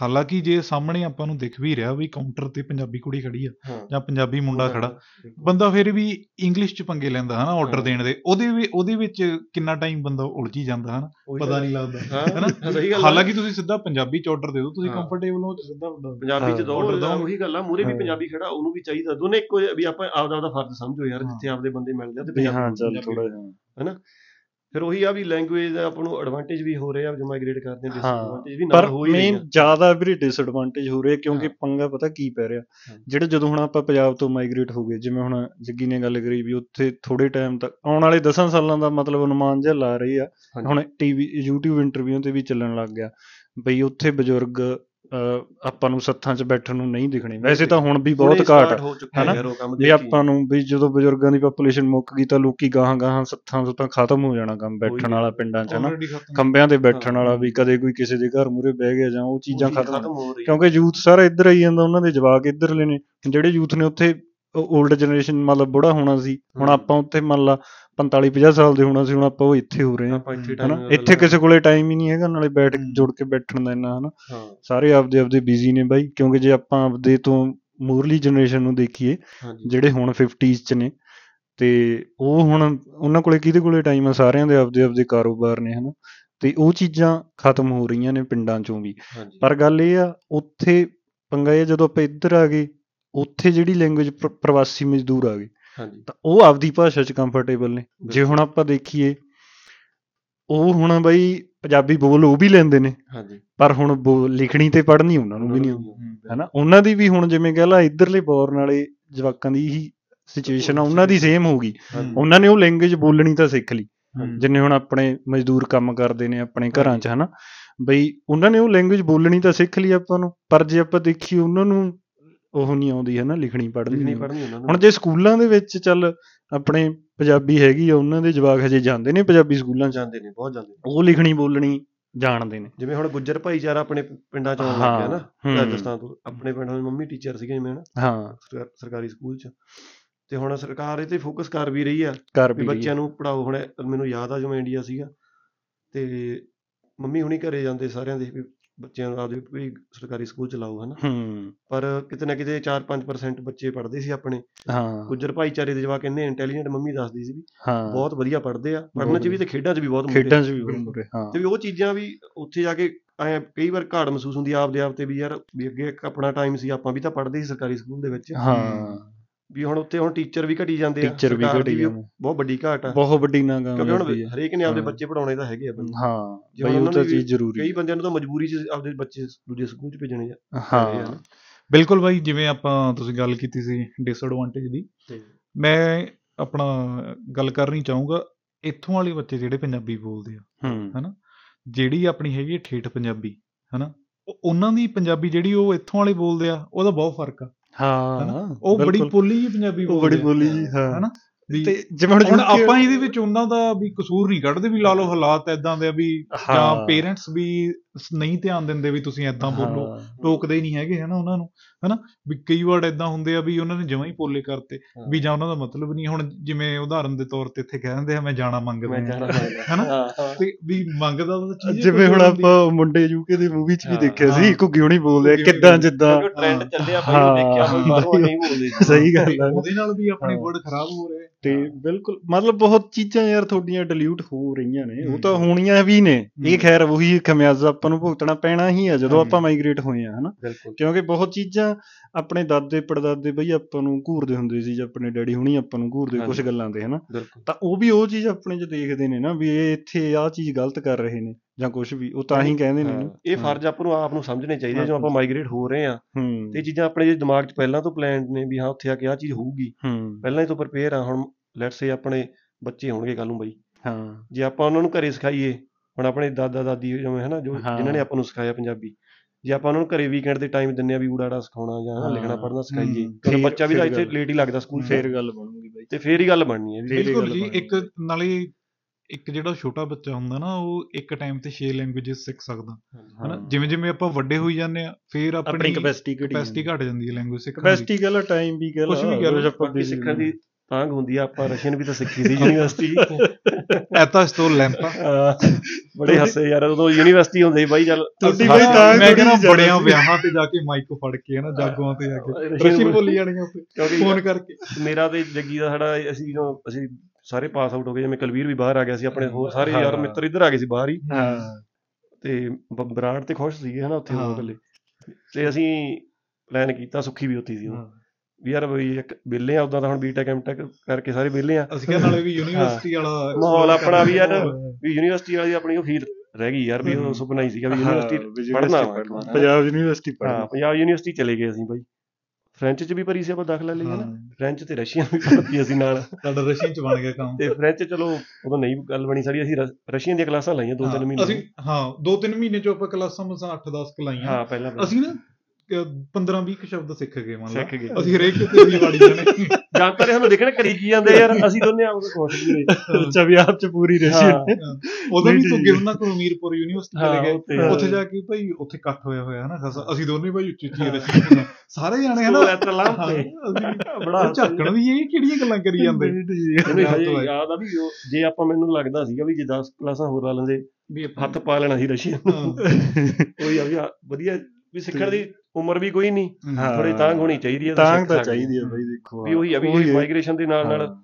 ਹਾਲਾਂਕਿ ਜੇ ਸਾਹਮਣੇ ਆਪਾਂ ਨੂੰ ਦਿਖ ਵੀ ਰਿਹਾ ਵੀ ਕਾਊਂਟਰ ਤੇ ਪੰਜਾਬੀ ਕੁੜੀ ਖੜੀ ਆ ਹਾਂ ਜਾਂ ਪੰਜਾਬੀ ਮੁੰਡਾ ਖੜਾ ਬਿਲਕੁਲ। ਬੰਦਾ ਫਿਰ ਵੀ ਇੰਗਲਿਸ਼ ਚ ਪੰਗੇ ਲੈਂਦਾ ਹਨਾ ਆਰਡਰ ਹਾਂ। ਦੇਣ ਦੇ ਉਹਦੇ ਵੀ ਉਹਦੇ ਵਿੱਚ ਕਿੰਨਾ ਟਾਈਮ ਬੰਦਾ ਉਲਝੀ ਜਾਂਦਾ ਹਨਾ ਉਹੀ ਪਤਾ ਗੱਲ- ਨਹੀਂ [LAUGHS] ਲੱਗਦਾ ਹਾਂ, ਹਨਾ ਹਾਂ, ਸਹੀ ਗੱਲ ਆ। ਹਾਲਾਂਕਿ ਤੁਸੀਂ ਸਿੱਧਾ ਪੰਜਾਬੀ ਚ ਆਰਡਰ ਦੇ ਦਿਓ ਤੁਸੀਂ ਹਾਂ। ਕੰਫਰਟੇਬਲ ਹੋ ਤੇ ਸਿੱਧਾ ਬੰਦਾ ਪੰਜਾਬੀ ਹਾਂ, ਚ ਦੋ order ਦਓ। ਉਹੀ ਗੱਲ ਆ ਮੂਰੇ ਵੀ ਹਾਂ। ਪੰਜਾਬੀ ਖੜਾ ਉਹਨੂੰ ਵੀ ਚਾਹੀਦਾ ਦੋਨੇ ਇੱਕੋ ਜਿਹੇ ਵੀ ਆਪਾਂ ਆਪਦਾ ਆਪਦਾ ਫਰਜ਼ ਸਮਝੋ ਯਾਰ ਹਾਂ। ਜਿੱਥੇ ਆਪਦੇ ਬੰਦੇ ਮਿਲਦੇ ਆ ਤੇ ਵੀ ਪੰਜਾਬੀ ਹਾਂ ਚੱਲ ਪੰਜਾਬੀ। ਥੋੜਾ ਜਿਹਾ ਫਿਰ ਉਹੀ ਆ ਵੀ ਲੈਂਗੁਏਜ ਦਾ ਆਪਾਂ ਨੂੰ ਐਡਵਾਂਟੇਜ ਵੀ ਹੋ ਰਿਹਾ ਜਦੋਂ ਮਾਈਗ੍ਰੇਟ ਕਰਦੇ ਹਾਂ। ਡਿਸਐਡਵਾਂਟੇਜ ਵੀ ਨਾਲ ਪਰ ਹੋ ਹੀ ਮੇਨ ਰਹੀਆਂ ਜ਼ਿਆਦਾ ਵੀ ਡਿਸਐਡਵਾਂਟੇਜ ਹੋ ਰਿਹਾ ਕਿਉਂਕਿ ਹਾਂ। ਪੰਗਾ ਪਤਾ ਕੀ ਪੈ ਰਿਹਾ ਹਾਂ। ਜਿਹੜੇ ਜਦੋਂ ਹੁਣ ਆਪਾਂ ਪੰਜਾਬ ਤੋਂ ਮਾਈਗ੍ਰੇਟ ਹੋ ਗਏ ਜਿਵੇਂ ਹੁਣ ਜੱਗੀ ਨੇ ਗੱਲ ਕਰੀ ਵੀ ਉੱਥੇ ਥੋੜੇ ਟਾਈਮ ਤੱਕ ਆਉਣ ਵਾਲੇ 10 ਸਾਲਾਂ ਦਾ ਮਤਲਬ ਅਨੁਮਾਨ ਜਿਹਾ ਲਾ ਰਹੀ ਆ ਹਾਂਜੀ। ਹੁਣ ਟੀਵੀ YouTube ਇੰਟਰਵਿਊਆਂ ਤੇ ਵੀ ਚੱਲਣ ਲੱਗ ਗਿਆ ਬਈ ਉੱਥੇ ਬਜ਼ੁਰਗ ਅਹ, ਆਪਾਂ ਨੂੰ ਸੱਥਾਂ 'ਚ ਬੈਠਣ ਨੂੰ ਨਹੀਂ ਦਿਖਣੇ ਵੈਸੇ ਤਾਂ ਹੁਣ ਵੀ ਬਹੁਤ ਹੁਣੇ ਘਾਟ start ਆ। ਹੋ ਚੁੱਕਾ ਹਨਾ? ਯਾਰ ਉਹ ਕੰਮ ਜੇ ਦੇਖੀ। ਆਪਾਂ ਨੂੰ ਵੀ ਜਦੋਂ ਬਜ਼ੁਰਗਾਂ ਦੀ ਪੋਪੂਲੇਸ਼ਨ ਮੁੱਕ ਗਈ ਤਾਂ ਲੋਕੀ ਗਾਹਾਂ ਗਾਹਾਂ ਸੱਥਾਂ ਤੋਂ ਤਾਂ ਖਤਮ ਹੋ ਜਾਣਾ ਕੰਮ ਬੈਠਣ ਗੱਲ। ਵਾਲਾ ਪਿੰਡਾਂ 'ਚ ਹਨਾ ਆਲਰੇਡੀ ਖਤਮ ਖੰਬਿਆਂ ਤੇ ਬੈਠਣ ਹਾਂ। ਵਾਲਾ ਵੀ ਕਦੇ ਕੋਈ ਕਿਸੇ ਦੇ ਘਰ ਮੂਰੇ ਬਹਿ ਗਿਆ ਜਾਂ ਉਹ ਚੀਜ਼ਾਂ ਉਹ ਚੀਜ਼ ਖਤਮ ਹੋ ਰਹੀ ਕਿਉਂਕਿ ਯੂਥ ਸਾਰਾ ਇੱਧਰ ਆਈ ਜਾਂਦਾ ਉਹਨਾਂ ਦੇ ਜਵਾਕ ਇੱਧਰਲੇ ਨੇ ਜਿਹੜੇ ਯੂਥ ਨੇ ਉੱਥੇ 올ਡ ਜਨਰੇਸ਼ਨ ਮਤਲਬ ਬੁੜਾ ਹੋਣਾ ਸੀ ਹੁਣ ਹਮ। ਆਪਾਂ ਉੱਥੇ ਮੰਨ ਲਾ 45 50 ਸਾਲ ਦੇ ਹੋਣਾ ਸੀ ਹੁਣ ਆਪਾਂ ਉਹ ਇੱਥੇ ਹੋ ਰਹੇ ਹਾਂ ਆਪਾਂ ਇੱਥੇ ਹਨਾ time ਨਾਲ ਇੱਥੇ ਕਿਸੇ ਕੋਲੇ ਟਾਈਮ ਹੀ ਨਹੀਂ ਹੈਗਾ ਨਾਲੇ ਬੈਠ ਹਮ। ਜੁੜ ਕੇ ਬੈਠਣ ਦਾ ਇੰਨਾ ਹਨਾ ਹਾਂ ਸਾਰੇ ਆਪਦੇ ਆਪਦੇ ਬਿਜ਼ੀ ਨੇ ਬਾਈ ਕਿਉਂਕਿ ਜੇ ਆਪਾਂ ਆਪਦੇ ਤੋਂ ਮੂਰਲੀ ਜਨਰੇਸ਼ਨ ਨੂੰ ਦੇਖੀਏ ਹਾਂਜੀ ਜਿਹੜੇ ਹੁਣ 50s ਚ ਨੇ ਤੇ ਉਹ ਹੁਣ ਉਹਨਾਂ ਕੋਲੇ ਕਿਹਦੇ ਕੋਲੇ ਟਾਈਮ ਆ ਸਾਰਿਆਂ ਦੇ ਆਪਦੇ ਆਪਦੇ ਕਾਰੋਬਾਰ ਨੇ ਹਨਾ ਤੇ ਉਹ ਚੀਜ਼ਾਂ ਖਤਮ ਹੋ ਰਹੀਆਂ ਨੇ ਪਿੰਡਾਂ ਚੋਂ ਵੀ ਹਾਂਜੀ ਪਰ ਗੱਲ ਇਹ ਆ ਉੱਥੇ ਪੰਗਾ ਇਹ ਆ, ਜਦੋਂ ਆਪਾਂ ਇੱਧਰ ਆ ਗਏ ਉੱਥੇ ਜਿਹੜੀ ਲੈਂਗੁਏਜ ਪ੍ਰਵਾਸੀ ਮਜ਼ਦੂਰ ਆ ਗਏ ਹਾਂਜੀ ਤਾਂ ਉਹ ਆਪਦੀ ਭਾਸ਼ਾ 'ਚ ਕੰਫਰਟੇਬਲ ਨੇ ਜੇ ਹੁਣ ਆਪਾਂ ਦੇਖੀਏ ਉਹ ਹੁਣ ਬਈ ਪੰਜਾਬੀ ਬੋਲ ਉਹ ਵੀ ਲੈਂਦੇ ਨੇ ਹਾਂਜੀ ਪਰ ਹੁਣ ਬੋ- ਲਿਖਣੀ ਤੇ ਪੜ੍ਹਨੀ ਉਹਨਾਂ ਨੂੰ ਵੀ ਨਹੀਂ ਆਉਂਦੀ ਹਨਾ ਉਹਨਾਂ ਦੀ ਵੀ ਹੁਣ ਜਿਵੇਂ ਕਹਿ ਲਾ ਇੱਧਰਲੇ ਬੋਰਨ ਵਾਲੇ ਜਵਾਕਾਂ ਦੀ ਹੀ ਸਿਚੁਏਸ਼ਨ ਆ ਉਹਨਾਂ ਦੀ ਸੇਮ ਹੋ ਗਈ ਹਾਂਜੀ। ਉਹਨਾਂ ਨੇ ਉਹ ਲੈਂਗੁਏਜ ਬੋਲਣੀ ਤਾਂ ਸਿੱਖ ਲਈ ਹਮ। ਜਿੰਨੇ ਹੁਣ ਆਪਣੇ ਮਜ਼ਦੂਰ ਕੰਮ ਕਰਦੇ ਨੇ ਆਪਣੇ ਘਰਾਂ 'ਚ ਹਨਾ ਬਈ ਉਹਨਾਂ ਨੇ ਉਹ ਲੈਂਗੁਏਜ ਬੋਲਣੀ ਤਾਂ ਸਿੱਖ ਲਈ ਆਪਾਂ ਨੂੰ ਪਰ ਜੇ ਆਪਾਂ ਦੇਖੀ ਉਹਨਾਂ ਨੂੰ ਉਹ ਨਹੀਂ ਆਉਂਦੀ ਹਨਾ ਲਿਖਣੀ ਪੜ੍ਹਨੀ ਲਿਖਣੀ ਨਹੀਂ ਆਉਂਦੀ। ਪੜ੍ਹਨੀ ਉਹਨਾਂ ਨੂੰ ਹੁਣ ਜੇ ਸਕੂਲਾਂ ਦੇ ਵਿੱਚ ਚੱਲ ਆਪਣੇ ਪੰਜਾਬੀ ਹੈਗੀ ਆ ਉਹਨਾਂ ਦੇ ਜਵਾਕ ਹਜੇ ਜਾਂਦੇ ਨੇ ਪੰਜਾਬੀ ਸਕੂਲਾਂ 'ਚ ਜਾਂਦੇ ਨੇ ਬਹੁਤ ਜਾਂਦੇ ਨੇ ਉਹ ਲਿਖਣੀ ਬੋਲਣੀ ਜਾਣਦੇ ਨੇ ਜਿਵੇਂ ਹੁਣ ਗੁੱਜਰ ਭਾਈਚਾਰਾ ਆਪਣੇ ਪਿੰਡਾਂ ਚ ਆਉਣ ਲੱਗ ਹਾਂ, ਗਿਆ ਨਾ ਹਮ, ਰਾਜਸਥਾਨ ਤੋਂ ਆਪਣੇ ਪਿੰਡ ਦੇ ਮੰਮੀ ਟੀਚਰ ਸੀਗੇ ਮੈਂ ਨਾ ਹਾਂ ਸਰਕਾ- ਸਰਕਾਰੀ ਸਕੂਲ ਚ ਤੇ ਹੁਣ ਸਰਕਾਰ ਇਹ ਤੇ ਫੋਕਸ ਕਰ ਵੀ ਰਹੀ ਆ ਘਰ ਵੀ ਵੀ ਬੱਚਿਆਂ ਨੂੰ ਪੜਾਓ ਹੁਣ ਇਹ ਮੈਨੂੰ ਯਾਦ ਆ ਜਦੋਂ ਮੈਂ ਇੰਡੀਆ ਸੀਗਾ ਤੇ ਮੰਮੀ ਹੁਣੀ ਘਰੇ ਜਾਂਦੇ ਸਾਰਿਆਂ ਦੇ ਵੀ ਬੱਚਿਆਂ ਨੂੰ ਆਪਦੇ ਵੀ ਸਰਕਾਰੀ ਸਕੂਲ ਚਲਾਓ ਹਨਾ ਹੂੰ ਪਰ ਕਿਤੇ ਨਾ ਕਿਤੇ 4-5% ਬੱਚੇ ਪੜ੍ਹਦੇ ਸੀ ਆਪਣੇ ਹਾਂ ਗੁੱਜਰ ਭਾਈਚਾਰੇ ਦੇ ਜਵਾਕ ਇੰਨੇ ਇੰਟੈਲੀਜੈਂਟ ਮੰਮੀ ਦੱਸਦੀ ਸੀ ਵੀ ਹਾਂ ਬਹੁਤ ਵਧੀਆ ਪੜ੍ਹਦੇ ਆ ਪੜ੍ਹਨ ਚ ਵੀ ਤੇ ਖੇਡਾਂ ਚ ਵੀ ਬਹੁਤ ਮੁੱਕੇ। ਖੇਡਾਂ 'ਚ ਵੀ ਬੋਲਦੇ ਹਾਂ ਤੇ ਵੀ ਉਹ ਚੀਜ਼ਾਂ ਵੀ ਉੱਥੇ ਜਾ ਕੇ ਐ ਕਈ ਵਾਰ ਘਾਟ ਮਹਿਸੂਸ ਹੁੰਦੀ ਆ ਆਪਦੇ ਆਪ ਤੇ ਵੀ ਯਾਰ ਵੀ ਅੱਗੇ ਇੱਕ ਆਪਣਾ ਟਾਈਮ ਸੀ ਆਪਾਂ ਵੀ ਤਾਂ ਪੜ੍ਹਦੇ ਸੀ ਸਰਕਾਰੀ ਸਕੂਲ ਦੇ ਵਿੱਚ ਹਾਂ ਵੀ ਹੁਣ ਉੱਥੇ ਹੁਣ ਟੀਚਰ ਵੀ ਘਟੀ ਜਾਂਦੇ ਆ ਟੀਚਰ ਵੀ ਸਰਕਾਰ ਦੀ ਘਟੀ ਜਾਂਦੇ ਬਹੁਤ ਵੱਡੀ ਘਾਟ ਆ ਬਹੁਤ ਵੱਡੀ ਨਾਕਾਮੀ ਕਿਉਂਕਿ ਹੁਣ ਹੋਈ ਆ। ਹਰੇਕ ਨੇ ਆਪਦੇ ਹਾਂ। ਬੱਚੇ ਪੜਾਉਣੇ ਤਾਂ ਹੈਗੇ ਆ ਬੰਦੇ। ਹਾਂ ਜੇ ਬਈ ਉਹ ਉਹਨਾਂ ਤਾਂ ਨੇ ਚੀਜ਼ ਵੀ ਜ਼ਰੂਰੀ ਕਈ ਬੰਦਿਆਂ ਨੂੰ ਤਾਂ ਮਜਬੂਰੀ 'ਚ ਆਪਦੇ ਬੱਚੇ ਦੂਜੇ ਸਕੂਲ 'ਚ ਭੇਜਣੇ ਆ ਹਾਂ ਬਿਲਕੁਲ ਬਾਈ ਜਿਵੇਂ ਆਪਾਂ ਤੁਸੀਂ ਗੱਲ ਕੀਤੀ ਸੀ ਡਿਸਐਡਵਾਂਟੇਜ ਦੀ ਤੇ ਮੈਂ ਆਪਣਾ ਗੱਲ ਕਰਨੀ ਚਾਹੂੰਗਾ ਇੱਥੋਂ ਵਾਲੇ ਬੱਚੇ ਜਿਹੜੇ ਪੰਜਾਬੀ ਬੋਲਦੇ ਆ ਹੂੰ ਜਿਹੜੀ ਆਪਣੀ ਹੈਗੀ ਹੈ ਠੇਠ ਪੰਜਾਬੀ ਹਨਾ ਉਹ- ਉਹਨਾਂ ਦੀ ਪੰਜਾਬੀ ਜਿਹੜੀ ਉਹ ਇੱਥੋਂ ਵਾਲੇ ਬੋਲਦੇ ਆ ਉਹਦਾ ਬਹੁਤ ਫਰਕ ਆ ਹਾਂ ਉਹ ਬੜੀ ਬਿਲਕੁਲ। ਪੋਲੀ ਜੀ ਪੰਜਾਬੀ ਉਹ ਬੜੀ ਬੋਲਦੇ ਆ ਬੋਲੀ ਜੀ ਹਾਂ ਹਨਾ ਵੀ ਤੇ ਜਿਵੇਂ ਹੁਣ ਹੁਣ UK ਆਪਾਂ ਇਹਦੇ ਵਿੱਚ ਉਹਨਾਂ ਦਾ ਵੀ ਕਸੂਰ ਨਹੀਂ ਕੱਢਦੇ ਵੀ ਲਾ ਲਓ ਹਾਲਾਤ ਐਦਾਂ ਦੇ ਆ ਵੀ ਜਾਂ ਹਾਂ। ਪੇਰੈਂਟਸ ਵੀ ਸ- ਨਹੀਂ ਧਿਆਨ ਦਿੰਦੇ ਵੀ ਤੁਸੀਂ ਐਦਾਂ ਬੋਲੋ ਹਾਂ, ਟੋਕਦੇ ਨਹੀਂ ਹੈਗੇ ਹਨਾ ਉਹਨਾਂ ਨੂੰ ਹਨਾ ਵੀ ਕਈ ਵਾਰ ਐਦਾਂ ਹੁੰਦੇ ਆ ਵੀ ਉਹਨਾਂ ਨੇ ਜਮਾਂ ਹੀ ਪੋਲੇ ਕਰਤੇ ਵੀ ਜਾਂ ਉਹਨਾਂ ਦਾ ਮਤਲਬ ਨਹੀਂ ਹੁਣ ਜਿਵੇਂ ਉਦਾਹਰਨ ਦੇ ਤੌਰ ਤੇ ਇੱਥੇ ਕਹਿ ਦਿੰਦੇ ਆ ਮੈਂ ਜਾਣਾ ਮੈਂ ਮੰਗਦਾ ਜਾਣਾ ਹਨਾ? ਹਾਂ ਤੇ ਵੀ ਮੰਗਦਾ ਤਾਂ ਚੀਜ਼ ਹੀ ਜਿਵੇਂ ਕੋਈ ਹੁਣ ਹੋਰ ਹੁੰਦੀ ਆ। ਆਪਾਂ ਮੁੰਡੇ ਯੂਕੇ ਦੀ ਮੂਵੀ 'ਚ ਵੀ ਹਾਂ, ਦੇਖਿਆ ਸੀ ਹਾਂ। ਘੁੱਗੀ ਹੁਣੀ ਬੋਲਦੇ ਆ ਘੁੱਗੀ ਹੋਣੀ ਕਿੱਦਾਂ ਬੋਲਦੇ ਜਿੱਦਾਂ ਕਿਉਂਕਿ ਟ੍ਰੈਂਡ ਚੱਲਿਆ ਹਾਂ। ਬਾਈ ਉਹ ਦੇਖਿਆ ਕੋਈ ਬਾਹਰੋਂ ਨਹੀਂ ਬੋਲਦੇ ਸੀ। ਸਹੀ ਗੱਲ ਆ ਉਹਦੇ ਨਾਲ ਵੀ ਆਪਣੇ ਹਾਂ। ਵਰਡ ਖਰਾਬ ਹੋ ਰਹੇ ਤੇ ਬਿਲਕੁਲ ਮਤਲਬ ਬਹੁਤ ਚੀਜ਼ਾਂ ਯਾਰ ਤੁਹਾਡੀਆਂ ਡਿਲੀਟ ਹੋ ਰਹੀਆਂ ਨੇ ਉਹ ਹਮ। ਤਾਂ ਹੋਣੀਆਂ ਵੀ ਨੇ ਇਹ ਹਮ। ਖੈਰ ਉਹੀ ਖਮਿਆਜ਼ਾ ਆਪਾਂ ਨੂੰ ਭੁਗਤਣਾ ਪੈਣਾ ਹੀ ਆ ਜਦੋਂ ਹਮ। ਆਪਾਂ ਮਾਈਗ੍ਰੇਟ ਹੋਏ ਆ ਹਨਾ ਬਿਲਕੁਲ ਕਿਉਂਕਿ ਬਹੁਤ ਚੀਜ਼ਾਂ ਆਪਣੇ ਦਾਦੇ ਪੜਦਾਦੇ ਬਈ ਆਪਾਂ ਨੂੰ ਘੂਰਦੇ ਹੁੰਦੇ ਸੀ ਜਾਂ ਆਪਣੇ ਡੈਡੀ ਹੁਣੀ ਆਪਾਂ ਨੂੰ ਘੂਰਦੇ ਕੁਝ ਹਾਂਜੀ। ਗੱਲਾਂ ਤੇ ਹਨਾ ਬਿਲਕੁਲ ਤਾਂ ਉਹ ਵੀ ਉਹ ਚੀਜ਼ ਆਪਣੇ ਚ ਦੇਖਦੇ ਨੇ ਨਾ ਵੀ ਇਹ ਇੱਥੇ ਆਹ ਚੀਜ਼ ਗਲਤ ਕਰ ਰਹੇ ਨੇ ਜਾਂ ਕੁਝ ਵੀ ਉਹ ਤਾਂ ਹੀ ਕਹਿੰਦੇ ਨੇ ਹਾਂ, ਨਾ। ਇਹ ਫਰਜ਼ ਆਪਾਂ ਨੂੰ ਆਪ ਨੂੰ ਸਮਝਣੇ ਚਾਹੀਦੇ ਆ, ਜਦੋਂ ਆਪਾਂ ਮਾਈਗ੍ਰੇਟ ਹੋ ਰਹੇ ਆ ਹੂੰ ਤੇ ਇਹ ਚੀਜ਼ਾਂ ਆਪਣੇ ਜੇ ਦਿਮਾਗ 'ਚ ਪਹਿਲਾਂ ਤੋਂ ਪਲਾਨਡ ਨੇ ਵੀ ਹਾਂ ਉੱਥੇ ਆ ਕੇ ਆਹ ਚੀਜ਼ ਹੋਊਗੀ ਹੂੰ ਪਹਿਲਾਂ ਹੀ ਤੋਂ ਪ੍ਰਪੇਅਰ ਆ ਹੁਣ ਲੈਟਸ ਸੇ ਆਪਣੇ ਬੱਚੇ ਹੋਣਗੇ ਕੱਲ ਨੂੰ ਬਾਈ ਹਾਂ ਜੇ ਆਪਾਂ ਉਹਨਾਂ ਨੂੰ ਘਰੇ ਸਿਖਾਈਏ ਹੁਣ ਆਪਣੇ ਦਾਦਾ ਦਾਦੀ ਜਿਵੇਂ ਹਨਾ ਜੋ ਹਾਂ। ਜਿਨ੍ਹਾਂ ਨੇ ਆਪਾਂ ਨੂੰ ਸਿਖਾਇਆ ਪੰਜਾਬੀ ਜੇ ਆਪਾਂ ਉਹਨਾਂ ਨੂੰ ਘਰੇ ਵੀਕਐਂਡ ਦੇ ਟਾਈਮ ਦਿੰਨੇ ਆ ਵੀ ਊੜਾੜਾ ਸਿਖਾਉਣਾ ਜਾਂ ਹਨਾ ਹਾਂ। ਲਿਖਣਾ ਪੜ੍ਹਨਾ ਸਿਖਾਈਏ ਹਮ, ਫਿਰ ਫਿਰ- ਬੱਚਾ ਵੀ ਤਾਂ ਫਿਰ ਇੱਥੇ ਗੱਲ। ਲੇਟ ਹੀ ਲੱਗਦਾ ਸਕੂਲ ਚ ਫੇਰ ਗੱਲ ਬਣੂਗੀ ਬਾਈ ਤੇ ਫੇਰ ਹੀ ਗੱਲ ਬਣਨੀ ਹੈ ਜੀ। ਫੇਰ- ਇਹ ਬਿਲਕੁਲ ਗੱਲ ਜੀ ਬਣੀ ਇੱਕ ਨਾਲੇ ਇੱਕ ਜਿਹੜਾ ਛੋਟਾ ਬੱਚਾ ਹੁੰਦਾ ਨਾ ਉਹ ਇੱਕ ਟਾਈਮ ਤੇ 6 ਲੈਂਗੁਏजेस ਸਿੱਖ ਸਕਦਾ ਹਨਾ ਜਿਵੇਂ ਜਿਵੇਂ ਆਪਾਂ ਵੱਡੇ ਹੋਈ ਜਾਂਦੇ ਆ ਫਿਰ ਆਪਣੀ ਆਪਣੀ ਕਪੈਸਿਟੀ ਕਿਹੜੀ ਕਪੈਸਿਟੀ ਘਟ ਜਾਂਦੀ ਹੈ ਲੈਂਗੁਏਜ ਸਿੱਖਣ ਦੀ ਕਪੈਸਿਟੀ ਗੱਲ ਟਾਈਮ ਵੀ ਗੱਲ ਕੁਛ ਵੀ ਕਹਿ ਲਓ, ਆਪਾਂ ਬਾਕੀ busy ਸਿੱਖਣ ਹੁੰਦੇ। [LAUGHS] ਦੀ ਤਾਂਗ ਹੁੰਦੀ ਆ ਆਪਾਂ ਰਸ਼ੀਅਨ ਵੀ ਤਾਂ ਸਿੱਖੀ ਸੀ ਯੂਨੀਵਰਸਿਟੀ ਐਤਾ ਸਤੋ ਲੈਂਪਾ ਬੜੇ ਹੱਸੇ ਯਾਰ ਉਦੋਂ ਯੂਨੀਵਰਸਿਟੀ ਹੁੰਦੇ ਸੀ ਬਾਈ ਚੱਲ ਤੁਹਾਡੀ ਹਾਂ, ਬਾਈ ਤਾਂ ਮੈਂ ਥੋੜ੍ਹੀ ਕਹਿੰਦਾ ਜ਼ਿਆਦਾ ਬੜਿਆਂ ਸੀ। ਵਿਆਹਾਂ ਤੇ ਜਾ ਕੇ ਮਾਈਕ ਫੜ ਕੇ ਨਾ ਜਾਗੋਆਂ ਤੇ ਜਾ ਕੇ ਰਸ਼ੀ ਬੋਲੀ ਜਾਣੀਆਂ ਉੱਤੇ ਫੋਨ ਕਿਉਂਕਿ ਕਰਕੇ ਮੇਰਾ ਤੇ ਜੱਗੀ ਦਾ ਸਾਡਾ ਅਸੀਂ ਜਦੋਂ ਅਸੀਂ ਸਾਰੇ ਪਾਸ ਆਊਟ ਹੋ ਗਏ ਜਿਵੇਂ ਕਲਵੀਰ ਵੀ ਬਾਹਰ ਆ ਗਿਆ ਸੀ ਆਪਣੇ ਹੋਰ ਸਾਰੇ ਯਾਰ ਹਾਂ। ਮਿੱਤਰ ਇੱਧਰ ਆ ਗਏ ਸੀ ਬਾਹਰ ਹੀ ਹਾਂ ਤੇ ਬ- ਬਰਾੜ ਤੇ ਖੁਸ਼ ਸੀਗੇ ਹਨਾ ਉੱਥੇ ਹਾਂ। ਹੋਰ ਗੱਲੇ ਤੇ ਅਸੀਂ ਪਲਾਨ ਕੀਤਾ ਸੁੱਖੀ ਵੀ ਉੱਥੇ ਸੀ ਉਹ ਵੀ ਯਾਰ ਬਈ ਇੱਕ ਵਿਹਲੇ ਆ ਉਦਾਂ ਤਾਂ ਹੁਣ ਬੀਟੈਕ ਐਮਟੈਕ ਕਰਕੇ ਸਾਰੇ ਵਿਹਲੇ ਆ ਅਸੀਂ ਕਿਹਾ ਨਾਲੇ ਵੀ ਯੂਨੀਵਰਸਿਟੀ ਵਾਲਾ ਮਾਹੌਲ ਆਪਣਾ ਵੀ ਯਾਰ ਹਾਂ। ਵੀ ਯੂਨੀਵਰਸਿਟੀ ਵਾਲੀ ਆਪਣੀ ਉਹ ਫੀਲ ਰਹਿ ਗਈ ਯਾਰ ਵੀ ਉਹ ਹਮ। ਸੁਪਨਾ ਹੀ ਸੀਗਾ ਵੀ ਯੂਨੀਵਰਸਿਟੀ ਯੂਨੀਵਰਸਿਟੀ ਪੜ੍ਹਨਾ ਪੜ੍ਹਨਾ ਪੰਜਾਬ ਯੂਨੀਵਰਸਿਟੀ ਹਾਂ ਪੜ੍ਹਨਾ ਪੰਜਾਬ ਯੂਨੀਵਰਸਿਟੀ ਚਲੇ ਗਏ ਅਸੀਂ ਬਾਈ ਫ੍ਰੈਂਚ ਚ ਵੀ ਭਰੀ ਸੀ ਆਪਾਂ ਦਾਖਲਾ ਲਈ ਹੈ ਨਾ ਹਾਂ। ਫ੍ਰੈਂਚ ਤੇ ਰਸ਼ੀਅਨ ਵੀ ਭਰਤੀ ਅਸੀਂ ਨਾਲ ਸਾਡਾ ਰਸ਼ੀ ਚ ਬਣ ਗਿਆ ਕੰਮ ਤੇ ਫ੍ਰੈਂਚ ਚਲੋ ਉਦੋਂ ਨਹੀਂ ਗੱਲ ਬਣੀ ਸਾਡੀ ਅਸੀਂ ਰਸ- ਰਸ਼ੀਅਨ ਦੀਆਂ ਕਲਾਸਾਂ ਲਾਈਆਂ ਦੋ ਤਿੰਨ ਹਾਂ, ਅਸੀਂ ਮਹੀਨੇ ਹਾਂ 2-3 ਮਹੀਨੇ ਚ ਆਪਾਂ ਕਲਾਸਾਂ ਮਸਾਂ 8-10 ਕਲਾਈਆਂ ਹਾਂ ਪਹਿਲਾਂ ਪਹਿਲਾਂ। ਅਸੀਂ ਨਾ 15-20 ਕੁ ਸ਼ਬਦ ਸਿੱਖ ਗਏ ਮੰਨ ਸਿੱਖ ਲਾ ਗਏ ਅਸੀਂ ਹਰੇਕ ਕਿਤੇ ਵੀ ਵਾੜੀ [LAUGHS] ਜਾਣੇ ਜਾਂ ਤਾਂ ਸਾਨੂੰ ਦੇਖਣ ਕਰੀ ਕੀ ਜਾਂਦੇ ਯਾਰ ਅਸੀਂ ਦੋਨੇ ਆਪ ਨੂੰ ਖੁਸ਼ ਨਹੀਂ ਹੋਏ ਅੱਛਾ ਵੀ ਆਪ ਚ ਪੂਰੀ ਰਸ਼ੀਅਨ ਹਾਂ। ਉਦੋਂ ਵੀ ਨਹੀਂ ਤੂੰ ਠੀਕ। ਗਿਰਨਾ ਕੋ ਅਮੀਰਪੁਰ ਯੂਨੀਵਰਸਿਟੀ ਹਾਂ, ਚਲੇ ਉੱਥੇ, ਗਏ ਹਾਂ। ਉੱਥੇ ਜਾ ਕੇ ਭਾਈ ਉੱਥੇ ਇਕੱਠ ਹੋਇਆ ਹੋਇਆ ਹੈ ਨਾ ਖਾਸਾ ਅਸੀਂ ਦੋਨੇ ਭਾਈ ਉੱਚੀ ਉੱਚੀ ਰਸ਼ੀ ਸਾਰੇ ਜਾਣੇ ਹੈ ਨਾ ਉਹ ਐਤਲਾ ਹਾਂ, ਤੇ ਅਸੀਂ ਬੜਾ ਝਾਕਣ ਵੀ ਇਹ ਕਿਹੜੀਆਂ ਗੱਲਾਂ ਕਰੀ ਜਾਂਦੇ ਮੈਨੂੰ ਹਜੇ ਹੱਥ ਲਾਏ। ਯਾਦ ਆ ਵੀ ਉਹ- ਜੇ ਆਪਾਂ ਮੈਨੂੰ ਲੱਗਦਾ ਸੀਗਾ ਵੀ ਜੇ 10 ਕਲਾਸਾਂ ਹੋਰ ਲਾ ਲੈਂਦੇ ਵੀ ਹੱਥ ਪਾ ਲੈਣਾ ਸੀ ਰਸ਼ੀਅਨ ਨੂੰ ਕੋਈ ਆ ਵੀ ਆ- ਵਧੀਆ ਵੀ ਸਿੱਖਣ ਦੀ ਉਮਰ ਵੀ ਕੋਈ ਨਹੀਂ ਹਾਂ ਥੋੜੀ ਤਾਂਗ ਹੋਣੀ ਚਾਹੀਦੀ ਹੈ ਤਾਂ ਸਿੱਖ ਤਾਂ ਸਕਦੇ ਚਾਹੀਦੀ ਆ ਬਾਈ ਦੇਖੋ ਵੀ ਉਹੀ ਆ ਵੀ ਮਾਈਗ੍ਰੇਸ਼ਨ ਦੇ ਨਾਲ ਨਾਲ ਨਾਲ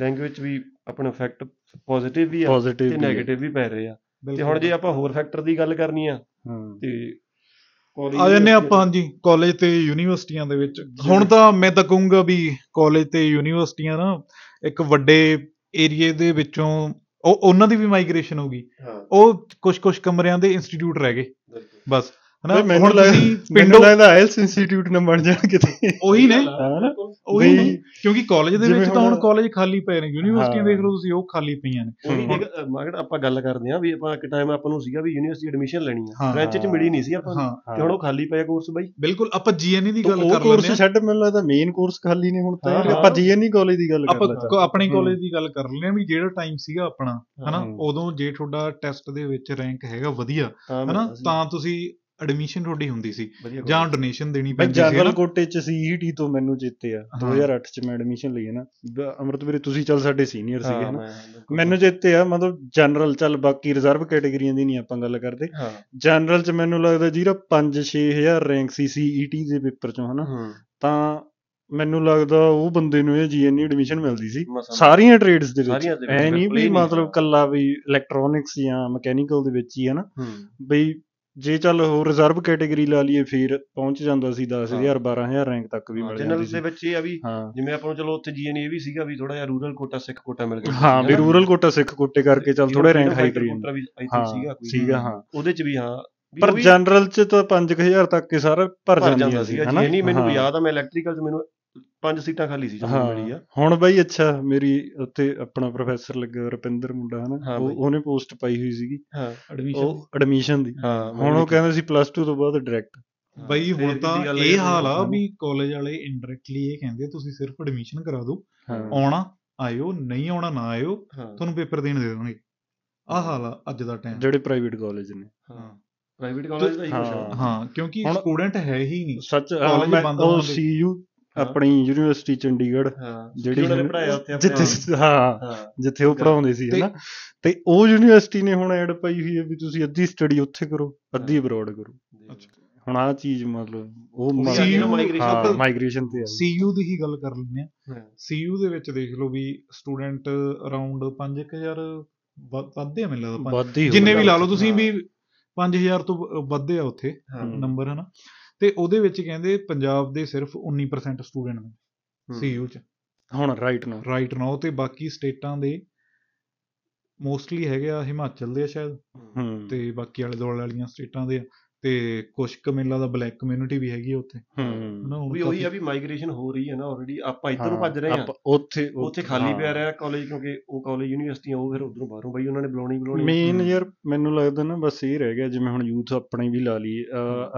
ਲੈਂਗੁਏਜ ਵੀ ਆਪਣਾ ਇਫੈਕਟ ਪੋਜ਼ਿਟਿਵ ਵੀ ਆ ਪੋਜ਼ਿਟਿਵ ਤੇ 네ਗੇਟਿਵ ਵੀ ਪੈ ਰਹੇ ਆ ਤੇ ਹੁਣ ਜੇ ਆਪਾਂ ਹੋਰ ਫੈਕਟਰ ਦੀ ਗੱਲ ਕਰਨੀ ਆ ਹਾਂ ਤੇ ਆ ਜੰਨੇ ਆਪਾਂ ਹਾਂਜੀ ਕਾਲਜ ਤੇ ਯੂਨੀਵਰਸਿਟੀਆਂ ਦੇ ਵਿੱਚ ਹੁਣ ਤਾਂ ਮੈਂ ਤਾਂ ਕਹੂੰਗਾ ਵੀ ਕਾਲਜ ਤੇ ਯੂਨੀਵਰਸਿਟੀਆਂ ਨਾ ਇੱਕ ਵੱਡੇ ਏਰੀਏ ਦੇ ਵਿੱਚੋਂ ਉਹ ਉਹਨਾਂ ਦੀ ਵੀ ਮਾਈਗ੍ਰੇਸ਼ਨ ਹੋ ਗਈ ਹਾਂ ਉਹ ਕੁਝ-ਕੁਝ ਕਮਰਿਆਂ ਦੇ ਇੰਸਟੀਚਿਊਟ ਰਹਿ ਗਏ ਬਿਲਕੁਲ ਬਸ ਨਾ ਹਨਾ ਮੈਨੂੰ ਹੁਣ ਲੱਗਦਾ ਤੁਸੀਂ ਮੈਨੂੰ ਪਿੰਡੋਂ ਲੱਗਦਾ ਆਇਲਸ ਇੰਸਟੀਚਿਊਟ ਨਾ ਬਣ ਜਾਣ ਕਿਤੇ ਉਹੀ ਨੇ ਹਾਂ ਨਾ ਉਹੀ ਬਈ, ਨੇ ਕਿਉਂਕਿ ਕਾਲਜ ਦੇ ਜਿਵੇਂ ਵਿੱਚ ਤਾਂ ਹੁਣ ਹੁਣ- ਕਾਲਜ ਖਾਲੀ ਪਏ ਨੇ ਯੂਨੀਵਰਸਿਟੀਆਂ ਹਾਂ। ਦੇਖ ਲਓ ਤੁਸੀਂ ਉਹ ਖਾਲੀ ਪਈਆਂ ਨੇ ਉਹੀ ਹੁਣ- ਦੇਖ ਮਾਰਕਟ ਆਪਾਂ ਗੱਲ ਕਰਦੇ ਆ ਵੀ ਆਪਾਂ ਇੱਕ ਟਾਈਮ ਆਪਾਂ ਨੂੰ ਸੀਗਾ ਵੀ ਯੂਨੀਵਰਸਿਟੀ ਐਡਮਿਸ਼ਨ ਲੈਣੀ ਆ ਹਾਂ। ਫ੍ਰੈਂਚ ਚ ਮਿਲੀ ਨਹੀਂ ਸੀ ਆਪਾਂ ਨੂੰ। ਹਾਂ ਤੇ ਹੁਣ ਉਹ ਖਾਲੀ ਪਿਆ ਕੋਰਸ ਬਾਈ ਬਿਲਕੁਲ ਆਪਾਂ ਜੀਐਨਈ ਦੀ ਤੂੰ ਗੱਲ ਉਹ ਕਰ ਲੈਂਦੇ ਕੋਰਸ ਹਾਂ ਛੱਡ ਮੈਨੂੰ ਲੱਗਦਾ ਮੇਨ ਕੋਰਸ ਖਾਲੀ ਨੇ ਹੁਣ ਤਾਂ ਹਾਂ, ਯਾਰ, ਹਾਂ। ਆਪਾਂ ਜੀਐਨਈ ਕਾਲਜ ਦੀ ਗੱਲ ਕਰ ਆਪਾਂ ਲਾ ਕੋ- ਆਪਣੇ ਹਮ। ਕਾਲਜ ਦੀ ਗੱਲ ਕਰ ਲੈਂਦੇ ਹਾਂ ਵੀ ਜਿਹੜਾ ਟਾਈਮ ਸੀਗਾ ਆਪਣਾ ਹਨਾ ਹਮ। ਉਦੋਂ ਜੇ ਤੁਹਾਡਾ ਟੈਸਟ ਦੇ ਵਿੱਚ ਰੈਂਕ ਹੈਗਾ ਵਧੀਆ ਤਾਂ ਹਨਾ ਮਿਲਦਾ ਸੀ। ਤਾਂ ਤੁਸੀਂ ਐਡਮਿਸ਼ਨ ਤੁਹਾਡੀ ਹੁੰਦੀ ਸੀ ਵਧੀਆ ਜਾਂ college। ਡੋਨੇਸ਼ਨ ਦੇਣੀ ਮੈਂ ਪੈਂਦੀ ਸੀ ਜਨਰਲ ਹਨਾ। ਕੋਟੇ ਚ ਸੀਈਟੀ ਤੋਂ ਮੈਨੂੰ ਜਿੱਤੇ ਆ 2008 ਚ ਮੈਂ ਐਡਮਿਸ਼ਨ ਲਈ ਹੈ ਨਾ ਬ- ਅਮਰਤ ਵੀਰੇ ਤੁਸੀਂ ਚੱਲ ਸਾਡੇ ਸੀਨੀਅਰ ਸੀਗੇ ਹਾਂ, ਹਨਾ ਮੈਂ- ਬਿਲਕੁਲ। ਮੈਨੂੰ ਜਿੱਤੇ ਆ ਮਤਲਬ ਜਨਰਲ ਚੱਲ ਬਾਕੀ ਰਿਜ਼ਰਵ ਕੈਟੇਗਰੀਆਂ ਦੀ ਨਹੀਂ ਆਪਾਂ ਗੱਲ ਕਰਦੇ ਹਾਂ ਜਨਰਲ ਚ ਮੈਨੂੰ ਲੱਗਦਾ ਜੀਰਾ 5-6000 ਰੈਂਕ ਸੀ ਸੀਈਟੀ ਦੇ ਪੇਪਰ ਚੋਂ ਹਨਾ ਹੂੰ ਤਾਂ ਮੈਨੂੰ ਲੱਗਦਾ ਉਹ ਬੰਦੇ ਨੂੰ ਇਹ ਜੀਐਨਈ ਐਡਮਿਸ਼ਨ ਮਿਲਦੀ ਸੀ ਮਸਾਂ- ਸਾਰੀਆਂ ਟ੍ਰੇਡਸ ਦੇ ਵਿੱਚ ਸਾਰੀਆਂ ਦੇ ਵਿੱਚ ਐ ਨਹੀਂ ਬਿਲਕੁਲ ਹੀ ਵੀ ਨਹੀਂ। ਮਤਲਬ ਕੱਲਾ ਵੀ ਇਲੈਕਟ੍ਰੋਨਿਕਸ ਜਾਂ ਮਕੈਨੀਕਲ ਦੇ ਵਿੱਚ ਹੀ ਹਨਾ ਹੂੰ ਬਈ ਜੇ ਚੱਲ ਹੋਰ ਰਿਜ਼ਰਵ ਕੈਟੇਗਰੀ ਲਾ ਲਈਏ ਫਿਰ ਪਹੁੰਚ ਜਾਂਦਾ ਸੀ 10000 ਹਾਂ। 12000 ਰੈਂਕ ਤੱਕ ਵੀ ਮਿਲ ਜਨਰਲ ਜਾਂਦੀ ਦੇ ਸੀ ਵਿੱਚ ਇਹ ਆ ਵੀ ਹਾਂ ਜਿਵੇਂ ਆਪਾਂ ਨੂੰ ਚਲੋ ਉੱਥੇ ਜੀਐਨਏ ਵੀ ਸੀਗਾ ਵੀ ਥੋੜਾ ਜਿਹਾ ਰੂਰਲ ਕੋਟਾ ਸਿੱਖ ਕੋਟਾ ਮਿਲ ਗਿਆ ਹਾਂ ਵੀ ਰੂਰਲ ਕੋਟਾ ਸਿੱਖ ਕੋਟੇ ਕਰਕੇ ਚੱਲ ਥੋੜੇ ਰੈਂਕ ਹਾਈ ਕਰੀ ਕੋਟਾ ਵੀ I think ਹਾਂ ਸੀਗਾ ਕੋਈ ਸੀਗਾ ਹਾਂ ਉਹਦੇ ਚ ਵੀ ਹਾਂ ਵੀ ਉਹ ਪਰ ਵੀ ਜਨਰਲ ਚ ਤਾਂ 5000 ਤੱਕ ਕੇ ਸਾਰਾ ਭਰ ਭਰ ਜਾਂਦੀਆਂ ਜਾਂਦਾ ਸੀ ਸੀਗਾ ਹਨਾ? ਜੀਐਨਏ ਮੈਨੂੰ ਹਾਂ। ਯਾਦ ਆ ਮੈਂ ਇਲੈਕਟ੍ਰੀਕਲ ਚ ਮੈਨੂੰ ਪੰਜ ਸੀਟਾਂ ਖਾਲੀ ਸੀ ਜਦੋਂ ਹਾਂ। ਮਿਲੀ ਆ ਹੁਣ ਬਈ ਅੱਛਾ ਮੇਰੀ ਉੱਥੇ ਆਪਣਾ ਪ੍ਰੋਫੈਸਰ ਲੱਗਾ ਰੁਪਿੰਦਰ ਮੁੰਡਾ ਹਨਾ ਹਾਂ ਉਹ- ਬਈ। ਉਹਨੇ ਪੋਸਟ ਪਾਈ ਹੋਈ ਸੀਗੀ ਹਾਂ Admission ਉਹ ਐਡਮਿਸ਼ਨ ਦੀ ਹਾਂ ਹੁਣ ਉਹ ਕਹਿੰਦੇ ਸੀ ਪਲੱਸ 2 ਤੋਂ ਬਾਅਦ ਡਾਇਰੈਕਟ ਬਈ ਫੇਰ ਹੁਣ ਕਿੱਡੀ ਤਾਂ ਗੱਲ ਆ ਇਹ ਜਿਹੜੀ ਹਾਲ ਆ ਆਪਾਂ ਨੂੰ। ਵੀ ਕਾਲਜ ਵਾਲੇ ਇਨਡਾਇਰੈਕਟਲੀ ਇਹ ਕਹਿੰਦੇ ਤੁਸੀਂ ਸਿਰਫ ਐਡਮਿਸ਼ਨ ਕਰਾ ਦਿਓ ਹਾਂ ਆਉਣਾ ਆਇਓ ਨਹੀਂ ਆਉਣਾ ਨਾ ਆਇਓ ਹਾਂ ਤੁਹਾਨੂੰ ਪੇਪਰ ਦੇਣ ਦੇ ਦੇਣਗੇ ਆਹ ਹਾਲ ਆ ਅੱਜ ਦਾ ਟਾਈਮ ਜਿਹੜੇ ਪ੍ਰਾਈਵੇਟ ਕਾਲਜ ਨੇ ਹਾਂ ਪ੍ਰਾਈਵੇਟ ਕਾਲਜ ਦਾ ਹੀ ਕੁਝ ਆ ਹਾਂ ਕਿਉਂਕਿ ਹੁਣ- ਸਟੂਡੈਂਟ ਹੈ ਹੀ ਨਹੀਂ ਸੱਚ ਹਾਂ, ਕਾਲਜ ਮੈਂ- ਬੰਦ ਉਹ ਹੋਣ ਦੇ- ਸੀਯੂ ਹਾਂ। ਆਪਣੀ ਯੂਨੀਵਰਸਿਟੀ ਚੰਡੀਗੜ੍ਹ ਹਾਂ ਜਿਹੜੀ ਉਹਨਾਂ ਨੇ ਹੁਣ- ਪੜਾਇਆ ਉੱਥੇ ਆਪਣੇ ਜਿੱਥੇ ਹਾਂ ਹਾਂ ਜਿੱਥੇ ਉਹ ਠੀਕ ਆ। ਪੜਾਉਂਦੇ ਸੀ ਤੇ- ਹਨਾ ਤੇ ਉਹ ਯੂਨੀਵਰਸਿਟੀ ਨੇ ਹੁਣ ਐਡ ਪਾਈ ਹੋਈ ਹੈ ਵੀ ਤੁਸੀਂ ਅੱਧੀ ਸਟੱਡੀ ਉੱਥੇ ਕਰੋ ਅੱਧੀ ਹਾਂ। ਅਬਰੋਡ ਕਰੋ ਅੱਛਾ ਹੁਣ ਆਹ ਚੀਜ਼ ਮਤਲਬ ਉਹ ਉਹ ਵੀ ਅੱਗੇ ਸੀਯੂ ਨੂੰ migration ਹਾਂ ਉੱਪਰ- ਮਾਈਗ੍ਰੇਸ਼ਨ ਤੇ ਆ ਗਈ। ਸੀਯੂ ਦੀ ਹੀ ਗੱਲ ਕਰ ਲੈਂਦੇ ਆ ਹਾਂ ਸੀਯੂ ਦੇ ਵਿੱਚ ਦੇਖ ਲਓ ਵੀ ਸਟੂਡੈਂਟ ਅਰਾਊਂਡ 5000 ਵੱਧਦੇ ਆ ਮੈਨੂੰ ਲੱਗਦਾ ਪੰਜ- ਵੱਧ ਹੀ ਹੋ ਜਿੰਨੇ ਵੀ ਗਿਆ ਲਾ ਲਓ ਤੁਸੀਂ ਹਾਂ। ਵੀ 5000 ਤੋਂ ਵ- ਵੱਧਦੇ ਆ ਉੱਥੇ ਹਾਂ ਹਮ। ਨੰਬਰ ਹਨਾ ਤੇ ਉਹਦੇ ਵਿੱਚ ਕਹਿੰਦੇ ਪੰਜਾਬ ਦੇ ਸਿਰਫ 19% ਸਟੂਡੈਂਟ ਨੇ ਸੀਯੂ ਚ ਹੁਣ ਰਾਈਟ ਨਾ ਰਾਈਟ ਨਾਓ ਤੇ ਬਾਕੀ ਸਟੇਟਾਂ ਦੇ ਮੋਸਟਲੀ ਹੈਗੇ ਆ ਹਿਮਾਚਲ ਦੇ ਆ ਸ਼ਾਇਦ ਹੂੰ ਤੇ ਬਾਕੀ ਆਲੇ ਦੁਆਲੇ ਵਾਲੀਆਂ ਸਟੇਟਾਂ ਦੇ ਆ ਤੇ ਕੁਝ ਕਮੇਲਾ ਦਾ ਬਲੈਕ ਕਮਿਊਨਿਟੀ ਵੀ ਹੈਗੀ ਆ ਉੱਥੇ ਹੂੰ ਹਨਾ ਉਹ ਵੀ ਉਹੀ ਆ ਕਾਫੀ- ਵੀ ਮਾਈਗ੍ਰੇਸ਼ਨ ਹੋ ਰਹੀ ਹੈ ਨਾ ਆਲਰੇਡੀ ਆਪਾਂ ਇਧਰੋਂ ਭੱਜ ਰਹੇ ਆ ਆਪਾਂ ਉੱਥੇ ਉੱਥੇ ਖਾਲੀ ਪਿਆ ਰਿਹਾ ਕਾਲਜ ਕਿਉਂਕਿ ਉਹ ਕਾਲਜ ਯੂਨੀਵਰਸਿਟੀਆਂ ਉਹ ਫਿਰ ਉਧਰੋਂ ਬਾਹਰੋਂ ਬਈ ਉਹਨਾਂ ਨੇ ਬੁਲਾਉਣੀ ਬੁਲਾਉਣੀ ਮੇਨ ਹਮ। ਯਾਰ ਮੈਨੂੰ ਲੱਗਦਾ ਨਾ ਬਸ ਇਹ ਰਹਿ ਗਿਆ ਜਿਵੇਂ ਹੁਣ ਯੂਥ ਆਪਣੇ ਵੀ ਲਾ ਲਈ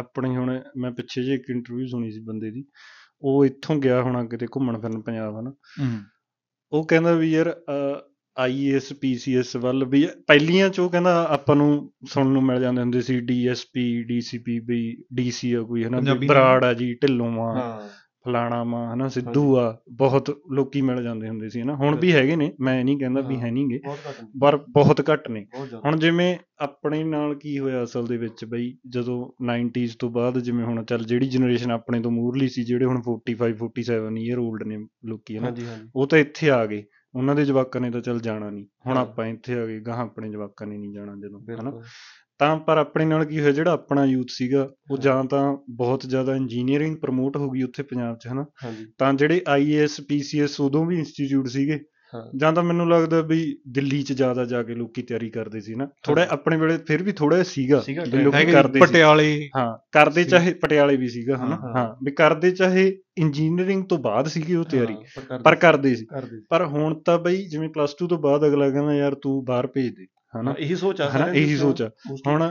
ਆਪਣੇ ਹੁਣ ਮੈਂ ਪਿੱਛੇ ਜੇ ਇੱਕ ਇੰਟਰਵਿਊ ਸੁਣੀ ਸੀ ਬੰਦੇ ਦੀ ਉਹ ਇੱਥੋਂ ਗਿਆ ਹੋਣਾ ਕਿਤੇ ਘੁੰਮਣ ਫਿਰਨ ਪੰਜਾਬ ਹਨਾ ਹਮ, ਉਹ ਕਹਿੰਦਾ ਵੀ ਯਾਰ E ਆਈਐਸ ਪੀਸੀਐਸ ਵੱਲ ਵੀ ਪਹਿਲੀਆਂ ਚ ਉਹ ਕਹਿੰਦਾ ਆਪਾਂ ਨੂੰ ਸੁਣਨ ਨੂੰ ਮਿਲ ਜਾਂਦੇ ਹੁੰਦੇ ਸੀ ਡੀਐਸਪੀ ਡੀਸੀਪੀ ਵੀ ਡੀਸੀ ਆ ਕੋਈ ਹਨਾ ਵੀ ਪੰਜਾਬੀ ਨਾਮ। ਬਰਾੜ ਆ ਜੀ ਢਿੱਲੋਂ ਆ ਹਾਂ ਫਲਾਣਾ ਮਾ ਹਨਾ ਸਿੱਧੂ ਆ ਬਹੁਤ ਲੋਕੀ ਮਿਲ ਜਾਂਦੇ ਹੁੰਦੇ ਸੀ ਹਨਾ ਹੁਣ ਵੀ ਹੈਗੇ ਨੇ ਮੈਂ ਨਹੀਂ ਕਹਿੰਦਾ ਵੀ ਹਾਂ। ਹੈ ਨਹੀਂਗੇ ਬਹੁਤ ਘੱਟ ਨੇ, ਪਰ ਬਹੁਤ ਘੱਟ ਨੇ ਬਹੁਤ ਜ਼ਿਆਦਾ ਹੁਣ ਜਿਵੇਂ ਆਪਣੇ ਨਾਲ ਕੀ ਹੋਇਆ ਅਸਲ ਦੇ ਵਿੱਚ ਬਈ ਜਦੋਂ 90s ਤੋਂ ਬਾਅਦ ਜਿਵੇਂ ਹੁਣ ਚੱਲ ਜਿਹੜੀ ਜਨਰੇਸ਼ਨ ਆਪਣੇ ਤੋਂ ਮੂਰਲੀ ਸੀ ਜਿਹੜੇ ਹੁਣ 45 47 ਈਅਰ 올ਡ ਨੇ ਲੋਕੀ ਹਨਾ ਹਾਂਜੀ ਹਾਂਜੀ ਉਹ ਤਾਂ ਇੱਥੇ ਆ ਗਏ ਉਹਨਾਂ ਦੇ ਜਵਾਕਾਂ ਨੇ ਤਾਂ ਚੱਲ ਜਾਣਾ ਨਹੀਂ ਹੁਣ ਹਾਂ। ਆਪਾਂ ਇੱਥੇ ਆ ਗਏ ਗਾਹਾਂ ਆਪਣੇ ਜਵਾਕਾਂ ਨੇ ਨਹੀਂ ਜਾਣਾ ਜਦੋਂ ਹਨਾ ਬਿਲਕੁਲ ਤਾਂ ਪਰ ਆਪਣੇ ਨਾਲ ਕੀ ਹੋਇਆ ਜਿਹੜਾ ਆਪਣਾ ਯੂਥ ਸੀਗਾ ਉਹ ਹਾਂ। ਜਾਂ ਤਾਂ ਬਹੁਤ ਜ਼ਿਆਦਾ ਇੰਜੀਨੀਅਰਿੰਗ ਪ੍ਰਮੋਟ ਹੋ ਗਈ ਉੱਥੇ ਪੰਜਾਬ 'ਚ ਹਨਾ ਹਾਂਜੀ ਤਾਂ ਜਿਹੜੇ ਆਈਏਐਸ ਪੀਸੀਐਸ ਉਦੋਂ ਵੀ ਇੰਸਟੀਚਿਊਟ ਸੀਗੇ ਹਾਂ ਜਾਂ ਤਾਂ ਮੈਨੂੰ ਲੱਗਦਾ ਵੀ ਦਿੱਲੀ 'ਚ ਜ਼ਿਆਦਾ ਜਾ ਕੇ ਲੋਕੀ ਤਿਆਰੀ ਕਰਦੇ ਸੀ ਨਾ ਥੋੜਾ ਹਾਂਜੀ। ਆਪਣੇ ਵੇਲੇ ਫਿਰ ਵੀ ਥੋੜਾ ਸੀਗਾ ਸੀਗਾ ਵੀ trend, ਲੋਕੀ ਹੈਗੇ ਕਰਦੇ ਸੀ ਪਟਿਆਲੇ ਹਾਂ ਕਰਦੇ ਸੀ। ਚਾਹੇ ਪਟਿਆਲੇ ਵੀ ਸੀਗਾ ਹਨਾ ਹਾਂ, ਹਾਂ। ਹਾਂ ਵੀ ਕਰਦੇ ਚਾਹੇ ਇੰਜੀਨੀਅਰਿੰਗ ਤੋਂ ਬਾਅਦ ਸੀਗੀ ਉਹ ਤਿਆਰੀ ਹਾਂ, ਪਰ ਕਰਦੇ ਪਰ ਕਰਦੇ ਸੀ ਕਰਦੇ ਸੀ। ਪਰ ਹੁਣ ਤਾਂ ਬਈ ਜਿਵੇਂ ਪਲੱਸ 2 ਤੋਂ ਬਾਅਦ ਅਗਲਾ ਕਹਿੰਦਾ ਯਾਰ ਤੂੰ ਬਾਹਰ ਭੇਜ ਦੇ ਹਨਾ ਹਾਂ, ਇਹੀ ਸੋਚ ਆ ਹਨਾ ਸਾਰਿਆਂ ਦੀ ਇਹੀ ਉਸ ਸੋਚ ਆ time, ਉਸ time। ਹੁਣ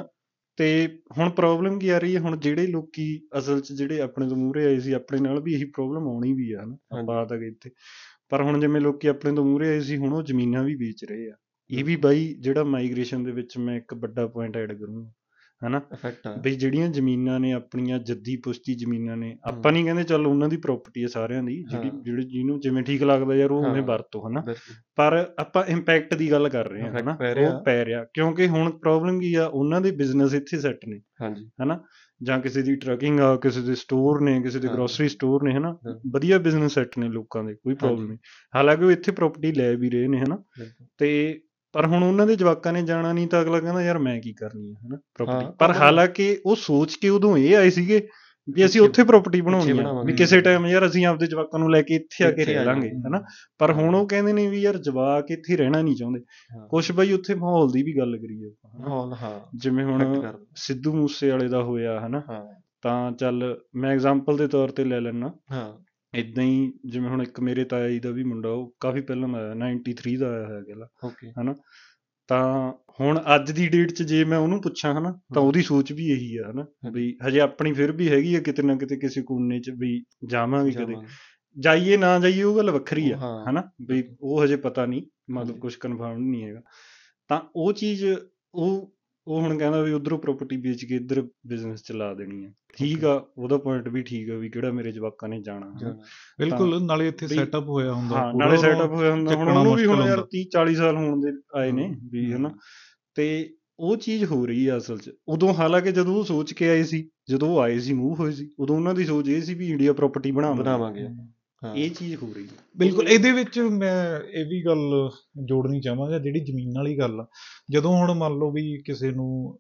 ਤੇ ਹੁਣ ਪ੍ਰੋਬਲਮ ਕੀ ਆ ਰਹੀ ਹੈ ਹੁਣ ਜਿਹੜੇ ਲੋਕੀ ਅਸਲ 'ਚ ਜਿਹੜੇ ਆਪਣੇ ਤੋਂ ਮੂਹਰੇ ਆਏ ਸੀ ਆਪਣੇ ਨਾਲ ਵੀ ਇਹੀ ਪ੍ਰੋਬਲਮ ਆਉਣੀ ਵੀ ਆ ਹਨਾ ਹਾਂਜੀ। ਆਪਾਂ ਆ ਤਾਂ ਗਏ ਇੱਥੇ ਪਰ ਹੁਣ ਜਿਵੇਂ ਲੋਕੀ ਆਪਣੇ ਤੋਂ ਮੂਹਰੇ ਆਏ ਸੀ ਹੁਣ ਉਹ ਜ਼ਮੀਨਾਂ ਵੀ ਵੇਚ ਰਹੇ ਆ ਇਹ ਵੀ ਬਾਈ ਜਿਹੜਾ ਮਾਈਗ੍ਰੇਸ਼ਨ ਦੇ ਵਿੱਚ ਮੈਂ ਇੱਕ ਵੱਡਾ ਪੁਆਇੰਟ ਐਡ ਕਰੂੰਗਾ ਹਨਾ ਇਫੈਕਟ ਆ ਬਈ ਜਿਹੜੀਆਂ ਜ਼ਮੀਨਾਂ ਨੇ ਆਪਣੀਆਂ ਜੱਦੀ ਪੁਸ਼ਤੀ ਜ਼ਮੀਨਾਂ ਨੇ ਆਪਾਂ ਨਹੀਂ ਕਹਿੰਦੇ ਚੱਲ ਉਹਨਾਂ ਦੀ ਪ੍ਰਾਪਰਟੀ ਹੈ ਸਾਰਿਆਂ ਦੀ ਜਿਹੜੀ ਹਾਂ। ਜਿਹੜੇ ਜਿਹਨੂੰ ਜਿਵੇਂ ਠੀਕ ਲੱਗਦਾ ਯਾਰ ਉਹ ਉਵੇਂ ਹਾਂ। ਵਰਤੋ ਹਨਾ ਬਿਲਕੁਲ ਪਰ ਆਪਾਂ ਇੰਪੈਕਟ ਦੀ ਗੱਲ ਕਰ ਰਹੇ ਹਾਂ Impact ਹਨਾ ਪੈ ਰਿਹਾ। ਉਹ ਪੈ ਰਿਹਾ ਕਿਉਂਕਿ ਹੁਣ ਪ੍ਰੋਬਲਮ ਕੀ ਆ ਉਹਨਾਂ ਦੇ ਬਿਜ਼ਨਸ ਇੱਥੇ ਸੈੱਟ ਨੇ ਹਾਂਜੀ ਜਾਂ ਕਿਸੇ ਦੀ ਟਰਕਿੰਗ ਆ ਕਿਸੇ ਦੇ ਸਟੋਰ ਨੇ ਕਿਸੇ ਦੇ ਹਾਂ। ਗਰੋਸਰੀ ਸਟੋਰ ਨੇ ਹਨਾ ਹਾਂ। ਵਧੀਆ ਬਿਜ਼ਨਸ ਸੈੱਟ ਨੇ ਲੋਕਾਂ ਦੇ ਕੋਈ ਪ੍ਰੋਬਲਮ ਹਾਂਜੀ। ਨਹੀਂ ਹਾਲਾਂਕਿ ਉਹ ਇੱਥੇ ਪ੍ਰਾਪਰਟੀ ਲੈ ਵੀ ਰਹੇ ਨੇ ਹਨਾ ਬਿਲਕੁਲ ਤੇ ਪਰ ਹੁਣ ਉਹਨਾਂ ਦੇ ਜਵਾਕਾਂ ਨੇ ਜਾਣਾ ਨਹੀਂ ਤਾਂ ਅਗਲਾ ਕਹਿੰਦਾ ਯਾਰ ਮੈਂ ਕੀ ਕਰਨੀ ਹੈ ਹਨਾ ਹਾਂ, ਪ੍ਰਾਪਰਟੀ ਪਰ ਉਹਨਾਂ ਨੇ- ਹਾਲਾਂਕਿ ਉਹ ਸੋਚ ਕੇ ਉਦੋਂ ਇਹ ਆਏ ਸੀਗੇ ਵੀ ਅਸੀਂ ਇੱਥੇ- ਉੱਥੇ ਪ੍ਰਾਪਰਟੀ ਬਣਾਉਣੀ ਆ ਬਣਾਵਾਂਗੇ। ਵੀ ਕਿਸੇ ਟਾਈਮ ਯਾਰ ਅਸੀਂ ਆਪਦੇ ਜਵਾਕਾਂ ਨੂੰ ਲੈ ਕੇ ਇੱਥੇ ਆ ਕੇ ਇੱਥੇ ਆ ਰਹਿ ਲਾਂਗੇ ਜਾਵਾਂਗੇ। ਹਨਾ ਪਰ ਹੁਣ ਉਹ ਕਹਿੰਦੇ ਨੇ ਵੀ ਯਾਰ ਜਵਾਕ ਇੱਥੇ ਰਹਿਣਾ ਨਹੀਂ ਚਾਹੁੰਦੇ ਹਾਂ। ਕੁਛ ਬਈ ਉੱਥੇ ਮਾਹੌਲ ਦੀ ਵੀ ਗੱਲ ਕਰੀਏ ਆਪਾਂ, ਹਨਾ। ਮਾਹੌਲ ਹਾਂ ਜਿਵੇਂ ਇਫੈਕਟ ਹੁਣ ਕਰਦਾ ਸਿੱਧੂ ਮੂਸੇ ਵਾਲੇ ਦਾ ਹੋਇਆ ਹਨਾ ਹਾਂ ਤਾਂ ਚੱਲ ਮੈਂ ਐਗਜ਼ਾਮਪਲ ਦੇ ਤੌਰ ਤੇ ਲੈ ਲੈਣਾ ਹਾਂ ਇਦਾਂ ਹੀ ਜਿਵੇਂ ਹੁਣ ਇੱਕ ਮੇਰੇ ਤਾਇਆ ਜੀ ਦਾ ਵੀ ਮੁੰਡਾ ਉਹ ਕਾਫੀ ਪਹਿਲਾਂ ਦਾ ਆਇਆ 93 ਦਾ ਆਇਆ ਹੋਇਆ ਗੱਲ ਓਕੇ ਤਾਂ ਹੁਣ ਅੱਜ ਦੀ ਡੇਟ 'ਚ ਜੇ ਮੈਂ ਉਹਨੂੰ ਪੁੱਛਾਂ ਹਨਾ ਤਾਂ ਹਾਂ। ਉਹਦੀ ਸੋਚ ਵੀ ਇਹੀ ਆ ਹਨਾ ਹਾਂਜੀ। ਵੀ ਹਜੇ ਆਪਣੀ ਫਿਰ ਵੀ ਹੈਗੀ ਆ ਕਿਤੇ ਨਾ ਕਿਤੇ ਕਿਸੇ ਕੋਨੇ 'ਚ ਵੀ ਜਾਵਾਂਗੇ ਕਦੇ ਜਾਵਾਂਗੇ। ਜਾਈਏ ਨਾ ਜਾਈਏ ਉਹ ਗੱਲ ਵੱਖਰੀ ਆ ਹਾਂ। ਹਨਾ ਵੀ ਉਹ ਹਜੇ ਪਤਾ ਨਹੀਂ ਮਤਲਬ ਹਾਂਜੀ। ਕੁਝ ਕਨਫਰਮ ਨਹੀਂ ਹੈਗਾ ਤਾਂ ਉਹ ਚੀਜ਼ ਉਹ ਉਹ ਹੁਣ ਕਹਿੰਦਾ ਵੀ ਉਧਰੋਂ ਪ੍ਰਾਪਰਟੀ ਵੇਚ ਕੇ ਇੱਧਰ ਬਿਜ਼ਨਸ ਚਲਾ ਦੇਣੀ ਆ ਠੀਕ ਆ ਉਹਦਾ ਪੁਆਇੰਟ ਵੀ ਠੀਕ ਆ ਵੀ ਕਿਹੜਾ ਮੇਰੇ ਜਵਾਕਾਂ ਨੇ ਜਾਣਾ ਹਨਾ। ਜਾਣਾ। ਬਿਲਕੁਲ ਨਾਲੇ ਇੱਥੇ ਬਈ- ਸੈਟਅਪ ਹੋਇਆ ਹੁੰਦਾ ਹਾਂ ਪੂਰਾ ਨਾਲੇ ਉਹਦਾ- ਸੈਟਅਪ ਹੋਇਆ ਹੁੰਦਾ ਹੁਣ ਚੱਕਣਾ ਉਹਨੂੰ ਵੀ ਹੁਣ ਮੁਸ਼ਕਿਲ ਯਾਰ ਹੁੰਦਾ। 30 40 ਸਾਲ ਹੋਣ ਦੇ ਆਏ ਨੇ ਹਮ, ਵੀ ਹਨਾ ਹਮ। ਤੇ ਉਹ ਚੀਜ਼ ਹੋ ਰਹੀ ਆ ਅਸਲ 'ਚ ਉਦੋਂ ਹਾਲਾਂਕਿ ਜਦੋਂ ਉਹ ਸੋਚ ਕੇ ਆਏ ਸੀ ਜਦੋਂ ਉਹ ਆਏ ਸੀ ਮੂਵ ਹੋਏ ਸੀ ਉਦੋਂ ਉਹਨਾਂ ਦੀ ਸੋਚ ਇਹ ਸੀ ਵੀ ਇੰਡੀਆ ਪ੍ਰਾਪਰਟੀ ਬਣਾਵਾਂਗੇ ਬਣਾਵਾਂਗੇ ਹਾਂ ਇਹ ਚੀਜ਼ ਹੋ ਰਹੀ ਆ ਬਿਲਕੁਲ ਇਹਦੇ ਵਿੱਚ ਮੈਂ ਇਹ ਵੀ ਗੱਲ ਜੋੜਨੀ ਚਾਹਾਂਗਾ ਜਿਹੜੀ ਜ਼ਮੀਨ ਵਾਲੀ ਗੱਲ ਆ ਜਦੋਂ ਹੁਣ ਮੰਨ ਲਓ ਵੀ ਕਿਸੇ ਨੂੰ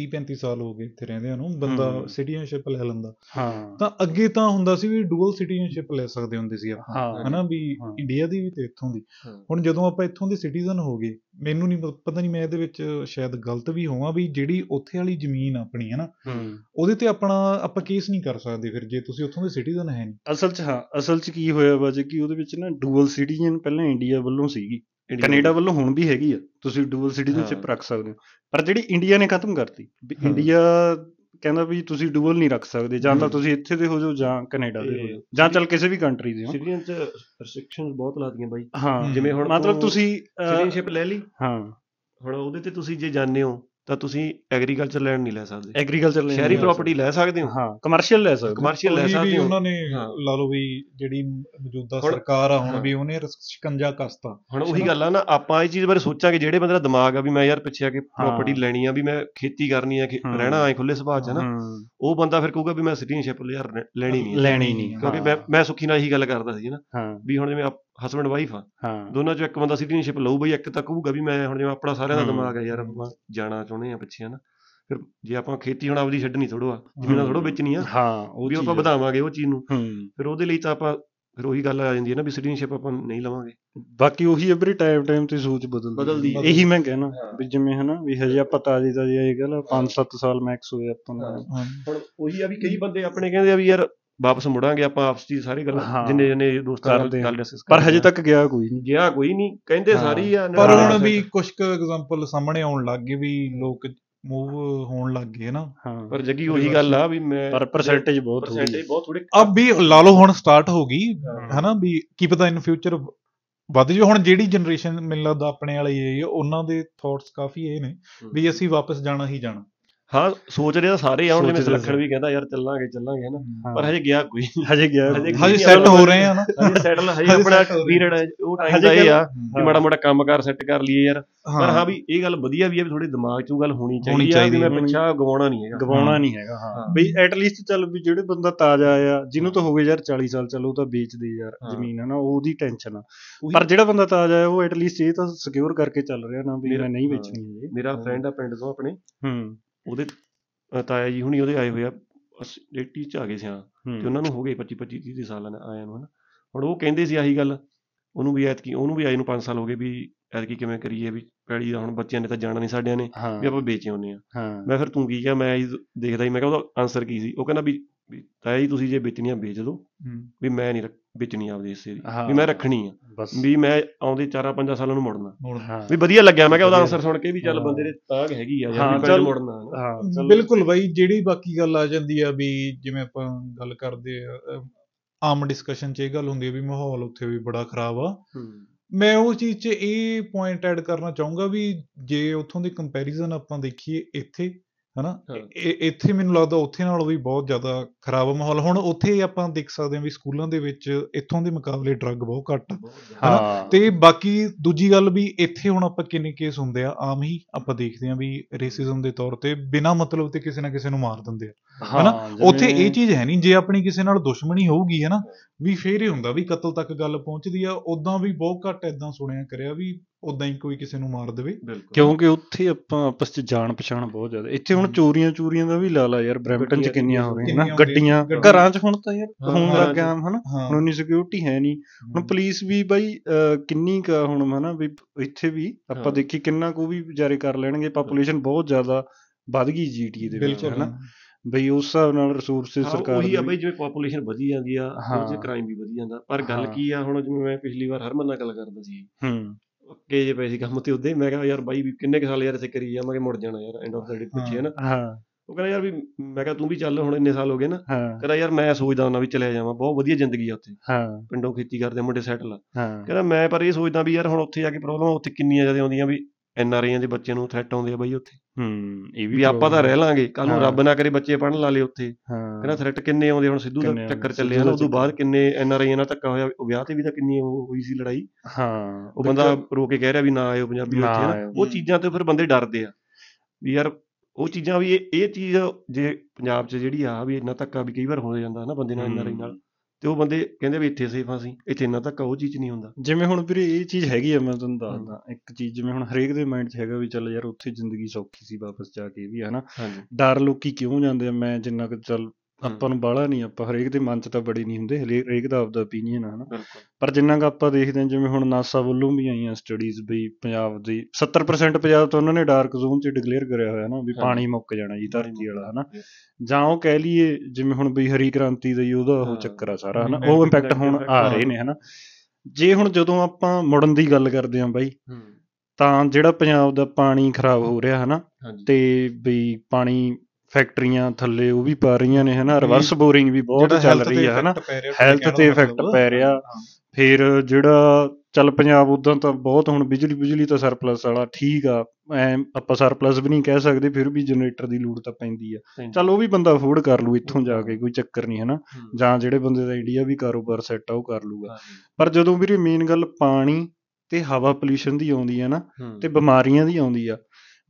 30 35 ਸਾਲ ਹੋ ਗਏ ਇੱਥੇ ਰਹਿੰਦਿਆਂ ਨੂੰ ਬੰਦਾ ਹਮ। ਸਿਟੀਜ਼ਨਸ਼ਿਪ ਲੈ ਲੈਂਦਾ ਹਾਂ ਤਾਂ ਅੱਗੇ ਤਾਂ ਹੁੰਦਾ ਸੀ ਵੀ ਡੂਅਲ ਸਿਟੀਜ਼ਨਸ਼ਿਪ ਲੈ ਸਕਦੇ ਹੁੰਦੇ ਸੀ ਆਪਾਂ ਹਾਂ ਹਨਾ ਵੀ ਹਾਂ। ਇੰਡੀਆ ਦੀ ਵੀ ਤੇ ਇੱਥੋਂ ਦੀ ਹਾਂ। ਹੁਣ ਜਦੋਂ ਆਪਾਂ ਇੱਥੋਂ ਦੇ ਸਿਟੀਜ਼ਨ ਹੋ ਗਏ ਮੈਨੂੰ ਨਹੀਂ ਪ- ਪਤਾ ਨਹੀਂ ਮੈਂ ਇਹਦੇ ਵਿੱਚ ਸ਼ਾਇਦ ਗਲਤ ਵੀ ਹੋਵਾਂ ਵੀ ਜਿਹੜੀ ਉੱਥੇ ਵਾਲੀ ਜ਼ਮੀਨ ਆਪਣੀ ਹੈ ਨਾ ਹਮ। ਉਹਦੇ ਤੇ ਆਪਣਾ ਆਪਾਂ ਕੇਸ ਨਹੀਂ ਕਰ ਸਕਦੇ ਫਿਰ ਜੇ ਤੁਸੀਂ ਉੱਥੋਂ ਦੇ ਸਿਟੀਜ਼ਨ ਹੈ ਨਹੀਂ ਅਸਲ 'ਚ ਹਾਂ ਅਸਲ 'ਚ ਕੀ ਹੋਇਆ ਵਾ ਜੀ ਕਿ ਉਹਦੇ ਵਿੱਚ ਨਾ ਡੂਅਲ ਸਿਟੀਜ਼ਨ ਪਹਿਲਾਂ ਇੰਡੀਆ ਵੱਲੋਂ ਸੀਗੀ India ਕੈਨੇਡਾ ਵੱਲੋਂ ਹੁਣ ਵੀ ਹੈਗੀ ਆ ਤੁਸੀਂ ਡੂਅਲ ਸਿਟੀਜ਼ਨਸ਼ਿਪ ਹਾਂ। ਰੱਖ ਸਕਦੇ ਹੋ ਪਰ ਜਿਹੜੀ ਇੰਡੀਆ ਨੇ ਖਤਮ ਕਰਤੀ ਵੀ ਹਾਂ। ਇੰਡੀਆ ਕਹਿੰਦਾ ਵੀ ਤੁਸੀਂ ਡੂਅਲ ਨਹੀਂ ਰੱਖ ਸਕਦੇ ਜਾਂ ਤਾਂ ਹਮ। ਤੁਸੀਂ ਇੱਥੇ ਦੇ ਹੋ ਜਾਓ ਜਾਂ ਕੈਨੇਡਾ ਦੇ ਹੋ ਇਹ ਜਾਓ ਜਾਂ ਚੱਲ ਕਿਸੇ ਵੀ ਕੰਟਰੀ ਦੇ ਹੋ ਸਿਟੀਆਂ ਚ ਰੈਸਟ੍ਰਿਕਸ਼ਨਸ ਬਹੁਤ ਲਾਦੀਆਂ ਬਾਈ ਹਾਂ ਜਿਵੇਂ ਹੁਣ ਮਤਲਬ ਤੋਂ ਤੁਸੀਂ ਅਹ, ਸਿਟੀਜ਼ਨਸ਼ਿਪ ਲੈ ਲਈ ਹਾਂ ਹੁਣ ਉਹਦੇ ਤੇ ਤੁਸੀਂ ਜੇ ਜਾਣੇ ਹੋ ਤਾਂ ਤੁਸੀਂ ਐਗਰੀਕਲਚਰ ਲੈਂਡ ਨਹੀਂ ਲੈ ਸਕਦੇ ਐਗਰੀਕਲਚਰ ਲੈਣ ਸ਼ਹਿਰੀ ਲੈ ਪ੍ਰਾਪਰਟੀ ਲੈ ਸਕਦੇ ਹੋ ਹਾਂ ਕਮਰਸ਼ੀਅਲ ਲੈ ਸਕਦੇ ਹੋ। ਕਮਰਸ਼ੀਅਲ ਲੈ ਉਹੀ ਵੀ ਸਕਦੇ ਹੋ ਉਹਨਾਂ ਨੇ ਹਾਂ। ਲਾ ਲਓ ਵੀ ਜਿਹੜੀ ਮੌਜੂਦਾ ਹੁਣ- ਸਰਕਾਰ ਆ ਹੁਣ ਹਾਂ। ਵੀ ਉਹਨੇ ਰਸ- ਸ਼ਿਕੰਜਾ ਕੱਸਤਾ ਹੁਣ ਉਹੀ ਗੱਲ ਆ ਨਾ ਆਪਾਂ ਇਹ ਚੀਜ਼ ਬਾਰੇ ਸੋਚਾਂਗੇ ਜਿਹੜੇ ਬੰਦੇ ਦਾ ਦਿਮਾਗ ਆ ਵੀ ਮੈਂ ਯਾਰ ਪਿੱਛੇ ਆ ਕੇ ਪ੍ਰਾਪਰਟੀ ਲੈਣੀ ਆ ਵੀ ਮੈਂ ਖੇਤੀ ਕਰਨੀ ਆ ਖੇ- ਹਾਂ। ਰਹਿਣਾ ਐ ਖੁੱਲੇ ਸੁਭਾਅ ਚ ਨਾ ਹਮ, ਉਹ ਬੰਦਾ ਫਿਰ ਕਹੂਗਾ ਵੀ ਮੈਂ ਸਿਟੀਜ਼ਨਸ਼ਿਪ ਯਾਰ ਲੈ- ਲੈਣੀ ਨਹੀਂ ਆ। ਲੈਣੀ ਨਹੀਂ ਕਿਉਂਕਿ ਮੈਂ ਮੈਂ ਸੁੱਖੀ ਨਾਲ ਇਹੀ ਗੱਲ ਕਰਦਾ ਸੀ ਨਾ ਹਾਂ ਵੀ ਹੁਣ ਜਿਵੇਂ ਹਸਬੰਡ ਵਾਈਫ ਆ ਹਾਂ ਦੋਨਾਂ ਚੋਂ ਇੱਕ ਬੰਦਾ ਸਿਟੀਜ਼ਨਸ਼ਿਪ ਲਊ ਬਈ ਇੱਕ ਤਾਂ ਕਹੂਗਾ ਵੀ ਮੈਂ ਹੁਣ ਜਿਵੇਂ ਆਪਣਾ ਸਾਰਿਆਂ ਦਾ ਹਮ। ਦਿਮਾਗ ਆ ਯਾਰ ਆਪਾਂ ਜਾਣਾ ਚਾਹੁੰਦੇ ਆ ਪਿੱਛੇ ਹਨਾ ਫਿਰ ਜੇ ਆਪਾਂ ਖੇਤੀ ਹੁਣ ਆਪਦੀ ਛੱਡਣੀ ਥੋੜੋ ਆ ਜ਼ਮੀਨਾਂ ਥੋੜੋ ਵੇਚਣੀ ਆ ਹਾਂ ਉਹ ਵੀ ਚੀਜ਼ ਆਪਾਂ ਆ। ਵਧਾਵਾਂਗੇ ਉਹ ਚੀਜ਼ ਨੂੰ ਹਮ। ਫਿਰ ਉਹਦੇ ਲਈ ਤਾਂ ਆਪਾਂ ਫਿਰ ਉਹੀ ਗੱਲ ਆ ਜਾਂਦੀ ਹੈ ਨਾ ਵੀ ਸਿਟੀਜ਼ਨਸ਼ਿਪ ਆਪਾਂ ਨਹੀਂ ਲਵਾਂਗੇ ਬਾਕੀ ਉਹੀ ਐਵਰੀ ਟਾਈਮ ਟਾਈਮ ਤੇ ਸੋਚ ਬਦਲਦੀ ਬਦਲਦੀ ਹੈ। ਹੈ। ਇਹੀ ਮੈਂ ਕਹਿਣਾ ਹਾਂ। ਵੀ ਜਿਵੇਂ ਹਨਾ ਵੀ ਹਜੇ ਆਪਾਂ ਤਾਜ਼ੀ ਤਾਜ਼ੀ ਇਹ ਗੱਲ 5-7 ਸਾਲ ਮੈਕਸ ਹੋਏ ਆਪਾਂ ਨੂੰ ਹਾਂ ਹੁਣ ਉਹੀ ਆ ਵੀ ਕਈ ਬੰਦੇ ਆਪਣੇ ਕਹਿੰਦੇ ਆ ਵੀ ਯਾਰ ਵਾਪਸ ਮੁੜਾਂਗੇ ਆਪਾਂ ਆਪਸ ਦੀ ਸਾਰੀ ਗੱਲ ਹਾਂ। ਜਿੰਨੇ ਜਿੰਨੇ ਦੋਸਤਾਂ ਨਾਲ ਕਰਦੇ ਆ। ਗੱਲ ਡਿਸਕਸ ਪਰ ਹਜੇ ਤੱਕ ਗਿਆ ਕੋਈ ਨਹੀਂ ਗਿਆ ਕੋਈ ਨਹੀਂ ਕਹਿੰਦੇ ਹਾਂ। ਸਾਰੀ ਆ ਪਰ ਹਾਂ। ਹੁਣ ਵੀ ਕੁਝ ਕੁ ਐਗਜ਼ਾਮਪਲ ਸਾਹਮਣੇ ਆਉਣ ਲੱਗ ਗਏ ਵੀ ਲੋਕ ਮੂਵ ਹੋਣ ਲੱਗ ਗਏ ਨਾ ਹਾਂ ਪਰ ਜੱਗੀ ਉਹੀ ਗੱਲ ਆ ਵੀ ਮੈਂ ਪਰ ਪਰਸੈਂਟੇਜ ਬਹੁਤ ਹੋ ਗਈ percentage ਬਹੁਤ ਥੋੜੇ ਅਬ ਵੀ ਲਾ ਲਓ ਹੁਣ ਸਟਾਰਟ ਹੋ ਗਈ ਹਨਾ ਵੀ ਕੀ ਪਤਾ ਇਨ ਫਿਊਚਰ ਵੱਧ ਜਾਓ ਹੁਣ ਜਿਹੜੀ ਜਨਰੇਸ਼ਨ ਮੈਨੂੰ ਲੱਗਦਾ ਆਪਣੇ ਵਾਲੀ ਹੈ ਉਹਨਾਂ ਦੇ ਥਾਟਸ ਕਾਫੀ ਇਹ ਨੇ ਵੀ ਅਸੀਂ ਵਾਪਸ ਜਾਣਾ ਹੀ ਜਾਣਾ ਹਾਂ ਸੋਚ ਰਿਹਾ ਸਾਰੇ ਆ ਹੁਣ ਜਿਵੇਂ ਸੋਚ ਰਿਹਾ ਸੁਲੱਖਣ ਵੀ ਕਹਿੰਦਾ ਯਾਰ ਚੱਲਾਂਗੇ ਚੱਲਾਂਗੇ ਹਨਾ ਪਰ ਪਰ ਹਜੇ ਗਿਆ ਕੋਈ ਹਜੇ ਗਿਆ ਹਜੇ ਹਜੇ ਨਹੀਂ ਸੈੱਟ ਆਇਆ ਹੋ ਬੰਦਾ। ਰਹੇ ਆ ਨਾ ਹਜੇ ਸੈਟਲ ਹਜੇ ਹਜੇ ਆਪਣਾ settle ਹੋ ਰਿਹਾ। ਪੀਰੀਅਡ ਉਹ ਟਾਈਮ ਹਜੇ ਦਾ ਇਹ ਗੱਲ- ਆ ਹਾਂ। ਕਿ ਮਾੜਾ ਮੋਟਾ ਕੰਮਕਾਰ ਸੈੱਟ ਕਰ ਲਈਏ ਯਾਰ ਪਰ ਹਾਂ ਹਾਂ ਵੀ ਇਹ ਗੱਲ ਵਧੀਆ ਵੀ ਹੈ ਵੀ ਥੋੜੇ ਦਿਮਾਗ 'ਚ ਉਹ ਗੱਲ ਹੋਣੀ ਹੋਣੀ ਚਾਹੀਦੀ ਹੈ ਚਾਹੀਦੀ ਵੀ ਹੈ, ਮੈਂ ਹੋਣੀ- ਪਿੱਛਾ ਗਵਾਉਣਾ ਨਹੀਂ ਹੈਗਾ ਗਵਾਉਣਾ ਹਾਂ। ਨਹੀਂ ਹੈਗਾ ਹਾਂ ਹਾਂ। ਬਈ ਐਟ ਲੀਸਟ ਚੱਲ ਵੀ ਜਿਹੜੇ ਬੰਦਾ ਤਾਜ਼ਾ ਆ ਜਿਹਨੂੰ ਤਾਂ ਹੋਵੇ ਯਾਰ 40 ਸਾਲ ਚੱਲ ਉਹ ਤਾਂ ਵੇਚ ਦੇ ਯਾਰ ਹਾਂ। ਜ਼ਮੀਨ ਹੈ ਨਾ ਉਹਦੀ ਟੈਨਸ਼ਨ ਆ ਉਹੀ- ਪਰ ਜਿਹੜਾ ਬੰਦਾ ਤਾਜ਼ਾ ਆ ਉਹ ਐਟ ਲੀਸਟ ਇਹ ਤਾਂ ਸਿਕਿਉਰ ਕਰਕੇ ਚੱਲ ਰਿਹਾ ਨਾ ਵੀ ਮੇਰਾ- ਮੈਂ ਨਹੀਂ ਹਾਂ। ਵੇਚਣੀ ਹੈ ਮੇਰਾ ਫਰੈਂਡ ਆ ਪਿੰਡ ਤੋਂ ਆਪਣੇ ਹੂੰ ਉਹਦੇ ਅ, ਤਾਇਆ ਜੀ ਹੁਣੀ ਉਹਦੇ ਆਏ ਹੋਏ ਆ 80 ਚ ਆ ਗਏ ਸਿਆ ਤੇ ਹੂੰ ਉਹਨਾਂ ਨੂੰ ਹੋ ਗਏ 25 25 30 ਸਾਲਾਂ ਦੇ ਆਇਆਂ ਨੂੰ ਹਨਾ ਹੁਣ ਉਹ ਕਹਿੰਦੇ ਸੀ ਆਹੀ ਗੱਲ ਉਹਨੂੰ ਵੀ ਐਤਕੀ ਉਹਨੂੰ ਵੀ ਆਏ ਨੂੰ 5 ਸਾਲ ਹੋ ਗਏ ਵੀ ਐਤਕੀ ਕਿਵੇਂ ਕਰੀਏ ਵੀ ਪੈਲੀ ਦਾ ਹੁਣ ਬੱਚਿਆਂ ਨੇ ਤਾਂ ਜਾਣਾ ਨਹੀਂ ਸਾਡਿਆਂ ਨੇ ਵੀ ਹਾਂ ਆਪਾਂ ਵੇਚ ਆਉਂਦੇ ਆ ਹਾਂ ਮੈਂ ਫਿਰ ਤੂੰ ਕੀ ਕਿਹਾ ਮੈਂ ਇਹੀ ਦੇਖਦਾ ਹੀ ਮੈਂ ਕਿਹਾ ਉਹਦਾ ਆਨਸਰ ਕੀ ਸੀ ਉਹ ਕਹਿੰਦਾ ਵੀ ਵੀ ਤਾਇਆ ਜੀ ਤੁਸੀਂ ਜੇ ਵੇਚਣੀਆਂ ਵੇਚ ਦਿਓ ਹੂੰ, ਵੀ ਮੈਂ ਨਹੀਂ ਵੇਚਣੀ ਆਪਦੇ ਹਿੱਸੇ ਦੀ ਹਾਂ। ਵੀ ਮੈਂ ਰੱਖਣੀ ਆ ਬਸ ਵੀ ਮੈਂ ਆਉਂਦੇ 4-5 ਸਾਲਾਂ ਨੂੰ ਮੁੜਨਾ ਹੁਣ ਹਾਂ ਵੀ ਵਧੀਆ ਲੱਗਿਆ ਮੈਂ ਕਿਹਾ ਉਹਦਾ ਵਧੀਆ। ਆਨਸਰ ਸੁਣ ਕੇ ਵੀ ਚੱਲ ਹਾਂ। ਬੰਦੇ ਦੇ ਤਾਗ ਹੈਗੀ ਆ ਯਾਰ ਹਾਂ, ਵੀ ਪੈਲੀ ਚੱਲ। ਮੁੜਨਾ ਹਨਾ। ਹਾਂ ਚੱਲ ਬਿਲਕੁਲ ਬਾਈ ਜਿਹੜੀ ਬਾਕੀ ਗੱਲ ਆ ਜਾਂਦੀ ਆ ਵੀ ਜਿਵੇਂ ਆਪਾਂ ਗੱਲ ਕਰਦੇ ਆ ਅਮ, ਆਮ ਡਿਸਕਸ਼ਨ 'ਚ ਇਹ ਗੱਲ ਹੁੰਦੀ ਆ ਵੀ ਮਾਹੌਲ ਉੱਥੇ ਵੀ ਬੜਾ ਖਰਾਬ ਆ ਮੈਂ ਉਹ ਚੀਜ਼ 'ਚ ਇਹ ਪੁਆਇੰਟ ਐਡ ਕਰਨਾ ਚਾਹੂੰਗਾ ਵੀ ਜੇ ਉੱਥੋਂ ਦੀ ਕੰਪੈਰੀਜ਼ਨ ਆਪਾਂ ਦੇਖੀਏ ਇੱਥੇ ਹਨਾ ਹਾਂ। ਇ- ਇ- ਇੱਥੇ ਮੈਨੂੰ ਲੱਗਦਾ ਉੱਥੇ ਨਾਲੋਂ ਵੀ ਬਹੁਤ ਜ਼ਿਆਦਾ ਖਰਾਬ ਆ ਮਾਹੌਲ ਹੁਣ ਉੱਥੇ ਆਪਾਂ ਦੇਖ ਸਕਦੇ ਹਾਂ ਵੀ ਸਕੂਲਾਂ ਦੇ ਵਿੱਚ ਇੱਥੋਂ ਦੇ ਮੁਕਾਬਲੇ ਡਰੱਗ ਬਹੁਤ ਘੱਟ ਆ ਹਾਂ ਹਾਂ ਤੇ ਬਾਕੀ ਦੂਜੀ ਗੱਲ ਵੀ ਇੱਥੇ ਹੁਣ ਆਪਾਂ ਕਿੰਨੇ ਕੇਸ ਹੁੰਦੇ ਆ ਆਮ ਹੀ ਆਪਾਂ ਦੇਖਦੇ ਆ ਵੀ ਰੇਸਿਜ਼ਮ ਦੇ ਤੌਰ ਤੇ ਬਿਨਾਂ ਮਤਲਬ ਤੇ ਕਿਸੇ ਨਾ ਕਿਸੇ ਨੂੰ ਮਾਰ ਦਿੰਦੇ ਆ ਹਨਾ? ਉੱਥੇ ਇਹ ਚੀਜ਼ ਹੈ ਨਹੀਂ ਜੇ ਆਪਣੀ ਕਿਸੇ ਨਾਲ ਦੁਸ਼ਮਣੀ ਹੋਊਗੀ ਹੈ ਨਾ ਵੀ ਫੇਰ ਹੀ ਹੁੰਦਾ ਵੀ ਕਤਲ ਤੱਕ ਗੱਲ ਪਹੁੰਚਦੀ ਆ ਉਦਾਂ ਵੀ ਬਹੁਤ ਘੱਟ ਐਦਾਂ ਸੁਣਿਆ ਕਰਿਆ ਵੀ ਉਦਾਂ ਹੀ ਕੋਈ ਕਿਸੇ ਨੂੰ ਮਾਰ ਦੇਵੇ ਬਿਲਕੁਲ ਕਿਉਂਕਿ ਉੱਥੇ ਆਪਾਂ ਆਪਸ ਚ ਜਾਣ ਪਛਾਣ ਬਹੁਤ ਜ਼ਿਆਦਾ ਇੱਥੇ ਹੁਣ ਹਮ। ਚੋਰੀਆਂ ਚੋਰੀਆਂ ਦਾ ਵੀ ਲਾ ਲਾ ਯਾਰ ਬ੍ਰੈਂਪਟਨ ਚ ਗੱਡੀਆਂ ਕਿੰਨੀਆਂ ਹੋ ਰਹੀਆਂ ਨਾ ਕਿੰਨੀਆਂ ਹੋ ਗੱਡੀਆਂ ਰਹੀਆਂ, ਘਰਾਂ ਚ ਹੁਣ ਤਾਂ ਯਾਰ ਹਾਂ, ਹੋਣ ਘਰਾਂ ਲੱਗ ਗਿਆ ਹਨਾ ਹਾਂ ਹੁਣ ਸਿਕਿਉਰਿਟੀ ਹੈ ਨਹੀਂ ਹੁਣ ਪੁਲਿਸ ਵੀ ਬਾਈ ਅਹ, ਕਿੰਨੀ ਕ ਹੁਣ ਹਨਾ ਵੀ ਇੱਥੇ ਵੀ ਹਾਂ। ਆਪਾਂ ਦੇਖੀ ਕਿੰਨਾ ਕੁ ਵੀ ਵਿਚਾਰੇ ਕਰ ਲੈਣਗੇ ਪਾਪੂਲੇਸ਼ਨ ਬਹੁਤ ਜ਼ਿਆਦਾ ਵੱਧ ਗਈ ਜੀਟੀਏ ਦੇ ਵਿੱਚ ਬਿਲਕੁਲ ਹਨਾ ਬਈ ਉਸ ਹਿਸਾਬ ਨਾਲ ਰਿਸੋਰਸਸ ਹਾਂ, ਸਰਕਾਰ ਉਹੀ ਦੇ ਆ ਵੀ- ਬਈ ਜਿਵੇਂ ਪੋਪੂਲੇਸ਼ਨ ਵਧੀ ਜਾਂਦੀ ਆ ਉਹਦੇ ਹਾਂ। ਕ੍ਰਾਈਮ ਵੀ ਵਧੀ ਜਾਂਦਾ ਪਰ ਗੱਲ ਹਾਂ। ਕੀ ਆ ਹੁਣ ਜਿਵੇਂ ਮੈਂ ਪਿਛਲੀ ਵਾਰ ਹਰਮਨ ਨਾਲ ਗੱਲ ਕਰਦਾ ਸੀ ਹੂੰ ਕਿ ਜੇ ਪਏ ਸੀ ਕੰਮ ਤੇ ਉਦੋਂ ਮੈਂ ਕਿਹਾ ਯਾਰ ਬਾਈ ਵੀ ਕਿੰਨੇ ਕੁ ਸਾਲ ਯਾਰ ਇੱਥੇ ਕਰੀ ਜਾਵਾਂਗੇ ਮੁੜ ਜਾਣਾ ਯਾਰ ਐਂਡ ਆਫ ਦਾ ਡੇ ਪਿੱਛੇ ਨਾ ਹਾਂ ਉਹ ਕਹਿੰਦਾ ਯਾਰ ਵੀ ਮੈਂ ਕਿਹਾ ਤੂੰ ਵੀ ਚੱਲ ਹੁਣ ਇੰਨੇ ਸਾਲ ਹੋ ਗਏ ਨਾ ਹਾਂ ਕਹਿੰਦਾ ਯਾਰ ਮੈਂ ਸੋਚਦਾ ਹੁੰਦਾ ਵੀ ਚਲਿਆ ਜਾਵਾਂ ਬਹੁਤ ਵਧੀਆ ਜ਼ਿੰਦਗੀ ਆ ਉੱਥੇ ਹਾਂ ਪਿੰਡੋਂ ਖੇਤੀ ਕਰਦੇ ਮੁੰਡੇ ਸੈਟਲ ਆ ਹਾਂ ਕਹਿੰਦਾ ਮੈਂ ਪਰ ਇਹ ਸੋਚਦਾ ਵੀ ਯਾਰ ਹੁਣ ਉੱਥੇ ਜਾ ਕੇ ਪ੍ਰੋਬਲਮ ਉੱਥੇ ਕਿੰਨੀਆਂ ਜ਼ਿਆਦਾ ਆਉਂਦੀਆਂ ਵੀ ਐਨ ਆਰ ਆਈਆਂ ਦੇ ਬੱਚਿਆਂ ਨੂੰ ਥ੍ਰੈਟ ਆਉਂਦੇ ਆ ਬਾਈ ਉੱਥੇ ਹੂੰ ਇਹ ਵੀ ਆਪਾਂ ਤਾਂ ਰਹਿ ਲਾਂਗੇ ਕੱਲ ਨੂੰ ਹਾਂ। ਰੱਬ ਨਾ ਕਰੇ ਬੱਚੇ ਪੜਨ ਲਾ ਲਏ ਉੱਥੇ ਹਾਂ ਕਹਿੰਦਾ ਥ੍ਰੈਟ ਕਿੰਨੇ ਆਉਂਦੇ ਹੁਣ ਸਿੱਧੂ ਕਿੰਨੇ ਦਾ ਆਉਂਦੇ, ਚੱਕਰ ਸਿੱਧੂ ਚੱਲਿਆ ਨਾ ਦਾ ਉਦੋਂ ਚੱਕਰ। ਬਾਅਦ ਕਿੰਨੇ ਐਨ ਆਰ ਆਈ ਨਾਲ ਧੱਕਾ ਹੋਇਆ ਉਹ ਵਿਆਹ ਤੇ ਵੀ ਤਾਂ ਕਿੰਨੀ ਉਹ ਹੋਈ ਸੀ ਲੜਾਈ ਹਾਂ ਉਹ ਬੰਦਾ ਰੋ ਕੇ ਕਹਿ ਰਿਹਾ ਵੀ ਨਾ ਆਇਓ ਪੰਜਾਬੀ ਨਾ ਉੱਥੇ ਨਾ ਆਇਓ। ਉਹ ਚੀਜ਼ਾਂ ਤੋਂ ਫਿਰ ਬੰਦੇ ਡਰਦੇ ਆ ਵੀ ਯਾਰ ਉਹ ਚੀਜ਼ਾਂ ਵੀ ਇਹ ਇਹ ਚੀਜ਼ ਜੇ ਪੰਜਾਬ 'ਚ ਜਿਹੜੀ ਆ ਵੀ ਇੰਨਾ ਧੱਕਾ ਵੀ ਕਈ ਵਾਰ ਹੋ ਜਾਂਦਾ ਨਾ ਬੰਦੇ ਨਾਲ ਐਨ ਆਰ ਆਈ ਨਾਲ ਤੇ ਉਹ ਬੰਦੇ ਕਹਿੰਦੇ ਵੀ ਇੱਥੇ ਸੇਫ ਆ ਸੀ ਇੱਥੇ ਇੰਨਾ ਧੱਕਾ ਉਹ ਚੀਜ਼ 'ਚ ਨਹੀਂ ਹੁੰਦਾ ਜਿਵੇਂ ਹੁਣ ਵੀਰੇ ਇਹ ਚੀਜ਼ ਹੈਗੀ ਆ ਮੈਂ ਤੁਹਾਨੂੰ ਦੱਸਦਾ ਇੱਕ ਚੀਜ਼ ਜਿਵੇਂ ਹੁਣ ਹਰੇਕ ਦੇ ਮਾਈਂਡ 'ਚ ਹੈਗਾ ਵੀ ਚੱਲ ਯਾਰ ਉੱਥੇ ਜ਼ਿੰਦਗੀ ਸੌਖੀ ਸੀ ਵਾਪਸ ਜਾ ਕੇ ਵੀ ਹਨਾ ਹਾਂਜੀ ਡਰ ਲੋਕੀ ਕਿਉਂ ਜਾਂਦੇ ਆ ਮੈਂ ਜਿੰਨਾ ਕੁ ਚੱਲ ਆਪਾਂ ਨੂੰ ਬਾਹਲਾ ਨਹੀਂ ਆਪਾਂ ਹਰੇਕ ਦੇ ਮਨ 'ਚ ਤਾਂ ਬੜੇ ਨਹੀਂ ਹੁੰਦੇ ਹਲੇ- ਹਰੇਕ ਦਾ ਆਪਦਾ opinion ਆ ਹਨਾ ਬਿਲਕੁਲ ਪਰ ਜਿੰਨਾ ਕੁ ਆਪਾਂ ਦੇਖਦੇ ਹਾਂ ਜਿਵੇਂ ਹੁਣ ਨਾਸਾ ਵੱਲੋਂ ਵੀ ਆਈਆਂ ਸਟੱਡੀਜ਼ ਵੀ ਪੰਜਾਬ ਦੀ 70% ਪੰਜਾਬ ਤਾਂ ਉਹਨਾਂ ਨੇ ਡਾਰਕ ਜ਼ੋਨ 'ਚ ਡਿਕਲੇਅਰ ਕਰਿਆ ਹੋਇਆ ਨਾ ਵੀ ਹਾਂ। ਪਾਣੀ ਮੁੱਕ ਜਾਣਾ ਜੀ ਪਾਣੀ ਧਰਤੀ ਮੁੱਕ ਵਾਲਾ ਹਨਾ ਜਾਣਾ। ਜਾਂ ਉਹ ਕਹਿ ਲਈਏ ਜਿਵੇਂ ਹੁਣ ਵੀ ਹਰੀ ਕ੍ਰਾਂਤੀ ਦਾ ਹੀ ਉਹਦਾ ਹਾਂ। ਉਹ ਚੱਕਰ ਆ ਸਾਰਾ ਹਨਾ Negative ਉਹ ਇੰਪੈਕਟ ਹੁਣ effect, ਆ ਹਾਂ। ਰਹੇ ਨੇ ਹਨਾ ਜੇ ਹੁਣ ਜਦੋਂ ਆਪਾਂ ਮੁੜਨ ਦੀ ਗੱਲ ਕਰਦੇ ਹਾਂ ਬਾਈ ਹੂੰ ਤਾਂ ਜਿਹੜਾ ਪੰਜਾਬ ਦਾ ਪਾਣੀ ਖਰਾਬ ਹੋ ਰਿਹਾ ਹਨਾ ਹਾਂਜੀ ਤੇ ਵੀ ਪਾਣੀ ਫੈਕਟਰੀਆਂ ਥੱਲੇ ਉਹ ਵੀ ਪਾ ਰਹੀਆਂ ਨੇ ਹਨਾ ਰਿਵਰਸ ਬੋਰਿੰਗ ਵੀ ਬਹੁਤ ਚੱਲ ਰਹੀ ਹੈ ਹਨਾ ਹੈਲਥ ਤੇ ਇਫੈਕਟ ਪੈ ਰਿਹਾ ਫਿਰ ਜਿਹੜਾ ਚੱਲ ਪੰਜਾਬ ਉਦੋਂ ਤਾਂ ਬਹੁਤ ਹੁਣ ਬਿਜਲੀ ਬਿਜਲੀ ਤਾਂ ਸਰਪਲਸ ਵਾਲਾ ਠੀਕ ਆ ਐ ਆਪਾਂ ਸਰਪਲਸ ਵੀ ਨਹੀਂ ਕਹਿ ਸਕਦੇ ਫਿਰ ਵੀ ਜਨਰੇਟਰ ਦੀ ਲੋੜ ਤਾਂ ਪੈਂਦੀ ਆ ਚੱਲ ਉਹ ਵੀ ਬੰਦਾ ਅਫੋਰਡ ਕਰ ਲੂ ਇੱਥੋਂ ਜਾ ਕੇ ਕੋਈ ਚੱਕਰ ਨਹੀਂ ਹਨਾ ਹੂੰ। ਜਾਂ ਜਿਹੜੇ ਬੰਦੇ ਦਾ ਇੰਡੀਆ ਵੀ ਕਾਰੋਬਾਰ ਸੈੱਟ ਆ ਉਹ ਕਰ ਲੂਗਾ ਹਾਂਜੀ। ਪਰ ਜਦੋਂ ਵੀਰੇ ਮੇਨ ਗੱਲ ਪਾਣੀ ਤੇ ਹਵਾ ਪੋਲੂਸ਼ਨ ਦੀ ਆਉਂਦੀ ਹੈ ਨਾ ਹੂੰ। ਤੇ ਬਿਮਾਰੀਆਂ ਦੀ ਆਉਂਦੀ ਆ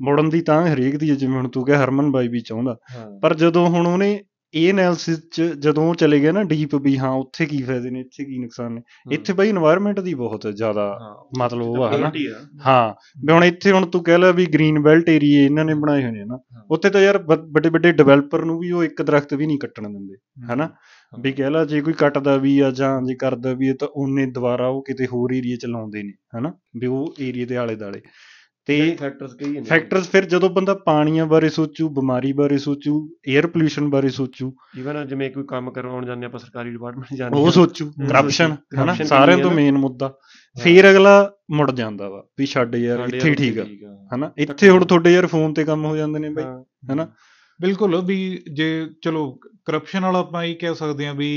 ਮੁੜਨ ਦੀ ਤਾਂ ਹਰੇਕ ਦੀ ਆ, ਜਿਵੇਂ ਹੁਣ ਤੂੰ ਕਿਹਾ ਹਰਮਨ ਬਾਈ ਵੀ ਚਾਹੁੰਦਾ ਹਾਂ। ਪਰ ਜਦੋਂ ਹੁਣ ਉਹਨੇ ਇਹ ਐਨਾਲਿਸਿਸ ਚ ਜਦੋਂ ਉਹ ਚਲੇ ਗਏ ਨਾ ਡੀਪ ਵੀ ਹਾਂ ਉੱਥੇ ਕੀ ਫਾਇਦੇ ਨੇ ਇੱਥੇ ਕੀ ਨੁਕਸਾਨ ਨੇ ਹੂੰ। ਇੱਥੇ ਬਈ এনवायरमेंट ਦੀ ਬਹੁਤ ਜ਼ਿਆਦਾ ਹਾਂ। ਮਤਲਬ ਉਹ ਆ ਹਨਾ Quality ਆ। ਹਾਂ ਵੀ ਹੁਣ ਇੱਥੇ ਹੁਣ ਤੂੰ ਕਹਿ ਲੈ ਵੀ ਗ੍ਰੀਨ ਬੈਲਟ ਏਰੀਏ ਇਹਨਾਂ ਨੇ ਬਣਾਏ ਹੋਏ ਨੇ ਨਾ ਹਾਂ। ਉੱਥੇ ਤਾਂ ਯਾਰ ਵੱਡੇ ਵੱਡੇ ਡਿਵੈਲਪਰ ਨੂੰ ਵੀ ਉਹ ਇੱਕ ਦਰਖਤ ਵੀ ਨਹੀਂ ਕੱਟਣ ਦਿੰਦੇ ਹਨਾ ਵੀ ਕਹਿ ਲਾ ਜੇ ਕੋਈ ਕੱਟਦਾ ਵੀ ਆ ਜਾਂ ਜੇ ਕਰਦਾ ਵੀ ਆ ਤਾਂ ਉਹਨੇ ਦੁਬਾਰਾ ਉਹ ਕਿਤੇ ਹੋਰ ਏਰੀਏ ਚ ਲਾਉਂਦੇ ਨੇ ਹਨਾ ਵੀ ਉਹ ਏਰੀਏ ਦੇ ਆਲੇ ਦਾਲੇ ਤੇ ਇਹ ਫੈਕਟਰਸ ਕਈ ਨੇ ਫੈਕਟਰਸ ਫਿਰ ਜਦੋਂ ਬੰਦਾ ਪਾਣੀਆਂ ਬਾਰੇ ਸੋਚੂ ਬਿਮਾਰੀ ਬਾਰੇ ਸੋਚੂ 에ਅਰ ਪੋਲੂਸ਼ਨ ਬਾਰੇ ਸੋਚੂ Even ਜਿਵੇਂ ਕੋਈ ਕੰਮ ਕਰਵਾਉਣ ਜਾਂਦੇ ਆਪਾਂ ਸਰਕਾਰੀ ਡਿਪਾਰਟਮੈਂਟ ਜਾਂਦੇ ਉਹ ਹਾਂ। ਸੋਚੂ ਹਮ, ਕਰਪਸ਼ਨ corruption ਹਨਾ ਕਿੰਨੀ ਸਾਰਿਆਂ ਹੈ ਤੋਂ ਨਾ। ਮੇਨ ਮੁੱਦਾ ਫਿਰ ਅਗਲਾ ਮੁੜ ਜਾਂਦਾ ਵਾ ਵੀ ਛੱਡ ਯਾਰ ਸਾਡੇ ਇੱਥੇ ਹੀ ਠੀਕ ਆ ਠੀਕ ਆ ਹਨਾ ਇੱਥੇ ਹੁਣ ਤੁਹਾਡੇ ਯਾਰ ਫੋਨ ਤੇ ਕੰਮ ਹੋ ਜਾਂਦੇ ਨੇ ਬਈ ਹਾਂ। ਹਨਾ? ਬਿਲਕੁਲ ਵੀ ਜੇ ਚਲੋ ਕਰਪਸ਼ਨ ਵਾਲਾ ਆਪਾਂ ਇਹ ਕਹਿ ਸਕਦੇ ਹਾਂ ਵੀ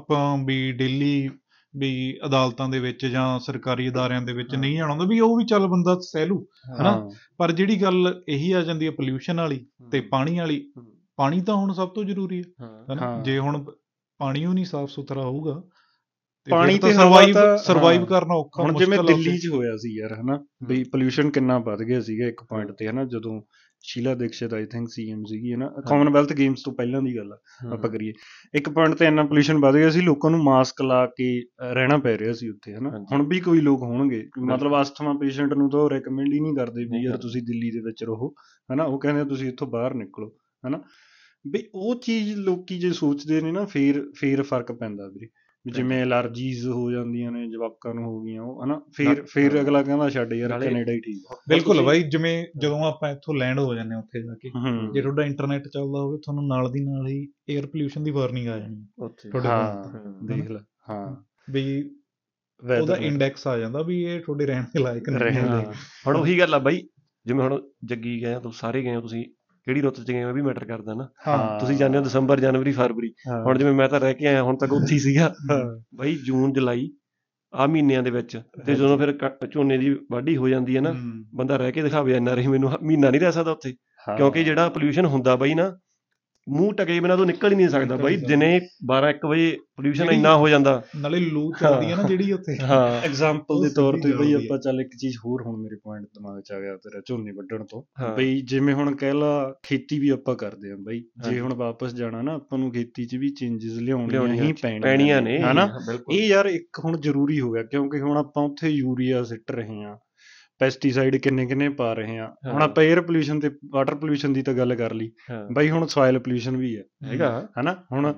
ਆਪਾਂ ਵੀ ਡੇਲੀ ਵੀ ਅਦਾਲਤਾਂ ਦੇ ਵਿੱਚ ਜਾਂ ਸਰਕਾਰੀ ਅਦਾਰਿਆਂ ਦੇ ਵਿੱਚ ਨਹੀਂ ਜਾਣਾ ਹੁੰਦਾ ਵੀ ਉਹ ਵੀ ਚੱਲ ਬੰਦਾ ਸਹਿ ਲੂ ਹਨਾ? ਪਰ ਜਿਹੜੀ ਗੱਲ ਇਹੀ ਆ ਜਾਂਦੀ ਹੈ ਪੋਲਿਊਸ਼ਨ ਵਾਲੀ ਤੇ ਪਾਣੀ ਵਾਲੀ ਹਮ। ਪਾਣੀ ਤਾਂ ਹੁਣ ਸਭ ਤੋਂ ਜ਼ਰੂਰੀ ਹੈ ਹਾਂ ਹਨਾ ਹਾਂ। ਜੇ ਹੁਣ ਪਾਣੀ ਉਹ ਨਹੀਂ ਸਾਫ਼ ਸੁਥਰਾ ਹੋਊਗਾ ਪਾਣੀ ਤੇ ਹਵਾ ਸਰਵਾਈਵ ਤਾਂ- ਸਰਵਾਈਵ ਹਾਂ। ਕਰਨਾ ਔਖਾ ਹੁਣ ਜਿਵੇਂ ਮੁਸ਼ਕਿਲ ਆ ਦਿੱਲੀ 'ਚ ਹੋਇਆ ਸੀ ਯਾਰ ਹਨਾ ਵੀ ਪੋਲੂਸ਼ਨ ਕਿੰਨਾ ਵੱਧ ਗਿਆ ਸੀਗਾ ਇੱਕ ਪੁਆਇੰਟ ਤੇ ਹਨਾ ਜਦੋਂ Sheila Dikshit I think CM ਸੀਗੀ ਹਨਾ ਕਾਮਨਵੈਲਥ ਗੇਮਸ ਤੋਂ ਪਹਿਲਾਂ ਦੀ ਗੱਲ ਆ ਆਪਾਂ ਕਰੀਏ ਇੱਕ ਪੁਆਇੰਟ ਤੇ ਇੰਨਾ ਪੋਲੂਸ਼ਨ ਵੱਧ ਗਿਆ ਸੀ ਲੋਕਾਂ ਨੂੰ ਮਾਸਕ ਲਾ ਕੇ ਅ, ਰਹਿਣਾ ਪੈ ਰਿਹਾ ਸੀ ਉੱਥੇ ਹਨਾ ਹਾਂਜੀ। ਹੁਣ ਵੀ ਕੋਈ ਲੋਕ ਹੋਣਗੇ ਮਤਲਬ ਅਸਥਮਾ ਪੇਸ਼ੈਂਟ ਨੂੰ ਤਾਂ ਰეკਮੈਂਡ ਹੀ ਨਹੀਂ ਕਰਦੇ ਵੀ ਨਹੀਂ ਯਾਰ ਕਰਦੇ। ਤੁਸੀਂ ਦਿੱਲੀ ਦੇ ਵਿੱਚ ਰਹੋ ਹਨਾ ਉਹ ਕਹਿੰਦੇ ਆ, ਤੁਸੀਂ ਇੱਥੋਂ ਬਾਹਰ ਨਿਕਲੋ ਹਨਾ ਵੀ ਉਹ ਚੀਜ਼ ਲੋਕੀ ਜੇ ਸੋਚਦੇ ਨੇ ਨਾ ਫੇਰ ਫੇਰ ਫਰਕ ਪੈਂਦਾ ਵੀਰੇ ਵੀ ਜਿਵੇਂ ਅਲਰਜੀਜ਼ ਹੋ ਜਾਂਦੀਆਂ ਨੇ ਜਵਾਕਾਂ ਨੂੰ ਹੋ ਗਈਆਂ ਉਹ ਹਨਾ ਫੇਰ ਨਾ- ਫੇਰ ਅਗਲਾ ਕਹਿੰਦਾ ਛੱਡ ਯਾਰ ਨਾਲੇ- ਕੈਨੇਡਾ ਹੀ ਠੀਕ ਉੱਥੇ। ਬਿਲਕੁਲ ਬਾਈ ਜਿਵੇਂ ਜਦੋਂ ਆਪਾਂ ਇੱਥੋਂ ਲੈਂਡ ਹੋ ਜਾਂਦੇ ਹਾਂ ਉੱਥੇ ਜਾ ਕੇ ਹੂੰ ਜੇ ਤੁਹਾਡਾ ਇੰਟਰਨੈਟ ਚੱਲਦਾ ਹੋਵੇ ਤੁਹਾਨੂੰ ਨਾਲ ਦੀ ਨਾਲ ਹੀ 에ਅਰ ਪੋਲਿਊਸ਼ਨ ਦੀ ਵਾਰਨਿੰਗ ਆ ਜਾਣੀ ਹੈ ਉੱਥੇ ਤੁਹਾਡੇ ਹਾਂ ਹਮ। ਦੇਖ ਲੈ ਹਾਂ ਵੀ weather ਉਹਦਾ ਨਾਲ। ਇੰਡੈਕਸ ਆ ਜਾਂਦਾ ਵੀ ਇਹ ਤੁਹਾਡੇ ਰਹਿਣ ਦੇ ਲਾਇਕ ਨਹੀਂ ਰਹਿਣ ਹੈ ਲਈ। ਹੁਣ ਉਹੀ ਗੱਲ ਆ ਬਾਈ ਜਿਵੇਂ ਹੁਣ ਜੱਗੀ ਗਏ ਆ ਤੁਸੀਂ ਸਾਰੇ ਗਏ ਹੋ ਤੁਸੀਂ ਕਿਹੜੀ ਰੁੱਤ 'ਚ ਗਏ ਹੋ ਇਹ ਵੀ ਮੈਟਰ ਕਰਦਾ ਨਾ ਹਾਂ। ਤੁਸੀਂ ਜਾਂਦੇ ਹੋ ਦਸੰਬਰ ਜਨਵਰੀ ਫਰਵਰੀ ਹਾਂ। ਹੁਣ ਜਿਵੇਂ ਮੈਂ ਤਾਂ ਰਹਿ ਕੇ ਆਇਆ ਹੁਣ ਤੱਕ ਉੱਥੇ ਹੀ ਸੀਗਾ ਬਾਈ ਜੂਨ ਜੁਲਾਈ ਆ ਮਹੀਨਿਆਂ ਦੇ ਵਿੱਚ ਤੇ ਜਦੋਂ ਫਿਰ ਕ- ਝੋਨੇ ਦੀ ਵਾਢੀ ਹੋ ਜਾਂਦੀ ਹੈ ਨਾ ਹਮ, ਬੰਦਾ ਰਹਿ ਕੇ ਦਿਖਾਵੇ ਇੰਨਾ ਰਹੀ ਮੈਨੂੰ ਹ- ਮਹੀਨਾ ਨਹੀਂ ਰਹਿ ਸਕਦਾ ਉੱਥੇ ਹਾਂ। ਕਿਉਂਕਿ ਜਿਹੜਾ ਪੋਲੂਸ਼ਨ ਹੁੰਦਾ ਬਾਈ ਨਾ ਮੂੰਹ ਟਕੇ ਬਿਨਾਂ ਤੋਂ ਨਿਕਲ ਹੀ ਨਹੀਂ ਸਕਦਾ ਨਿਕਲ ਬਾਈ ਨਹੀਂ ਦਿਨੇ 12 1 ਵਜੇ ਪੋਲੂਸ਼ਨ ਜਿਹੜੀ- ਇੰਨਾ ਹੋ ਜਾਂਦਾ ਨਾਲੇ ਲੂ ਚੱਲਦੀ ਹੈ ਨਾ ਜਿਹੜੀ ਉੱਥੇ ਹਾਂ ਐਗਜ਼ਾਮਪਲ ਉਹ ਦੇ ਤੌਰ ਸਿੱਧੀ ਤੇ ਬਈ ਗੱਲ ਹੀ ਆਪਾਂ ਚੱਲ ਇੱਕ ਚੀਜ਼ ਹੋਰ ਹੁਣ ਮੇਰੇ ਪੁਆਇੰਟ ਦਿਮਾਗ 'ਚ ਆ ਗਿਆ ਤੇਰਾ ਝੋਨੇ ਵੱਢਣ ਤੋਂ ਹਾਂ। ਬਈ ਜਿਵੇਂ ਹੁਣ ਕਹਿ ਲਾ ਖੇਤੀ ਵੀ ਆਪਾਂ ਕਰਦੇ ਆਂ ਬਈ ਜੇ ਹਾਂਜੀ। ਹੁਣ ਵਾਪਸ ਜਾਣਾ ਨਾ ਆਪਾਂ ਨੂੰ ਖੇਤੀ 'ਚ ਵੀ ਚੇਂਜਸ ਲਿਆਉਣੀਆਂ ਲਿਆਉਣੀਆਂ ਹੀ ਪੈਣੀਆਂ ਪੈਣੀਆਂ ਨੇ ਹਨਾ ਬਿਲਕੁਲ ਇਹ ਯਾਰ ਇੱਕ ਹੁਣ ਜ਼ਰੂਰੀ ਹੋ ਗਿਆ ਕਿਉਂਕਿ ਹੁਣ ਆਪਾਂ ਉੱਥੇ ਯੂਰੀਆ ਸਿੱਟ ਰਹੇ ਆਂ ਪੈਸਟੀਸਾਈਡ ਕਿੰਨੇ ਕਿੰਨੇ ਪਾ ਰਹੇ ਆਂ ਹੁਣ ਹਾਂ। ਆਪਾਂ 에ਅਰ ਪੋਲੂਸ਼ਨ ਤੇ ਵਾਟਰ ਪੋਲੂਸ਼ਨ ਦੀ ਤਾਂ ਗੱਲ ਕਰ ਲਈ ਹਾਂ। ਬਈ ਹੁਣ ਸੋਇਲ ਪੋਲੂਸ਼ਨ ਵੀ ਹੈ ਹੈਗਾ ਹਨਾ ਹੁਣ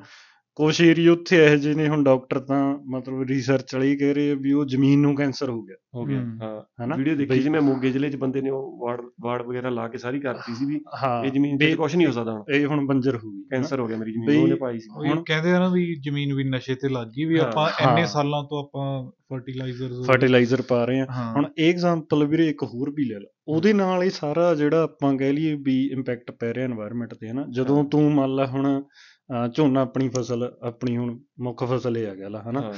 ਕੁਛ ਏਰੀਆ ਉੱਥੇ ਇਹੋ ਜਿਹੇ ਨੇ ਹੁਣ ਡਾਕਟਰ ਤਾਂ ਮਤਲਬ ਰਿਸਰਚ ਲਈ ਕਹਿ ਰਹੇ ਆ ਵੀ ਉਹ ਜ਼ਮੀਨ ਨੂੰ ਕੈਂਸਰ ਹੋ ਗਿਆ ਹੋ ਗਿਆ ਹਮ। ਹਾਂ ਹਨਾ ਵੀਡੀਓ ਦੇਖੀ ਬਈ- ਸੀ ਮੈਂ ਮੋਗੇ ਜ਼ਿਲ੍ਹੇ 'ਚ ਬੰਦੇ ਨੇ ਉਹ ਵਾਰਡ ਵਾਰਡ ਵਗੈਰਾ ਲਾ ਕੇ ਸਾਰੀ ਕਰਤੀ ਸੀ ਵੀ ਹਾਂ ਇਹ ਜ਼ਮੀਨ ਤੇ ਬੇ- ਕੁਝ ਨਹੀਂ ਹੋ ਸਕਦਾ ਹੁਣ ਇਹ ਹੁਣ ਬੰਜਰ ਹੋ ਗਈ ਹਨਾ? ਕੈਂਸਰ ਹੋ ਗਿਆ ਮੇਰੀ ਬਈ- ਜ਼ਮੀਨ ਉਹਨੇ ਪਾਈ ਸੀ ਹੁਣ ਕਹਿੰਦੇ ਆ ਨਾ ਵੀ ਜ਼ਮੀਨ ਵੀ ਨਸ਼ੇ ਤੇ ਲੱਗ ਗਈ ਵੀ ਹਾਂ, ਆਪਾਂ ਹਾਂ। ਇੰਨੇ ਸਾਲਾਂ ਤੋਂ ਆਪਾਂ ਫਰਟੀਲਾਈਜ਼ਰਸ ਫਰਟੀਲਾਈਜ਼ਰ ਪਾ ਰਹੇ ਆ ਹਾਂ ਹੁਣ ਇਹ ਐਗਜ਼ਾਮਪਲ ਵੀਰੇ ਇੱਕ ਹੋਰ ਵੀ ਲੈ ਲਾ ਉਹਦੇ ਨਾਲ ਇਹ ਸਾਰਾ ਜਿਹੜਾ ਆਪਾਂ ਕਹਿ ਲਈਏ ਵੀ ਇੰਪੈਕਟ ਪੈ ਰਿਹਾ এনवायरमेंट ਤੇ ਹਨਾ ਜਦੋਂ ਤੂੰ ਮੰਨ ਲਾ ਹੁਣ ਅਹ, ਝੋਨਾ ਆਪਣੀ ਫਸਲ ਆਪਣੀ ਹੁਣ ਮੁੱਖ ਫਸਲ ਇਹ ਆ ਗਿਆ ਲਾ ਹਨਾ ਹਾਂ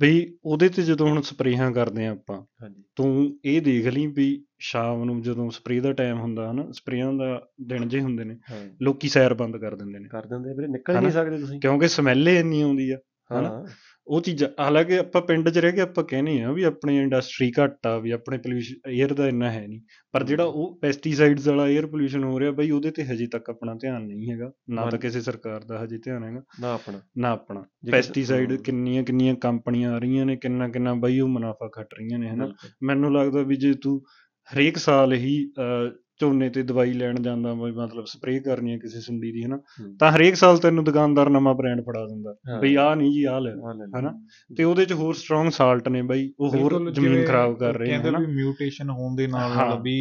ਬਈ ਉਹਦੇ ਤੇ ਜਦੋਂ ਹੁਣ ਸਪਰੇਹਾਂ ਕਰਦੇ ਆ ਆਪਾਂ ਹਾਂਜੀ ਤੂੰ ਇਹ ਦੇਖ ਲਈ ਵੀ ਸ਼ਾਮ ਨੂੰ ਜਦੋਂ ਸਪਰੇਅ ਦਾ ਟਾਈਮ ਹੁੰਦਾ ਹਨਾ ਸਪਰੇਆਂ ਦਾ ਦਿਨ ਜੇ ਹੁੰਦੇ ਨੇ ਹਾਂ ਲੋਕੀ ਸੈਰ ਬੰਦ ਕਰ ਦਿੰਦੇ ਨੇ ਕਰ ਦਿੰਦੇ ਆ ਵੀਰੇ ਨਿਕਲ ਹੀ ਨਹੀਂ ਹਨਾ? ਸਕਦੇ ਤੁਸੀਂ ਕਿਉਂਕਿ ਸਮੈਲ ਇੰਨੀ ਆਉਂਦੀ ਆ ਹਾਂ ਹਨਾ? ਉਹ ਚੀਜ਼ਾਂ ਹਾਲਾਂਕਿ ਆਪਾਂ ਪਿੰਡ 'ਚ ਰਹਿ ਕੇ ਆਪਾਂ ਕਹਿੰਦੇ ਆ ਵੀ ਆਪਣੀ ਇੰਡਸਟਰੀ ਘੱਟ ਆ ਵੀ ਆਪਣੇ ਪੋਲੂਸ਼ਨ 에ਅਰ ਦਾ ਇੰਨਾ ਹੈ ਨਹੀਂ ਪਰ ਜਿਹੜਾ ਉਹ ਪੈਸਟੀਸਾਈਡਸ ਵਾਲਾ 에ਅਰ ਪੋਲੂਸ਼ਨ ਹੋ ਰਿਹਾ ਬਈ ਉਹਦੇ ਤੇ ਹਜੇ ਤੱਕ ਆਪਣਾ ਧਿਆਨ ਨਹੀਂ ਹੈਗਾ ਨਾ ਤਾਂ ਹਾਂਜੀ। ਕਿਸੇ ਸਰਕਾਰ ਦਾ ਹਜੇ ਧਿਆਨ ਹੈਗਾ ਨਾ ਆਪਣਾ ਨਾ ਆਪਣਾ ਜੇ ਕਿਸੇ- ਪੈਸਟੀਸਾਈਡ ਹਾਂ, ਕਿੰਨੀਆਂ ਕਿੰਨੀਆਂ ਕੰਪਨੀਆਂ ਆ ਰਹੀਆਂ ਨੇ ਕਿੰਨਾ ਕਿੰਨਾ ਬਈ ਉਹ ਮੁਨਾਫਾ ਖੱਟ ਰਹੀਆਂ ਨੇ ਹਨਾ ਬਿਲਕੁਲ। ਮੈਨੂੰ ਲੱਗਦਾ ਵੀ ਜੇ ਤੂੰ ਹਰੇਕ ਸਾਲ ਹੀ ਅਹ, ਝੋਨੇ ਤੇ ਦਵਾਈ ਲੈਣ ਜਾਂਦਾ ਵੀ ਮਤਲਬ ਸਪਰੇਅ ਕਰਨੀ ਹੈ ਕਿਸੇ ਸੰਦੀ ਦੀ ਹਨਾ ਹੂੰ। ਤਾਂ ਹਰੇਕ ਸਾਲ ਤੈਨੂੰ ਦੁਕਾਨਦਾਰ ਨਵਾਂ ਬ੍ਰਾਂਡ ਫੜਾ ਦਿੰਦਾ ਹਾਂ। ਬਈ ਆਹ ਨਹੀਂ ਜੀ ਆਹ ਲੈ ਲਓ। ਆਹ ਲੈ ਲਓ। ਹਨਾ? ਤੇ ਉਹਦੇ ਚ ਹੋਰ ਸਟਰੋਂਗ ਸਾਲਟ ਨੇ ਬਈ ਉਹ ਹੋਰ ਬਿਲਕੁਲ ਜ਼ਮੀਨ ਜਿਵੇਂ ਖਰਾਬ ਕਰ ਰਹੇ ਨੇ ਕਹਿੰਦੇ ਹਨਾ ਵੀ ਮਿਊਟੇਸ਼ਨ ਹੋਣ ਦੇ ਨਾਲ ਹਾਂ। ਨਾਲ ਵੀ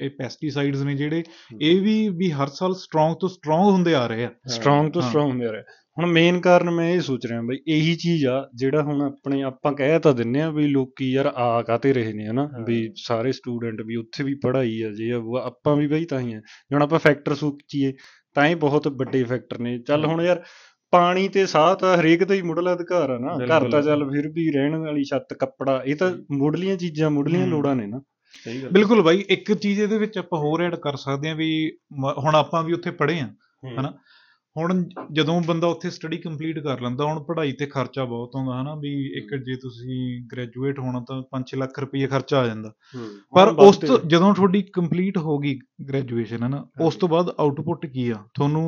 ਇਹ ਪੈਸਟੀਸਾਈਡਸ ਨੇ ਜਿਹੜੇ ਹਮ। ਇਹ ਵੀ ਵੀ ਹਰ ਸਾਲ ਸਟਰੋਂਗ ਤੋਂ ਸਟਰੋਂਗ ਹੁੰਦੇ ਆ ਰਹੇ ਆ ਸਟਰੋਂਗ ਤੋਂ ਹਾਂ। ਸਟਰੋਂਗ ਹੁੰਦੇ ਰਹੇ ਹੁਣ ਮੇਨ ਕਾਰਨ ਮੈਂ ਇਹ ਸੋਚ ਰਿਹਾ ਬਈ ਇਹੀ ਚੀਜ਼ ਆ ਜਿਹੜਾ ਹੁਣ ਆਪਣੇ ਆਪਾਂ ਕਹਿ ਤਾਂ ਦਿੰਨੇ ਆ ਵੀ ਲੋਕੀ ਯਾਰ ਆ ਕਾਤੇ ਰਹੇ ਨੇ ਹਨਾ ਹਾਂ। ਵੀ ਸਾਰੇ ਸਟੂਡੈਂਟ ਵੀ ਉੱਥੇ ਵੀ ਪੜ੍ਹਾਈ ਆ ਜੇ ਆ ਵੋ ਆ, ਆਪਾਂ ਵੀ ਬਈ ਤਾਂ ਹੀ ਆ ਜੇ ਹੁਣ ਆਪਾਂ ਫੈਕਟਰ ਸੋਚੀਏ ਤਾਂ ਇਹ ਬਹੁਤ ਵੱਡੇ ਫੈਕਟਰ ਨੇ ਚੱਲ ਹੁਣ ਯਾਰ ਪਾਣੀ ਤੇ ਸਾਹ ਤਾਂ ਹਰੇਕ ਦਾ ਹੀ ਮੁੱਢਲਾ ਅਧਿਕਾਰ ਆ ਨਾ ਘਰ ਬਿਲਕੁਲ। ਤਾਂ ਚੱਲ ਫਿਰ ਵੀ ਰਹਿਣ ਵਾਲੀ ਛੱਤ ਕੱਪੜਾ ਇਹ ਤਾਂ ਮੁੱਢਲੀਆਂ ਚੀਜ਼ਾਂ ਮੁੱਢਲੀਆਂ ਹਮ। ਲੋੜਾਂ ਨੇ ਨਾ ਸਹੀ ਗੱਲ ਬਿਲਕੁਲ ਬਾਈ ਇੱਕ ਚੀਜ਼ ਇਹਦੇ ਵਿੱਚ ਆਪਾਂ ਹੋਰ ਐਡ ਕਰ ਸਕਦੇ ਆ ਵੀ ਮ- ਹੁਣ ਆਪਾਂ ਵੀ ਉੱਥੇ ਪੜ੍ਹੇ ਆ ਹਨਾ? ਹੁਣ ਜਦੋਂ ਬੰਦਾ ਉੱਥੇ ਸਟੱਡੀ ਕੰਪਲੀਟ ਕਰ ਲੈਂਦਾ ਹੁਣ ਪੜ੍ਹਾਈ ਤੇ ਖਰਚਾ ਬਹੁਤ ਆਉਂਦਾ ਹਨਾ ਵੀ ਇੱਕ ਜੇ ਤੁਸੀਂ ਗ੍ਰੈਜੂਏਟ ਹੋਣਾ ਤਾਂ 5 ਲੱਖ ਰੁਪਏ ਖਰਚਾ ਆ ਜਾਂਦਾ ਹੂੰ। ਪਰ ਹੁਣ ਵੱਧ ਉਸ ਤੋਂ ਤੇ- ਜਦੋਂ ਤੁਹਾਡੀ ਕੰਪਲੀਟ ਹੋ ਗਈ ਗ੍ਰੈਜੂਏਸ਼ਨ ਹੈ ਨਾ ਉਸ ਹਾਂਜੀ। ਤੋਂ ਬਾਅਦ ਆਊਟਪੁੱਟ ਕੀ ਆ ਤੁਹਾਨੂੰ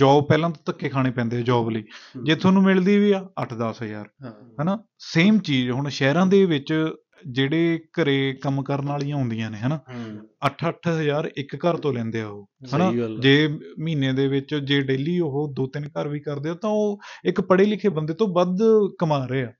ਜੌਬ ਪਹਿਲਾਂ ਤਾਂ ਧੱਕੇ ਖਾਣੇ ਪੈਂਦੇ ਆ ਜੌਬ ਲਈ ਹਮ। ਜੇ ਤੁਹਾਨੂੰ ਮਿਲਦੀ ਵੀ ਆ 8-10 ਹਜ਼ਾਰ ਹਾਂ ਹਨਾ ਸੇਮ ਚੀਜ਼ ਹੁਣ ਸ਼ਹਿਰਾਂ ਦੇ ਵਿੱਚ ਜਿਹੜੇ ਘਰੇ ਕੰਮ ਕਰਨ ਵਾਲੀਆਂ ਹੁੰਦੀਆਂ ਨੇ ਹਨਾ 8-8 ਹਜ਼ਾਰ ਇੱਕ ਘਰ ਤੋਂ ਲੈਂਦੇ ਆ ਉਹ ਹਨਾ ਸਹੀ ਗੱਲ ਆ। ਜੇ ਮਹੀਨੇ ਦੇ ਵਿੱਚ ਜੇ ਡੇਲੀ ਉਹ ਦੋ ਤਿੰਨ ਘਰ ਵੀ ਕਰਦੇ ਆ ਤਾਂ ਉਹ ਇੱਕ ਪੜ੍ਹੇ ਲਿਖੇ ਬੰਦੇ ਤੋਂ ਵੱਧ ਕਮਾ ਰਹੇ ਆ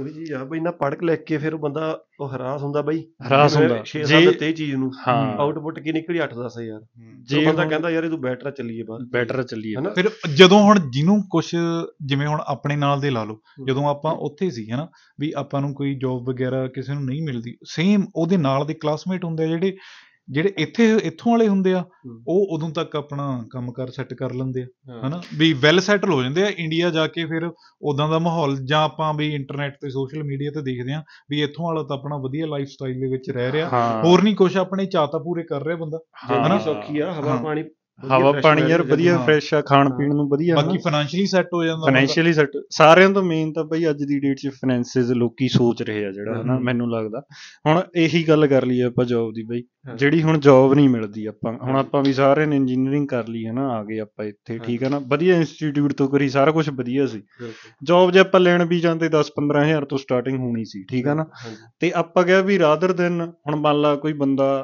ਉਹੀ ਚੀਜ਼ ਆ ਬਈ ਨਾ ਪੜਕ ਲੈ ਕੇ ਫਿਰ ਉਹ ਬੰਦਾ ਉਹ ਹਰਾਸ ਹੁੰਦਾ ਬਈ ਹਰਾਸ ਹੁੰਦਾ 6 ਜੇ- ਸਾਲ ਦਿੱਤੇ ਇਹ ਚੀਜ਼ ਨੂੰ ਹਾਂ ਆਊਟਪੁੱਟ ਕੀ ਨਿਕਲੀ 8-10 ਹਜ਼ਾਰ ਜੇ ਜੇ ਬੰਦਾ ਹੁਣ- ਕਹਿੰਦਾ ਯਾਰ ਇਹ ਤੂੰ ਬੈਟਰ ਚੱਲੀਏ ਬਾਹਰ ਬੈਟਰ ਚੱਲੀ ਹਨਾ ਫਿਰ ਜਦੋਂ ਹੁਣ ਜਿਹਨੂੰ ਕੁਝ ਜਿਵੇਂ ਹੁਣ ਆਪਣੇ ਨਾਲ ਦੇ ਲਾ ਲਓ ਜਦੋਂ ਆਪਾਂ ਉੱਥੇ ਸੀ ਹਨਾ ਵੀ ਆਪਾਂ ਨੂੰ ਕੋਈ ਜੌਬ ਵਗੈਰਾ ਕਿਸੇ ਨੂੰ ਨਹੀਂ ਮਿਲਦੀ ਸੇਮ ਉਹਦੇ ਨਾਲ ਦੇ ਕਲਾਸਮੇਟ ਹੁੰਦੇ ਆ ਜਿਹੜੇ ਜਿਹੜੇ ਇੱਥੇ ਇੱਥੋਂ ਵਾਲੇ ਹੁੰਦੇ ਆ ਹੂੰ। ਉਹ ਉਦੋਂ ਤੱਕ ਆਪਣਾ ਕੰਮਕਾਰ ਸੈੱਟ ਕਰ ਲੈਂਦੇ ਆ ਹਾਂ। ਹਨਾ ਵੀ ਵੈਲ ਸੈਟਲ ਹੋ ਜਾਂਦੇ ਆ ਇੰਡੀਆ ਜਾ ਕੇ ਫਿਰ ਉਦਾਂ ਦਾ ਮਾਹੌਲ ਜਾਂ ਆਪਾਂ ਵੀ ਇੰਟਰਨੈਟ ਤੇ ਸੋਸ਼ਲ ਮੀਡੀਆ ਤੇ ਦੇਖਦੇ ਆ ਵੀ ਇੱਥੋਂ ਵਾਲਾ ਤਾਂ ਆਪਣਾ ਵਧੀਆ ਲਾਈਫ ਸਟਾਈਲ ਦੇ ਵਿੱਚ ਰਹਿ ਰਿਹਾ ਹਾਂ ਹੋਰ ਨਹੀਂ ਕੁਛ ਆਪਣੇ ਚਾਅ ਤਾਂ ਪੂਰੇ ਕਰ ਰਿਹਾ ਬੰਦਾ ਜ਼ਿੰਦਗੀ ਹਨਾ? ਸੌਖੀ ਆ ਹਵਾ ਹਾਂ। ਪਾਣੀ ਵਧੀਆ ਹਵਾ fresh ਪਾਣੀ air ਯਾਰ ਤੇ ਵਧੀਆ ਹਾਂ। ਫਰੈਸ਼ ਆ ਖਾਣ ਹਾਂ। ਪੀਣ ਨੂੰ ਵਧੀਆ ਬਾਕੀ ਫਾਈਨੈਂਸ਼ੀਅਲੀ ਸੈੱਟ ਹੋ ਜਾਂਦਾ ਬੰਦਾ। ਫਾਈਨੈਂਸ਼ੀਅਲੀ ਸੈਟ ਸਾਰਿਆਂ ਤੋਂ ਮੇਨ ਤਾਂ ਬਈ ਅੱਜ ਦੀ ਡੇਟ 'ਚ ਫਾਈਨੈਂਸਿਸ ਲੋਕੀ ਸੋਚ ਰਹੇ ਆ ਜਿਹੜਾ ਹਨਾ ਹਮ। ਮੈਨੂੰ ਲੱਗਦਾ ਹੁਣ ਇਹੀ ਗੱਲ ਕਰ ਲਈਏ ਆਪਾਂ ਜੌਬ ਦੀ ਬਈ ਹਾਂ। ਜਿਹੜੀ ਹੁਣ ਜੌਬ ਨਹੀਂ ਮਿਲਦੀ ਆਪਾਂ ਹੁਣ ਹਾਂ। ਆਪਾਂ ਵੀ ਸਾਰਿਆਂ ਨੇ ਇੰਜੀਨੀਅਰਿੰਗ ਕਰ ਲਈ ਹੈ ਨਾ ਆ ਗਏ ਆਪਾਂ ਇੱਥੇ ਹਾਂ। ਠੀਕ ਹੈ ਨਾ ਵਧੀਆ ਇੰਸਟੀਚਿਊਟ ਤੋਂ ਕਰੀ ਸਾਰਾ ਕੁਝ ਵਧੀਆ ਸੀ ਬਿਲਕੁਲ। ਜੌਬ ਜੇ ਆਪਾਂ ਲੈਣ ਵੀ ਜਾਂਦੇ 10-15 ਹਜ਼ਾਰ ਤੋਂ ਸਟਾਰਟਿੰਗ ਹੋਣੀ ਸੀ ਠੀਕ ਹੈ ਨਾ ਹਾਂਜੀ। ਤੇ ਆਪਾਂ ਕਿਹਾ ਵੀ ਰਾਦਰ ਦਿਨ ਹੁਣ ਮੰਨ ਲਾ ਕੋਈ ਬੰਦਾ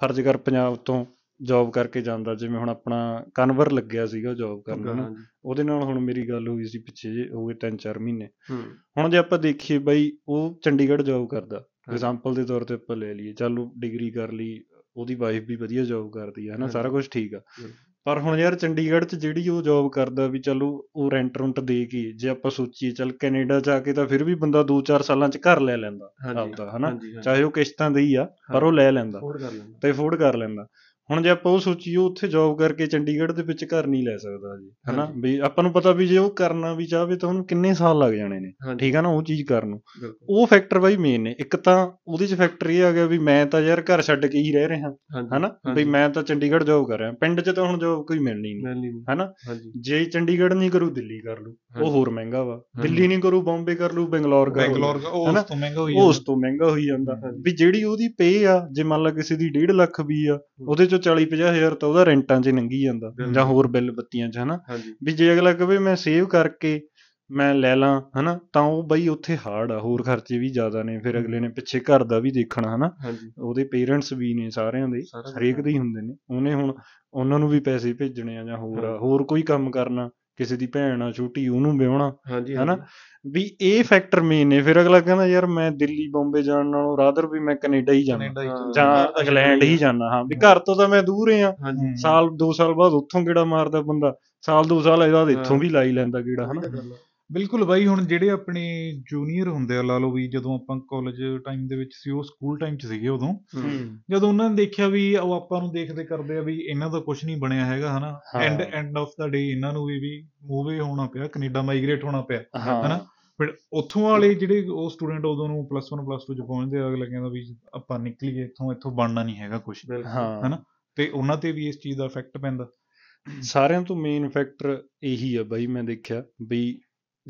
ਫਰਜ਼ ਕਰ ਪੰਜਾਬ ਤੋਂ ਜੌਬ ਕਰਕੇ ਜਾਂਦਾ ਜਿਵੇਂ ਹੁਣ ਆਪਣਾ ਕਨਵਰ ਲੱਗਿਆ ਸੀਗਾ ਜੌਬ ਕਰਨ ਹਾਂਜੀ। ਹਨਾ ਉਹਦੇ ਨਾਲ ਹੁਣ ਮੇਰੀ ਗੱਲ ਹੋਈ ਸੀ ਪਿੱਛੇ ਜੇ ਹੋ ਗਏ 3-4 ਮਹੀਨੇ ਹੂੰ ਹੁਣ ਜੇ ਆਪਾਂ ਦੇਖੀਏ ਬਾਈ ਉਹ ਚੰਡੀਗੜ੍ਹ ਜੌਬ ਕਰਦਾ ਹਾਂ। ਐਗਜ਼ਾਮਪਲ ਦੇ ਤੌਰ ਤੇ ਆਪਾਂ ਲੈ ਲਈਏ ਚੱਲ ਉਹ ਡਿਗਰੀ ਕਰ ਲਈ ਉਹਦੀ ਵਾਈਫ ਵੀ ਵਧੀਆ ਜੌਬ ਕਰਦੀ ਹੈ ਹਨਾ ਹਾਂ। ਸਾਰਾ ਕੁਝ ਠੀਕ ਆ ਹਾਂ। ਪਰ ਹੁਣ ਯਾਰ ਚੰਡੀਗੜ੍ਹ 'ਚ ਜਿਹੜੀ ਉਹ ਜੌਬ ਕਰਦਾ ਵੀ ਚਲੋ ਉਹ ਰੈਂਟ ਰੁੰਟ ਦੇ ਕੇ ਜੇ ਆਪਾਂ ਸੋਚੀਏ ਚੱਲ ਕੈਨੇਡਾ 'ਚ ਆ ਕੇ ਤਾਂ ਫਿਰ ਵੀ ਬੰਦਾ 2-4 ਸਾਲਾਂ 'ਚ ਘਰ ਲੈ ਲੈਂਦਾ ਹਾਂਜੀ ਆਪਦਾ ਹਨਾ ਹਾਂਜੀ, ਹਾਂਜੀ ਚਾਹੇ ਉਹ ਕਿਸ਼ਤਾਂ ਦੇ ਹੀ ਆ ਪਰ ਉਹ ਲੈ ਲੈਂਦਾ ਹੋਰ ਕਰ ਲੈਂਦਾ ਤੇ ਅਫੋਰਡ ਕਰ ਲੈਂਦਾ ਹੁਣ ਜੇ ਆਪਾਂ ਉਹ ਸੋਚੀਏ ਉਹ ਉੱਥੇ ਜੌਬ ਕਰਕੇ ਚੰਡੀਗੜ੍ਹ ਦੇ ਵਿੱਚ ਘਰ ਨਹੀਂ ਲੈ ਸਕਦਾ ਜੀ ਹਨਾ ਹਾਂਜੀ। ਵੀ ਆਪਾਂ ਨੂੰ ਪਤਾ ਵੀ ਜੇ ਉਹ ਕਰਨਾ ਵੀ ਚਾਹਵੇ ਤਾਂ ਉਹਨੂੰ ਕਿੰਨੇ ਸਾਲ ਲੱਗ ਜਾਣੇ ਨੇ ਹਾਂਜੀ ਠੀਕ ਆ ਨਾ ਉਹ ਚੀਜ਼ ਕਰਨ ਨੂੰ ਬਿਲਕੁਲ ਉਹ ਫੈਕਟਰ ਬਾਈ ਮੇਨ ਨੇ ਇੱਕ ਤਾਂ ਉਹਦੇ ਚ ਫੈਕਟਰ ਇਹ ਆ ਗਿਆ ਵੀ ਮੈਂ ਤਾਂ ਯਾਰ ਘਰ ਛੱਡ ਕੇ ਹੀ ਰਹਿ ਰਿਹਾ ਹਾਂਜੀ ਹਨਾ ਵੀ ਹਾਂਜੀ। ਮੈਂ ਤਾਂ ਚੰਡੀਗੜ੍ਹ ਜੌਬ ਕਰ ਰਿਹਾ ਪਿੰਡ 'ਚ ਤਾਂ ਹੁਣ ਜੌਬ ਕੋਈ ਮਿਲਣੀ ਨਹੀਂ ਮਿਲ ਨਹੀਂ ਹਨਾ ਹਾਂਜੀ ਜੇ ਚੰਡੀਗੜ੍ਹ ਨਹੀਂ ਕਰੂ ਦਿੱਲੀ ਕਰ ਲੂ ਉਹ ਹਾਂਜੀ। ਹੋਰ ਮਹਿੰਗਾ ਵਾ ਹਾਂਜੀ। ਦਿੱਲੀ ਨਹੀਂ ਕਰੂ ਬੰਬੇ ਕਰ ਲੂ ਬੰਗਲੌਰ ਕਰ ਲੂ ਬੈਂਗਲੌਰ ਉਹ ਹਨਾ? ਉਸ ਤੋਂ ਮਹਿੰਗਾ ਹੋਈ ਉਹ ਉਸ ਤੋਂ ਮਹਿੰਗਾ ਹੋਈ ਜਾਂਦਾ ਹਾਂਜੀ। ਵੀ ਜਿਹੜੀ ਉਹਦੀ ਪੇ ਆ ਜੇ ਮੰਨ ਲਾ ਕਿਸੇ ਦੀ 1.5 ਲੱਖ ਵੀ ਆ ਉਹਦੇ ਚੋਂ 40-50 ਹਜ਼ਾਰ ਤਾਂ ਉਹਦਾ ਰੈਂਟਾਂ 'ਚ ਲੰਘੀ ਜਾਂਦਾ ਬਿਲਕੁਲ। ਜਾਂ ਹੋਰ ਬਿੱਲ ਬੱਤੀਆਂ 'ਚ ਹਨਾ ਹਾਂਜੀ ਵੀ ਜੇ ਅਗਲਾ ਕਹੇ ਮੈਂ ਸੇਵ ਕਰਕੇ ਮੈਂ ਲੈ ਲਾਂ ਹਨਾ ਤਾਂ ਉਹ ਬਈ ਉੱਥੇ ਹਾਰਡ ਆ ਹੋਰ ਖਰਚੇ ਵੀ ਜ਼ਿਆਦਾ ਨੇ ਫਿਰ ਅਗਲੇ ਨੇ ਪਿੱਛੇ ਘਰ ਦਾ ਵੀ ਦੇਖਣਾ ਹਨਾ ਹਾਂਜੀ ਉਹਦੇ ਪੇਰੈਂਟਸ ਵੀ ਨੇ ਸਾਰਿਆਂ ਦੇ ਸਾਰਾ ਹਰੇਕ ਦੇ ਹੀ ਹੁੰਦੇ ਨੇ ਉਹਨੇ ਹੁਣ ਉਹਨਾਂ ਨੂੰ ਵੀ ਪੈਸੇ ਭੇਜਣੇ ਆ ਜਾਂ ਹੋਰ ਆ ਹੋਰ ਕੋਈ ਕੰਮ ਕਰਨਾ ਕਿਸੇ ਦੀ ਭੈਣ ਆ ਛੋਟੀ ਉਹਨੂੰ ਵਿਆਹਣਾ ਹਾਂਜੀ ਹਨਾ ਵੀ ਇਹ ਫੈਕਟਰ ਮੇਨ ਨੇ ਫਿਰ ਅਗਲਾ ਕਹਿੰਦਾ ਯਾਰ ਮੈਂ ਦਿੱਲੀ ਬੰਬੇ ਜਾਣ ਨਾਲੋਂ ਰਾਦਰ ਵੀ ਮੈਂ ਕੈਨੇਡਾ ਹੀ ਜਾਣਾ ਕੈਨੇਡਾ ਹੀ ਹਾਂ। ਜਾਂ ਇੰਗਲੈਂਡ ਹੀ ਜਾਣਾ ਹਾਂ ਵੀ ਘਰ ਤੋਂ ਤਾਂ ਮੈਂ ਦੂਰ ਹੀ ਆ ਹਾਂਜੀ ਸਾਲ 2 ਸਾਲ ਬਾਅਦ ਉੱਥੋਂ ਗੇੜਾ ਮਾਰਦਾ ਬੰਦਾ ਸਾਲ 2 ਸਾਲ ਇਹਦਾ ਇੱਥੋਂ ਹਾਂ। ਵੀ ਲਾਈ ਲੈਂਦਾ ਗੇੜਾ ਹਨਾ ਬਿਲਕੁਲ ਬਾਈ ਹੁਣ ਜਿਹੜੇ ਆਪਣੇ ਜੂਨੀਅਰ ਹੁੰਦੇ ਆ ਲਾ ਲਓ ਵੀ ਜਦੋਂ ਆਪਾਂ ਕਾਲਜ ਟਾਈਮ ਦੇ ਵਿੱਚ ਸੀ ਉਹ ਸਕੂਲ ਟਾਈਮ 'ਚ ਸੀਗੇ ਉਦੋਂ ਜਦੋਂ ਉਹਨਾਂ ਨੇ ਦੇਖਿਆ ਵੀ ਉਹ ਆਪਾਂ ਨੂੰ ਦੇਖਦੇ ਕਰਦੇ ਆ ਵੀ ਇਹਨਾਂ ਦਾ ਕੁਝ ਨਹੀਂ ਬਣਿਆ ਹੈਗਾ ਹਨਾ ਹਾਂ। End end of the day ਇਹਨਾਂ ਨੂੰ ਵੀ ਵੀ ਮੂਵੇ ਹੋਣਾ ਪਿਆ ਕੈਨੇਡਾ ਮਾਈਗ੍ਰੇਟ ਹੋਣਾ ਪਿਆ ਹਾਂ ਹਨਾ? ਫਿਰ ਉੱਥੋਂ ਵਾਲੇ ਜਿਹੜੇ ਉਹ ਸਟੂਡੈਂਟ ਉਦੋਂ ਨੂੰ ਪਲੱਸ 1 ਪਲੱਸ 2 ਚ ਪਹੁੰਚਦੇ ਆ ਅਗਲਾ ਕਹਿੰਦਾ ਵੀ ਆਪਾਂ ਨਿਕਲੀਏ ਇੱਥੋਂ ਇੱਥੋਂ ਬਣਨਾ ਨਹੀਂ ਹੈਗਾ ਕੁਝ ਬਿਲਕੁਲ ਹਾਂ ਤੇ ਉਹਨਾਂ ਤੇ ਵੀ ਇਸ ਚੀਜ਼ ਦਾ ਇਫੈਕਟ ਪੈਂਦਾ ਸਾਰਿਆਂ ਤੋਂ ਮੇਨ ਫੈਕਟਰ ਇਹੀ ਆ ਬਾਈ ਮੈਂ ਦੇਖਿਆ ਵੀ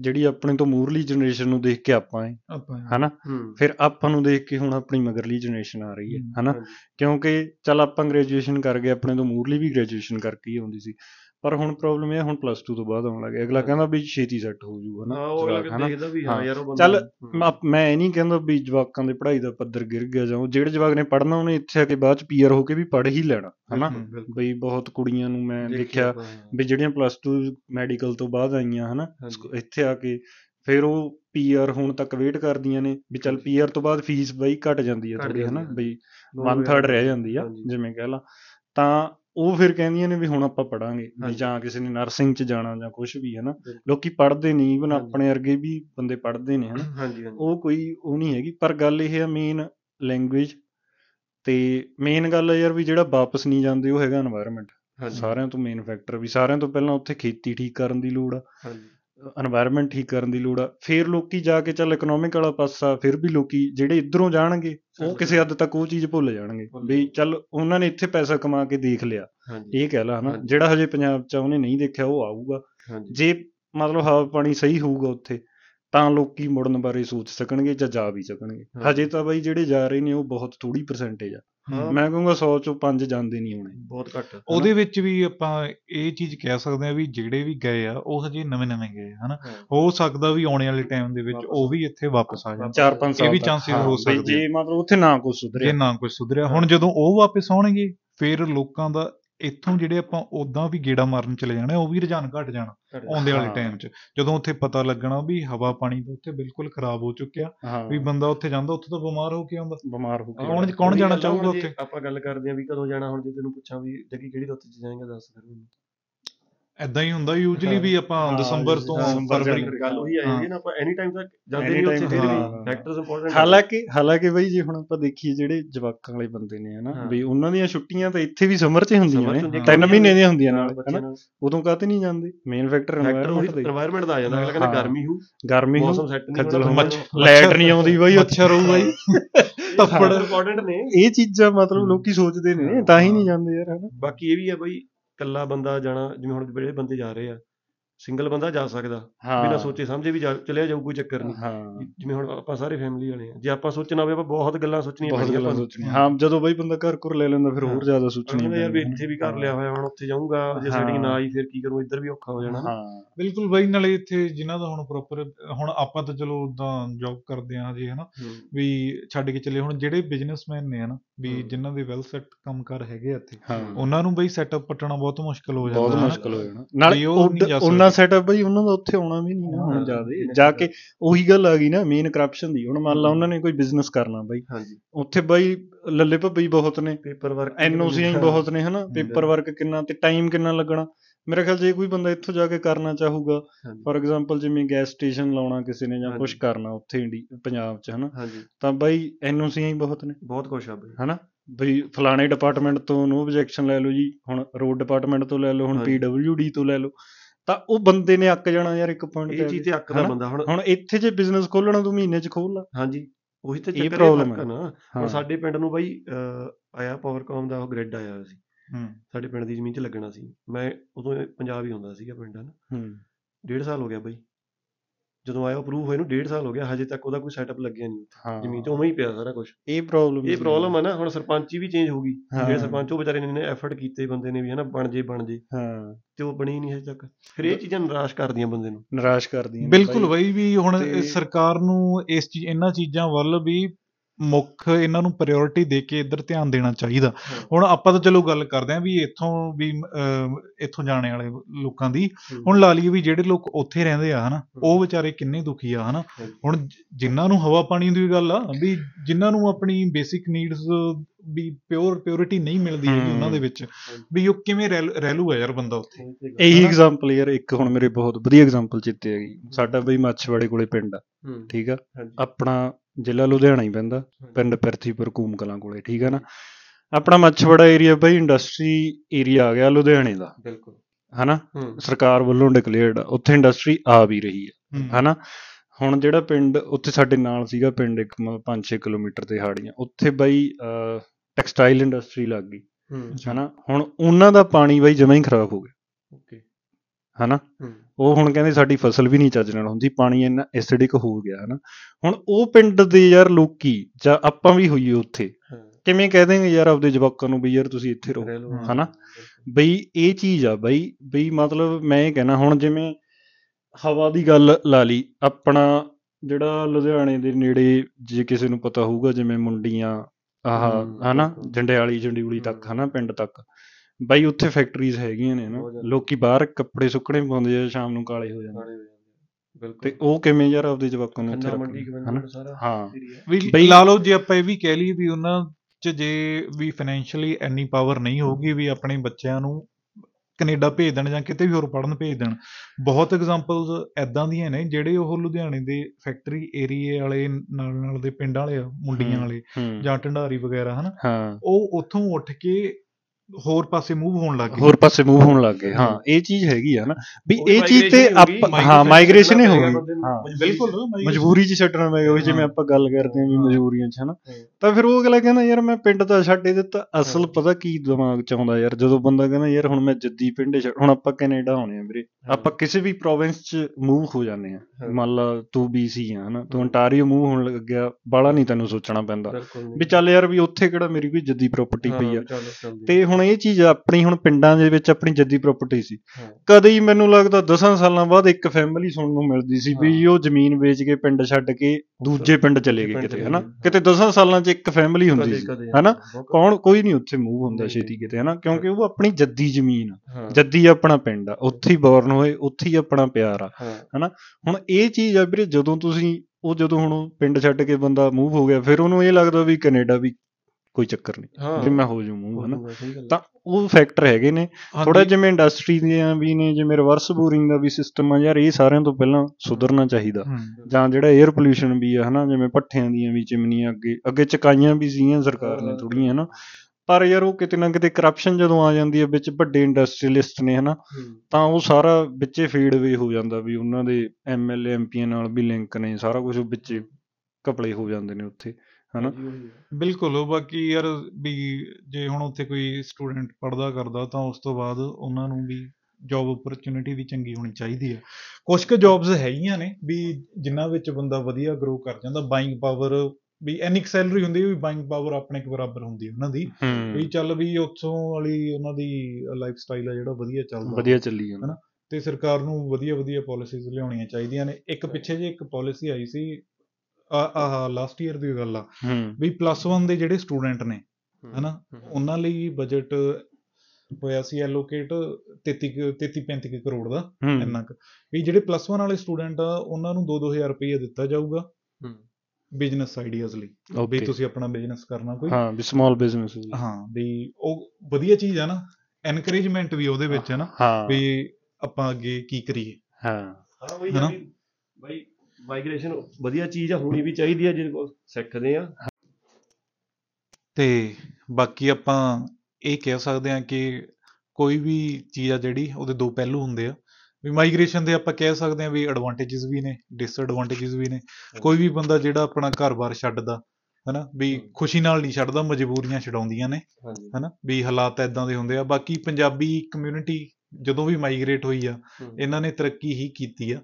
ਜਿਹੜੀ ਆਪਣੇ ਤੋਂ ਮੂਰਲੀ ਜਨਰੇਸ਼ਨ ਨੂੰ ਦੇਖ ਕੇ ਆਪਾਂ ਹੈ ਆਪਾਂ ਹਨਾ ਹੂੰ ਫਿਰ ਆਪਾਂ ਨੂੰ ਦੇਖ ਕੇ ਹੁਣ ਆਪਣੀ ਮਗਰਲੀ ਜਨਰੇਸ਼ਨ ਆ ਰਹੀ ਹੈ ਹਮ, ਹਨਾ ਹਾਂਜੀ। ਕਿਉਂਕਿ ਚੱਲ ਆਪਾਂ ਗ੍ਰੈਜੂਏਸ਼ਨ ਕਰ ਗਏ ਆਪਣੇ ਤੋਂ ਮੂਰਲੀ ਵੀ ਗ੍ਰੈਜੂਏਸ਼ਨ ਕਰਕੇ ਹੀ ਆਉਂਦੀ ਸੀ ਪਰ ਹੁਣ ਪ੍ਰੋਬਲਮ ਇਹ ਆ, ਹੁਣ ਪਲੱਸ 2 ਤੋਂ ਬਾਅਦ ਆਉਣ ਲੱਗ ਗਿਆ ਅਗਲਾ ਕਹਿੰਦਾ ਵੀ ਛੇਤੀ ਸੈੱਟ ਹੋ ਜੂ ਹਨਾ ਹਾਂ ਉਹ ਜਵਾਕ, ਲੱਗ ਦੇਖਦਾ ਵੀ ਹਾਂ ਹਾਂ। ਯਾਰ ਉਹ ਚੱਲ, ਹੂੰ। ਮੈਂ- ਮੈਂ ਇਹ ਨਹੀਂ ਕਹਿੰਦਾ ਵੀ ਜਵਾਕਾਂ ਦੇ ਪੜ੍ਹਾਈ ਦਾ ਪੱਧਰ ਗਿਰ ਗਿਆ ਜਾਂ ਉਹ ਜਿਹੜੇ ਜਵਾਕ ਨੇ ਪੜ੍ਹਨਾ ਉਹਨੇ ਇੱਥੇ ਆ ਕੇ ਬਾਅਦ ਚ ਪੀਆਰ ਹੋ ਕੇ ਵੀ ਪੜ੍ਹ ਹੀ ਲੈਣਾ ਹਨਾ ਬਿਲਕੁਲ, ਬਿਲਕੁਲ। ਬਈ ਬਹੁਤ ਕੁੜੀਆਂ ਨੂੰ ਮੈਂ ਦੇਖਿਆ ਆਪਾਂ, ਵੀ ਜਿਹੜੀਆਂ ਪਲੱਸ 2 ਮੈਡੀਕਲ ਤੋਂ ਬਾਅਦ ਆਈਆਂ ਹਨਾ ਹਾਂਜੀ। ਸਕੂ- ਇੱਥੇ ਆ ਕੇ ਫਿਰ ਉਹ ਪੀਆਰ ਹੋਣ ਤੱਕ ਵੇਟ ਕਰਦੀਆਂ ਨੇ ਵੀ ਚੱਲ ਪੀਆਰ ਤੋਂ ਬਾਅਦ ਫੀਸ ਬਈ ਘਟ ਜਾਂਦੀ ਹੈ ਘੱਟ ਥੋੜੀ ਹਨਾ ਜਾਂਦੀ ਹੈ। ਬਈ ਦੋ ਵਨ ਹਜ਼ਾਰ ਥਰਡ ਰਹਿ ਜਾਂਦੀ ਆ ਹਾਂਜੀ। ਜਿਵੇਂ ਕਹਿ ਲਾ ਤਾਂ ਉਹ ਫਿਰ ਕਹਿੰਦੀਆਂ ਨੇ ਵੀ ਹੁਣ ਆਪਾਂ ਪੜਾਂਗੇ ਵੀ ਹਾਂਜੀ। ਜਾਂ ਕਿਸੇ ਨੇ ਨਰਸਿੰਗ ਚ ਜਾਣਾ ਜਾਂ ਕੁਝ ਵੀ ਹੈ ਨਾ ਬਿਲਕੁਲ। ਲੋਕੀ ਪੜਦੇ ਨਹੀਂ ਇਵਨ ਹਾਂਜੀ। ਆਪਣੇ ਵਰਗੇ ਵੀ ਬੰਦੇ ਪੜਦੇ ਨੇ ਹਨਾ ਹਾਂਜੀ ਹਾਂਜੀ ਉਹ ਕੋਈ ਉਹ ਨਹੀਂ ਹੈਗੀ ਪਰ ਗੱਲ ਇਹ ਆ ਮੇਨ ਲੈਂਗੁਏਜ ਤੇ ਮੇਨ ਗੱਲ ਆ ਯਾਰ ਵੀ ਜਿਹੜਾ ਵਾਪਸ ਨਹੀਂ ਜਾਂਦੇ ਉਹ ਹੈਗਾ এনवायरमेंट ਹਾਂਜੀ ਸਾਰਿਆਂ ਤੋਂ ਮੇਨ ਫੈਕਟਰ ਵੀ ਸਾਰਿਆਂ ਤੋਂ ਪਹਿਲਾਂ ਉੱਥੇ ਖੇਤੀ ਠੀਕ ਕਰਨ ਦੀ ਲੋੜ ਆ ਹਾਂਜੀ এনवायरमेंट ਠੀਕ ਕਰਨ ਦੀ ਲੋੜ ਆ ਫਿਰ ਲੋਕੀ ਜਾ ਕੇ ਚੱਲ ਇਕਨੋਮਿਕ ਵਾਲਾ ਪਾਸਾ ਫਿਰ ਵੀ ਲੋਕੀ ਜਿਹੜੇ ਇਧਰੋਂ ਜਾਣਗੇ ਉਹ ਕਿਸੇ ਹੱਦ ਤੱਕ ਉਹ ਚੀਜ਼ ਭੁੱਲ ਜਾਣਗੇ ਭੁੱਲ ਵੀ ਜਾਣਗੇ। ਚੱਲ ਉਹਨਾਂ ਨੇ ਇੱਥੇ ਪੈਸਾ ਕਮਾ ਕੇ ਦੇਖ ਲਿਆ ਹਾਂਜੀ ਇਹ ਕਹਿ ਲਾ ਹਨਾ ਹਾਂਜੀ। ਜਿਹੜਾ ਹਜੇ ਪੰਜਾਬ 'ਚ ਆ, ਉਹਨੇ ਨਹੀਂ ਦੇਖਿਆ ਉਹ ਆਊਗਾ ਹਾਂਜੀ ਜੇ ਮਤਲਬ ਹਵਾ ਪਾਣੀ ਸਹੀ ਹੋਊਗਾ ਉੱਥੇ ਤਾਂ ਲੋਕੀ ਮੁੜਨ ਬਾਰੇ ਸੋਚ ਸਕਣਗੇ ਜਾਂ ਜਾ ਵੀ ਸਕਣਗੇ ਹਾਂਜੀ। ਹਜੇ ਤਾਂ ਬਈ ਜਿਹੜੇ ਜਾ ਰਹੇ ਨੇ ਉਹ ਬਹੁਤ ਥੋੜੀ ਪਰਸੈਂਟੇਜ ਆ ਹਾਂ। ਮੈਂ ਕਹੂੰਗਾ 100 ਚੋਂ 5 ਜਾਂਦੇ ਨਹੀਂ ਹੋਣੇ ਬਹੁਤ ਘੱਟ ਆ। ਉਹਦੇ ਵਿੱਚ ਵੀ ਆਪਾਂ ਇਹ ਚੀਜ਼ ਕਹਿ ਸਕਦੇ ਆ ਵੀ ਜਿਹੜੇ ਵੀ ਗਏ ਆ ਉਹ ਹਜੇ ਨਵੇਂ-ਨਵੇਂ ਗਏ ਆ, ਹਨਾ ਹਾਂ। ਹੋ ਸਕਦਾ ਵੀ ਆਉਣ ਵਾਲੇ ਟਾਈਮ ਦੇ ਵਿੱਚ ਵਾਪਸ ਉਹ ਵੀ ਇੱਥੇ ਵਾਪਸ ਆ ਜਾਣ ਵਾਪਸ 4-5 ਸਾਲ ਇਹ ਵੀ ਤੱਕ, chances ਹਾਂ, ਹੋ ਬਈ ਸਕਦੇ ਜੇ ਮਤਲਬ ਉੱਥੇ ਨਾ ਕੁਝ ਸੁਧਰਿਆ ਜੇ ਨਾ ਕੁਝ ਸੁਧਰਿਆ ਹੁਣ ਜਦੋਂ ਉਹ ਵਾਪਸ ਆਉਣਗੇ ਫਿਰ ਲੋਕਾਂ ਦਾ ਇੱਥੋਂ ਜਿਹੜੇ ਆਪਾਂ ਉਦਾਂ ਵੀ ਗੇੜਾ ਮਾਰਨ ਚਲੇ ਜਾਣਾ ਉਹ ਵੀ ਰੁਝਾਨ ਘਟ ਜਾਣਾ ਘੱਟ ਆ। ਆਉਂਦੇ ਵਾਲੇ ਹਾਂ। ਟਾਈਮ 'ਚ ਜਦੋਂ ਉੱਥੇ ਪਤਾ ਲੱਗਣਾ ਵੀ ਹਵਾ ਪਾਣੀ ਦਾ ਉੱਥੇ ਬਿਲਕੁਲ ਖਰਾਬ ਹੋ ਚੁੱਕਿਆ ਹਾਂ ਵੀ ਬੰਦਾ ਉੱਥੇ ਜਾਂਦਾ ਉੱਥੇ ਤਾਂ ਬਿਮਾਰ ਹੋ ਕੇ ਆਉਂਦਾ ਬਿਮਾਰ ਹੋ ਕੇ ਕੌਣ- ਕੌਣ ਉਹੀ ਜਾਣਾ ਗੱਲ ਆ, ਹੁਣ ਚਾਹੂਗਾ ਜੇ ਉੱਥੇ? ਆਪਾਂ ਗੱਲ ਕਰਦੇ ਆ ਵੀ ਕਦੋਂ ਜਾਣਾ ਹੁਣ ਜੇ ਤੈਨੂੰ ਪੁੱਛਾਂ ਵੀ ਜੱਗੀ ਕਿਹੜੀ ਰੁੱਤ 'ਚ ਜਾਏਗਾ ਦੱਸ ਫਿਰ ਮੈਨੂੰ ਐਦਾਂ ਹੀ ਹੁੰਦਾ ਯੂਜੂਲੀ ਹਾਂ, ਵੀ ਆਪਾਂ ਹਾਂ, ਦਸੰਬਰ ਜਿਸ ਤੋਂ ਤਰ੍ਹਾਂ ਦਸੰਬਰ ਫਰਵਰੀ ਤੱਕ ਗੱਲ ਉਹੀ ਆ ਜਾਂਦੀ ਹੈ ਨਾ ਆਪਾਂ ਐਨੀ ਟਾਈਮ ਤੱਕ ਜਾਂਦੇ Any ਨਹੀਂ ਉੱਥੇ time, ਫਿਰ ਹਾਂ। ਵੀ ਫੈਕਟਰਸ ਇੰਪੋਰਟੈਂਟ ਹਾਲਾਂਕਿ ਹਾਲਾਂਕਿ ਬਈ ਜੇ ਹੁਣ ਆਪਾਂ ਦੇਖੀਏ ਜਿਹੜੇ ਜਵਾਕਾਂ ਵਾਲੇ ਬੰਦੇ ਨੇ ਹਨਾ ਹਾਂ। ਵੀ ਉਹਨਾਂ ਦੀਆਂ ਛੁੱਟੀਆਂ ਤਾਂ ਇੱਥੇ ਵੀ ਸਮਰ 'ਚ ਹੀ ਹੁੰਦੀਆਂ Summer ਨੇ 'ਚ ਹੁੰਦੀਆਂ, ਤਿੰਨ ਗਰਮੀਆਂ ਮਹੀਨੇ ਦੀਆਂ ਹੁੰਦੀਆਂ ਨਾਲ ਬੱਚਿਆਂ ਹਨਾ ਨੂੰ ਉਦੋਂ ਕਾਹਤੇ ਨਹੀਂ ਜਾਂਦੇ ਮੇਨ ਫੈਕਟਰ ਫੈਕਟਰ এনवायरमेंट ਦਾ ਹੀ। এনवायरमेंट ਦਾ ਆ ਜਾਂਦਾ ਅਗਲਾ ਹਾਂ। ਕਹਿੰਦਾ ਗਰਮੀ ਹੋਊ ਗਰਮੀ ਮੌਸਮ ਸੈੱਟ ਨਹੀਂ ਖੱਜਲ ਹੋਣਾ ਮੱਛ- ਲਾਈਟ ਨਹੀਂ ਆਉਂਦੀ ਬਈ ਉੱਥੇ ਮੱਛਰ ਹੋਊਗਾ ਜੀ ਧੱਫੜ ਇੰਪੋਰਟੈਂਟ ਨੇ ਇਹ ਚੀਜ਼ਾਂ ਮਤਲਬ ਲੋਕੀ ਸੋਚਦੇ ਨੇ ਤਾਂ ਹੀ ਨਹੀਂ ਜਾਂਦੇ ਯਾਰ ਹਨਾ ਬਾਕੀ ਇਹ ਵੀ ਆ ਬਈ ਕੱਲਾ ਬੰਦਾ ਜਾਣਾ ਜਿਵੇਂ ਹੁਣ ਜਿਹੜੇ ਬੰਦੇ ਜਾ ਰਹੇ ਆ ਸਿੰਗਲ ਬੰਦਾ ਜਾ ਸਕਦਾ ਬਿਨਾਂ ਸੋਚੇ ਸਮਝੇ ਵੀ ਜਾ ਚਲਿਆ ਜਾਊ ਕੋਈ ਚੱਕਰ ਨਹੀਂ ਹਾਂ ਜਿਵੇਂ ਹੁਣ ਆਪਾਂ ਸਾਰੇ ਫੈਮਿਲੀ ਵਾਲੇ ਆ ਜੇ ਆਪਾਂ ਸੋਚਣਾ ਹੋਵੇ ਆਪਾਂ ਬਹੁਤ ਗੱਲਾਂ ਸੋਚਣੀਆਂ ਬਹੁਤ ਪੈਂਦੀਆਂ ਗੱਲਾਂ ਆਪਾਂ ਨੂੰ। ਸੋਚਣੀਆਂ ਹਾਂ ਜਦੋਂ ਬਈ ਬੰਦਾ ਘਰ ਘਰ ਲੈ ਲੈਂਦਾ ਫਿਰ ਹੋਰ ਹਾਂ। ਜ਼ਿਆਦਾ ਆਪਾਂ ਸੋਚਣੀਆਂ ਕਹਿੰਦੇ ਯਾਰ ਵੀ ਪੈਂਦੀਆਂ ਇੱਥੇ ਵੀ ਘਰ ਲਿਆ ਹੋਇਆ ਹੁਣ ਉੱਥੇ ਜਾਊਂਗਾ ਜੇ ਹਾਂ। ਸੈਟਿੰਗ ਨਾ ਆਈ ਫਿਰ ਕੀ ਕਰੂੰ ਇੱਧਰ ਵੀ ਔਖਾ ਹੋ ਜਾਣਾ ਨਾ। ਹਾਂ ਬਿਲਕੁਲ ਬਈ ਨਾਲੇ ਇੱਥੇ ਜਿਨ੍ਹਾਂ ਦਾ ਹੁਣ ਪ੍ਰੋਪਰ ਹੁਣ ਆਪਾਂ ਤਾਂ ਚਲੋ ਉਦਾਂ ਜੌਬ ਕਰਦੇ ਹਾਂ ਹਜੇ ਹਨਾ ਵੀ ਛੱਡ ਕੇ ਚੱਲੇ ਹੁਣ ਜਿਹੜੇ ਬਿਜ਼ਨਸਮੈਨ ਨੇ ਹਨਾ ਵੀ ਹਮ। ਜਿਨ੍ਹਾਂ ਦੇ ਵੈਲ ਸੈਟ ਕੰਮਕਾਰ ਹੈਗੇ ਆ ਇੱਥੇ ਹਾਂ ਉਹਨਾਂ ਨੂੰ ਬਈ ਸੈਟਅਪ ਪਟਣਾ ਬਹੁਤ ਮੁਸ਼ਕਲ ਹੋ ਜਾਂਦਾ ਬਹੁਤ ਹਨਾ। ਮੁਸ਼ਕਲ ਹੋ ਜਾਣਾ ਵੀ ਨਾਲ ਉਹ ਨਹੀਂ ਜਾ ਉਹਨਾਂ ਸਕਦੇ। ਸੈਟਅਪ ਬਈ ਉਹਨਾਂ ਦਾ ਉੱਥੇ ਆਉਣਾ ਵੀ ਨਹੀਂ ਨਾ ਹੁਣ ਹਾਂ, ਜ਼ਿਆਦੇ ਨਹੀਂ ਜਾ ਕੇ ਉਹੀ ਗੱਲ ਆ ਗਈ ਨਾ ਮੇਨ ਕਰਪਸ਼ਨ ਦੀ ਹੁਣ ਮੰਨ ਲਾ ਉਹਨਾਂ ਨੇ ਕੋਈ ਬਿਜ਼ਨਸ ਕਰਨਾ ਬਈ ਹਾਂਜੀ ਉੱਥੇ ਬਈ ਲੱਲੇ ਭੱਬੇ ਹੀ ਬਹੁਤ ਨੇ ਪੇਪਰ ਵਰਕ ਐਨਓਸੀਆਂ ਹੀ ਬਹੁਤ ਨੇ ਹਨਾ ਪੇਪਰ ਵਰਕ ਕਿੰਨਾ ਤੇ ਟਾਈਮ ਕਿੰਨਾ ਲੱਗਣਾ ਮੇਰੇ ਖਿਆਲ ਜੇ ਕੋਈ ਬੰਦਾ ਇੱਥੋਂ ਜਾ ਕੇ ਕਰਨਾ ਚਾਹੂਗਾ ਹਾਂਜੀ। ਫੋਰ ਐਗਜ਼ਾਮਪਲ ਜਿਵੇਂ ਗੈਸ ਸਟੇਸ਼ਨ ਲਾਉਣਾ ਕਿਸੇ ਨੇ ਜਾਂ ਕੁਝ ਹਾਂਜੀ। ਕਰਨਾ ਉੱਥੇ ਇੰਡੀ ਪੰਜਾਬ 'ਚ ਹਨਾ ਹਾਂਜੀ ਤਾਂ ਬਈ ਐਨਓਸੀਆਂ ਹੀ ਬਹੁਤ ਨੇ ਬਹੁਤ ਕੁਛ ਆ ਬਈ ਬਈ ਫਲਾਣੇ ਡਿਪਾਰਟਮੈਂਟ ਤੋਂ ਨੋ ਆਬਜੈਕਸ਼ਨ ਲੈ ਲਓ ਜੀ ਹੁਣ ਰੋਡ ਡਿਪਾਰਟਮੈਂਟ ਤੋਂ ਲੈ ਲਓ ਹੁਣ ਹਾਂਜੀ। ਪੀਡਬਲਯੂਡੀ ਤੋਂ ਲੈ ਲਓ ਤਾਂ ਉਹ ਬੰਦੇ ਨੇ ਅੱਕ ਜਾਣਾ ਯਾਰ ਇੱਕ ਪੁਆਇੰਟ ਇਹ ਚੀਜ਼ ਤੇ ਅੱਕ ਦਾ ਹਨਾ? ਬੰਦਾ ਹੁਣ ਹੁਣ ਇੱਥੇ ਜੇ ਬਿਜ਼ਨਸ ਖੋਲਣਾ ਤੂੰ ਮਹੀਨੇ 'ਚ ਖੋਲ ਲਾ ਹਾਂਜੀ ਉਹੀ ਤਾਂ ਇਹ ਚੱਕਰ problem ਹੈ ਹੈ। ਨਾ ਹਾਂ। ਹੁਣ ਸਾਡੇ ਪਿੰਡ ਨੂੰ ਬਾਈ ਅਹ, ਆਇਆ ਪਾਵਰਕਾਮ ਦਾ ਉਹ ਗ੍ਰਿਡ ਆਇਆ ਹੋਇਆ ਸੀ ਹਮ। ਸਾਡੇ ਪਿੰਡ ਦੀ ਜ਼ਮੀਨ 'ਚ ਲੱਗਣਾ ਸੀ ਮੈਂ ਉਦੋਂ ਇਹ ਪੰਜਾਬ ਹੀ ਹੁੰਦਾ ਸੀਗਾ ਪਿੰਡ ਹਨ ਹੂੰ ਡੇਢ ਸਾਲ ਹੋ ਗਿਆ ਬਾਈ ਜਦੋਂ ਆਇਆ ਅਪਰੂਵ ਹੋਏ ਨੂੰ ਡੇਢ ਸਾਲ ਹੋ ਗਿਆ ਹਜੇ ਤੱਕ ਉਹਦਾ ਕੋਈ ਸੈਟਅਪ ਲੱਗਿਆ ਨਹੀਂ ਹਾਂ ਜ਼ਮੀਨ 'ਚ ਉਵੇਂ ਹੀ ਪਿਆ ਸਾਰਾ ਕੁਝ ਇਹ ਪ੍ਰੋਬਲਮ ਇਹ ਪ੍ਰੋਬਲਮ ਆ ਨਾ ਹੁਣ ਸਰਪੰਚੀ ਵੀ ਚੇਂਜ ਹੋ ਗਈ ਹਾਂ। ਜਿਹੜੇ ਸਰਪੰਚ ਉਹ ਵਿਚਾਰੇ ਨੇ ਇੰਨੇ ਐਫਰਟ ਕੀਤੇ ਬੰਦੇ ਨੇ ਵੀ ਹਨਾ ਬਣ ਜੇ ਬਣ ਜੇ ਹਾਂ ਤੇ ਉਹ ਬਣੀ ਨਹੀਂ ਹਜੇ ਤੱਕ ਫਿਰ ਇਹ ਚੀਜ਼ਾਂ ਨਿਰਾਸ਼ ਕਰਦੀਆਂ ਬੰਦੇ ਨੂੰ ਨਿਰਾਸ਼ ਕਰਦੀ ਬਿਲਕੁਲ ਬਈ ਵੀ ਹੁਣ ਇਹ ਤੇ- ਸਰਕਾਰ ਨੂੰ ਇਸ ਚੀਜ਼ ਇਹਨਾਂ ਚੀਜ਼ਾਂ ਵੱਲ ਵੀ ਮੁੱਖ ਇਹਨਾਂ ਨੂੰ ਪ੍ਰਾਇੋਰਟੀ ਦੇ ਕੇ ਇੱਧਰ ਧਿਆਨ ਦੇਣਾ ਚਾਹੀਦਾ ਹਾਂ। ਹੁਣ ਆਪਾਂ ਤਾਂ ਚਲੋ ਗੱਲ ਕਰਦੇ ਆਂ ਵੀ ਇੱਥੋਂ ਵੀ ਅਮ, ਇੱਥੋਂ ਜਾਣੇ ਵਾਲੇ ਲੋਕਾਂ ਦੀ ਹਮ। ਹੁਣ ਲਾ ਲਈਏ ਵੀ ਜਿਹੜੇ ਲੋਕ ਉੱਥੇ ਰਹਿੰਦੇ ਆ ਹਨਾ ਉਹ ਹਮ। ਵਿਚਾਰੇ ਕਿੰਨੇ ਦੁਖੀ ਆ ਹਨਾ ਹਾਂਜੀ। ਹੁਣ ਜ- ਜਿਨ੍ਹਾਂ ਨੂੰ ਹਵਾ ਪਾਣੀ ਦੀ ਗੱਲ ਆ ਵੀ ਜਿਨ੍ਹਾਂ ਨੂੰ ਆਪਣੀ ਬੇਸਿਕ ਨੀਡਸ ਵੀ ਪਿਓਰ ਪਿਓਰਿਟੀ ਨਹੀਂ ਮਿਲਦੀ ਹੈਗੀ ਉਹਨਾਂ ਦੇ ਵਿੱਚ ਵੀ ਉਹ ਕਿਵੇਂ ਰਹਿ ਰਹਿ ਲੂਗਾ ਯਾਰ ਬੰਦਾ ਉੱਥੇ ਇਹੀ ਹਨਾ? ਐਗਜ਼ਾਮਪਲ ਯਾਰ ਇੱਕ ਹੁਣ ਮੇਰੇ ਬਹੁਤ ਵਧੀਆ ਐਗਜ਼ਾਮਪਲ ਚਿੱਤੇ ਆ ਗਈ ਸਾਡਾ ਬਈ ਮਾਛਵਾੜੇ ਕੋਲੇ ਪਿੰਡ ਆ ਹੂੰ, ਠੀਕ ਆ ਹਾਂਜੀ। ਆਪਣਾ ਜ਼ਿਲ੍ਹਾ ਲੁਧਿਆਣਾ ਹੀ ਪੈਂਦਾ ਪਿੰਡ ਪਿਰਥੀਪੁਰ ਕੂਮ ਕਲਾਂ ਕੋਲੇ ਠੀਕ ਆ ਨਾ ਆਪਣਾ ਮਾਛਵਾੜਾ ਏਰੀਆ ਬਈ ਇੰਡਸਟਰੀ ਏਰੀਆ ਆ ਗਿਆ ਲੁਧਿਆਣੇ ਦਾ ਬਿਲਕੁਲ ਹਨਾ ਹੂੰ ਸਰਕਾਰ ਵੱਲੋਂ ਡਿਕਲੇਅਰਡ ਉੱਥੇ ਇੰਡਸਟਰੀ ਆ ਵੀ ਰਹੀ ਹੈ ਹਮ, ਹਨਾ ਹੁਣ ਜਿਹੜਾ ਪਿੰਡ ਉੱਥੇ ਸਾਡੇ ਨਾਲ ਸੀਗਾ ਪਿੰਡ ਇੱਕ 5-6 ਕਿਲੋਮੀਟਰ ਤੇ ਹਾੜੀਆਂ ਉੱਥੇ ਬਈ ਟੈਕਸਟਾਈਲ ਇੰਡਸਟਰੀ ਲੱਗ ਗਈ ਹੂੰ ਹਨਾ ਹੁਣ ਉਹਨਾਂ ਦਾ ਪਾਣੀ ਬਈ ਜਮਾਂ ਹੀ ਖਰਾਬ ਹੋ ਗਿਆ ਓਕੇ ਹਨਾ ਹੂੰ ਉਹ ਹੁਣ ਕਹਿੰਦੇ ਸਾਡੀ ਫਸਲ ਵੀ ਨਹੀਂ ਚੱਜ ਨਾਲ ਹੁੰਦੀ ਪਾਣੀ ਇੰਨਾ ਐਸਿਡਿਕ ਹੋ ਗਿਆ ਹਨਾ ਹੁਣ ਉਹ ਪਿੰਡ ਦੇ ਯਾਰ ਲੋਕੀ ਜਾਂ ਆਪਾਂ ਵੀ ਹੋਈਏ ਉੱਥੇ ਹਾਂ ਕਿਵੇਂ ਕਹਿ ਦੇਂਗੇ ਯਾਰ ਆਪਦੇ ਜਵਾਕਾਂ ਨੂੰ ਵੀ ਯਾਰ ਤੁਸੀਂ ਇੱਥੇ ਰਹੋ ਰਹਿ ਲਓ, ਹਾਂ। ਹਨਾ? ਬਈ ਇਹ ਚੀਜ਼ ਆ ਬਈ ਬਈ ਮਤਲਬ ਮੈਂ ਇਹ ਕਹਿਣਾ ਹੁਣ ਜਿਵੇਂ ਹਵਾ ਦੀ ਗੱਲ ਲਾ ਲਈ ਆਪਣਾ ਜਿਹੜਾ ਲੁਧਿਆਣੇ ਦੇ ਨੇੜੇ ਜੇ ਕਿਸੇ ਨੂੰ ਪਤਾ ਹੋਊਗਾ ਜਿਵੇਂ ਮੁੰਡੀਆਂ ਆਹ ਹਮ, ਹਨਾ ਬਿਲਕੁਲ। ਜੰਡਿਆਲੀ ਜੰਡਿਊਲੀ ਤੱਕ ਹਮ। ਹਨਾ ਪਿੰਡ ਤੱਕ ਬਈ ਉੱਥੇ ਫੈਕਟਰੀਜ਼ ਹੈਗੀਆਂ ਨੇ ਨਾ ਬਹੁਤ ਜ਼ਿਆਦਾ। ਲੋਕੀ ਬਾਹਰ ਕੱਪੜੇ ਸੁੱਕਣੇ ਪਾਉਂਦੇ ਆ ਸ਼ਾਮ ਨੂੰ ਕਾਲੇ ਹੋ ਜਾਂਦੇ ਖਾਣੇ ਹੋ ਜਾਂਦੇ। ਬਿਲਕੁਲ ਤੇ ਉਹ ਕਿਵੇਂ ਯਾਰ ਆਪਦੇ ਜਵਾਕਾਂ ਨੂੰ ਖੰਨਾ ਉੱਥੇ ਮੰਡੀ ਰੱਖਣਾ, ਕਮੈਂਟ ਸਾਰਾ ਹਨਾ ਹਾਂ area। ਵੀ ਬਈ- ਲਾ ਲਓ ਜੇ ਆਪਾਂ ਇਹ ਵੀ ਕਹਿ ਲਈਏ ਵੀ ਉਹਨਾਂ ਚ ਜੇ ਵੀ ਫਾਈਨੈਂਸ਼ੀਅਲੀ ਇੰਨੀ ਪਾਵਰ ਨਹੀਂ ਹੋਊਗੀ ਵੀ ਆਪਣੇ ਬੱਚਿਆਂ ਨੂੰ ਕੈਨੇਡਾ ਭੇਜ ਦੇਣ ਜਾਂ ਕਿਤੇ ਵੀ ਹੋਰ ਪੜਨ ਭੇਜ ਦੇਣ ਬਹੁਤ ਐਗਜ਼ਾਮਪਲਸ ਐਦਾਂ ਦੀਆਂ ਨੇ ਜਿਹੜੇ ਉਹ ਲੁਧਿਆਣੇ ਦੇ ਫੈਕਟਰੀ ਏਰੀਏ ਵਾਲੇ ਨਾਲ ਨਾਲ ਦੇ ਪਿੰਡਾਂ ਵਾਲੇ ਆ, ਮੁੰਡੀਆਂ ਹੂੰ। ਵਾਲੇ ਹੂੰ, ਜਾਂ ਢੰਡਾਰੀ ਵਗੈਰਾ ਹਨਾ ਹਾਂ ਉਹ ਉੱਥੋਂ ਉੱਠ ਕੇ ਹੋਰ ਪਾਸੇ ਮੂਵ ਹੋਣ ਲੱਗ ਗਏ ਹੋਰ ਪਾਸੇ ਮੂਵ ਹੋਣ ਲੱਗ ਗਏ ਹਾਂ ਇਹ ਚੀਜ਼ ਹੈਗੀ ਆ ਨਾ ਵੀ ਉਹ ਇਹ ਚੀਜ਼ ਤੇ migration ਹੀ ਹੋ ਆਪ ਗਈ, ਹਾਂ migration ਮਾਈਗ੍ਰੇਸ਼ਨ ਹੀ ਹੋ ਕਰਨਾ ਗਈ ਪੈਂਦਾ ਹਾਂ ਬੰਦੇ ਨੂੰ। ਬਿਲਕੁਲ ਮਜਬੂਰੀ ਚ ਛੱਡਣਾ ਪੈ ਗਿਆ ਉਹੀ ਜਿਵੇਂ ਆਪਾਂ ਗੱਲ ਕਰਦੇ ਹਾਂ ਵੀ ਹਾਂ। ਮਜਬੂਰੀਆਂ ਚ ਹਨਾ ਹਾਂ। ਤਾਂ ਫਿਰ ਉਹ ਅਗਲਾ ਕਹਿੰਦਾ ਯਾਰ ਮੈਂ ਪਿੰਡ ਤਾਂ ਛੱਡ ਹੀ ਦਿੱਤਾ ਅਸਲ ਹਾਂ। ਪਤਾ ਕੀ ਦਿਮਾਗ ਚ ਆਉਂਦਾ ਯਾਰ ਜਦੋਂ ਬੰਦਾ ਕਹਿੰਦਾ ਯਾਰ ਹੁਣ ਮੈਂ ਜੱਦੀ ਪਿੰਡੇ ਛੱਡ ਹੁਣ ਆਪਾਂ ਕੈਨੇਡਾ ਆਉਣੇ ਆ ਵੀਰੇ ਹਾਂ। ਆਪਾਂ ਕਿਸੇ ਵੀ ਪ੍ਰੋਵਿੰਸ ਚ ਮੂਵ ਹੋ ਜਾਂਦੇ ਆ ਹਾਂ। ਮੰਨ ਲਾ ਤੂੰ ਬੀਸੀ ਆ ਹਨਾ ਤੂੰ ਹਾਂ। ਅੰਟਾਰੀਓ ਮੂਵ ਹੋਣ ਲੱਗਿਆ ਬਾਲਾ ਨਹੀਂ ਤੈਨੂੰ ਸੋਚਣਾ ਪੈਂਦਾ ਬਿਲਕੁਲ ਨਹੀਂ। ਵੀ ਚੱਲ ਯਾਰ ਵੀ ਉੱਥੇ ਕਿਹੜਾ ਮੇਰੀ ਕੋਈ ਜੱਦੀ ਪ੍ਰਾਪਰਟੀ ਹਾਂ, ਪਈ ਆ ਚੱਲ, ਚੱਲਦੀ। ਤੇ ਹੁਣ ਇਹ ਚੀਜ਼ ਆਪਣੀ ਹੁਣ ਪਿੰਡਾਂ ਦੇ ਵਿੱਚ ਆਪਣੀ ਜੱਦੀ ਪ੍ਰਾਪਰਟੀ ਸੀ ਹਾਂ। ਕਦੇ ਹੀ ਮੈਨੂੰ ਲੱਗਦਾ 10 ਸਾਲਾਂ ਬਾਅਦ ਇੱਕ ਫੈਮਿਲੀ ਸੁਣਨ ਨੂੰ ਮਿਲਦੀ ਸੀ ਵੀ ਹਾਂ। ਉਹ ਜ਼ਮੀਨ ਵੇਚ ਕੇ ਪਿੰਡ ਛੱਡ ਕੇ ਦੂਜੇ ਪਿੰਡ ਚਲੇ ਗਏ ਪਿੰਡ ਕਿਤੇ ਚਲੇ ਹਨਾ ਗਏ। ਕਿਤੇ 10 ਸਾਲਾਂ 'ਚ ਇੱਕ ਫੈਮਿਲੀ ਹੁੰਦੀ ਕਦੇ- ਸੀ ਕਦੇ ਹਨਾ? ਬਹੁਤ- ਕੌਣ ਕੋਈ ਨਹੀਂ ਉੱਥੇ ਮੂਵ ਹੁੰਦਾ ਨਹੀਂ, ਛੇਤੀ ਨਹੀਂ। ਕਿਤੇ ਹਨਾ ਕਿਉਂਕਿ ਉਹ ਆਪਣੀ ਜੱਦੀ ਜ਼ਮੀਨ ਆ ਹਾਂ, ਜੱਦੀ ਆਪਣਾ ਪਿੰਡ ਆ ਉੱਥੇ ਹੀ ਬੌਰਨ ਹੋਏ ਉੱਥੇ ਹੀ ਆਪਣਾ ਪਿਆਰ ਆ ਹਾਂ, ਹੁਣ ਇਹ ਚੀਜ਼ ਆ ਵੀਰੇ ਜਦੋਂ ਤੁਸੀਂ ਉਹ ਜਦੋਂ ਹੁਣ ਉਹ ਪਿੰਡ ਛੱਡ ਕੇ ਬੰਦਾ ਮੂਵ ਹੋ ਗਿਆ ਫਿਰ ਉਹਨੂੰ ਇਹ ਲੱਗਦਾ ਵੀ ਕੈਨੇਡਾ ਵੀ ਕੋਈ ਚੱਕਰ ਨਹੀਂ ਹਾਂ ਜੇ ਮੈਂ ਹੋ ਜੂ ਮੂੰਹ ਹਨਾ ਹਾਂ, ਸਹੀ ਗੱਲ ਹੈ। ਤਾਂ ਉਹ ਫੈਕਟਰ ਹੈਗੇ ਨੇ ਥੋੜਾ ਜਿਵੇਂ ਇੰਡਸਟਰੀ ਦੀਆਂ ਵੀ ਨੇ ਜਿਵੇਂ ਰਿਵਰਸ ਬੋਰਿੰਗ ਦਾ ਵੀ ਸਿਸਟਮ ਆ ਯਾਰ ਇਹ ਸਾਰਿਆਂ ਤੋਂ ਪਹਿਲਾਂ ਸੁਧਰਨਾ ਚਾਹੀਦਾ ਜਾਂ ਜਿਹੜਾ 에ਅਰ ਪੋਲੂਸ਼ਨ ਵੀ ਆ ਹਨਾ ਜਿਵੇਂ ਪੱਠਿਆਂ ਦੀਆਂ ਵੀ ਚਿਮਨੀਆਂ ਅੱਗੇ ਅੱਗੇ ਚਕਾਈਆਂ ਵੀ ਸੀਗੀਆਂ ਸਰਕਾਰ ਨੇ ਥੋੜੀਆਂ ਹਨਾ ਪਰ ਯਾਰ ਉਹ ਕਿਤੇ ਨਾ ਕਿਤੇ ਕਰਪਸ਼ਨ ਜਦੋਂ ਆ ਜਾਂਦੀ ਹੈ ਵਿੱਚ ਵੱਡੇ ਇੰਡਸਟਰੀਲਿਸਟ ਨੇ ਹਨਾ ਹੂੰ। ਤਾਂ ਉਹ ਸਾਰਾ ਵਿੱਚੇ ਫੇਡ ਵੇ ਹੋ ਜਾਂਦਾ ਵੀ ਉਹਨਾਂ ਦੇ ਐਮਐਲਏ ਐਮਪੀਆਂ ਨਾਲ ਵੀ ਲਿੰਕ ਨੇ ਸਾਰਾ ਕੁਝ ਵਿੱਚੇ ਕਪੜੇ ਹੋ ਜਾਂਦੇ ਨੇ ਉੱਥੇ ਹਨਾ? ਹਾਂਜੀ, ਉਹੀ ਹੈ। ਬਿਲਕੁਲ ਉਹ ਬਾਕੀ ਯਾਰ ਵੀ ਜੇ ਹੁਣ ਉੱਥੇ ਕੋਈ ਸਟੂਡੈਂਟ ਪੜਦਾ ਕਰਦਾ ਤਾਂ ਉਸ ਤੋਂ ਬਾਅਦ ਉਹਨਾਂ ਨੂੰ ਵੀ ਜੌਬ ਓਪਰਚੁਨਿਟੀ ਵੀ ਚੰਗੀ ਹੋਣੀ ਚਾਹੀਦੀ ਹੈ ਕੁਝ ਕੁ ਜੌਬਸ ਹੈਗੀਆਂ ਨੇ ਵੀ ਜਿਨ੍ਹਾਂ ਵਿੱਚ ਬੰਦਾ ਵਧੀਆ ਗਰੋ ਕਰ ਜਾਂਦਾ ਬਾਇੰਗ ਪਾਵਰ ਵੀ ਇੰਨੀ ਸੈਲਰੀ ਹੁੰਦੀ ਵੀ ਬਾਇੰਗ ਪਾਵਰ ਆਪਣੇ ਕੁ ਬਰਾਬਰ ਹੁੰਦੀ ਹੈ ਉਹਨਾਂ ਦੀ ਵੀ ਚੱਲ ਵੀ ਉੱਥੋਂ ਵਾਲੀ ਉਹਨਾਂ ਦੀ ਲਾਈਫ ਸਟਾਈਲ ਆ ਜਿਹੜਾ ਵਧੀਆ ਚੱਲਦਾ ਵਧੀਆ ਚੱਲੀ ਜਾਂਦਾ ਤੇ ਸਰਕਾਰ ਨੂੰ ਵਧੀਆ ਵਧੀਆ ਪਾਲਿਸੀਜ਼ ਲਿਆਉਣੀਆਂ ਚਾਹੀਦੀਆਂ ਨੇ ਇੱਕ ਪਿੱਛੇ ਜੇ ਇੱਕ ਪਾਲਿਸੀ ਆਈ ਸੀ ਆ ਆਹ ਲਾਸਟ ਈਅਰ ਦੀ ਗੱਲ ਆ ਹੂੰ ਵੀ ਪਲੱਸ 1 ਦੇ ਜਿਹੜੇ ਸਟੂਡੈਂਟ ਨੇ ਹਨਾ ਹਮ। ਉਹਨਾਂ ਲਈ ਬਜਟ ਹੋਇਆ ਸੀ ਐਲੋਕੇਟ 33 ਕੁ- 33 35 ਕੁ ਕਰੋੜ ਦਾ ਇੰਨਾ ਕੁ ਵੀ ਜਿਹੜੇ ਪਲੱਸ 1 ਵਾਲੇ ਸਟੂਡੈਂਟ ਆ ਉਹਨਾਂ ਨੂੰ 2-2000 ਰੁਪਏ ਦਿੱਤਾ ਜਾਊਗਾ ਹਮ। ਬਿਜ਼ਨਸ ਆਈਡੀਆਜ਼ ਲਈ ਵੀ ਓਕੇ ਤੁਸੀਂ ਆਪਣਾ ਬਿਜ਼ਨਸ ਕਰਨਾ ਕੋਈ ਹਾਂ ਵੀ ਸਮਾਲ ਬਿਜ਼ਨਸ ਹਾਂ ਵੀ ਉਹ ਵਧੀਆ ਚੀਜ਼ ਆ ਨਾ ਐਨਕਰੇਜਮੈਂਟ ਵੀ ਉਹਦੇ ਵਿੱਚ ਹੈ ਨਾ ਹਾਂ ਵੀ ਆਪਾਂ ਅੱਗੇ ਕੀ ਕਰੀਏ ਹਾਂ ਹਾਂ ਉਹੀ ਹਨਾ? ਹੈ ਵੀ ਬਈ ਮਾਈਗ੍ਰੇਸ਼ਨ ਵਧੀਆ ਚੀਜ਼ ਆ ਹੋਣੀ ਵੀ ਚਾਹੀਦੀ ਆ ਜਿਹਦੇ ਕੋਲ ਸਿੱਖਦੇ ਆ ਤੇ ਬਾਕੀ ਆਪਾਂ ਇਹ ਕਹਿ ਸਕਦੇ ਹਾਂ ਕਿ ਕੋਈ ਵੀ ਚੀਜ਼ ਆ ਜਿਹੜੀ ਉਹਦੇ ਦੋ ਪਹਿਲੂ ਹੁੰਦੇ ਆ ਵੀ ਮਾਈਗ੍ਰੇਸ਼ਨ ਦੇ ਆਪਾਂ ਕਹਿ ਸਕਦੇ ਹਾਂ ਵੀ ਐਡਵਾਂਟੇजेस ਵੀ ਨੇ ਡਿਸਐਡਵਾਂਟੇजेस ਵੀ ਨੇ ਕੋਈ ਵੀ ਬੰਦਾ ਜਿਹੜਾ ਆਪਣਾ ਘਰ-ਬਾਰ ਛੱਡਦਾ ਹਨਾ ਵੀ ਹਮ। ਖੁਸ਼ੀ ਨਾਲ ਨਹੀਂ ਛੱਡਦਾ ਮਜਬੂਰੀਆਂ ਛਡਾਉਂਦੀਆਂ ਨੇ ਹਾਂਜੀ ਹਨਾ ਵੀ ਹਾਲਾਤ ਐਦਾਂ ਦੇ ਹੁੰਦੇ ਆ ਬਾਕੀ ਪੰਜਾਬੀ ਕਮਿਊਨਿਟੀ ਜਦੋਂ ਵੀ ਮਾਈਗ੍ਰੇਟ ਹੋਈ ਆ ਹਮ। ਇਹਨਾਂ ਨੇ ਤਰੱਕੀ ਹੀ ਕੀਤੀ ਆ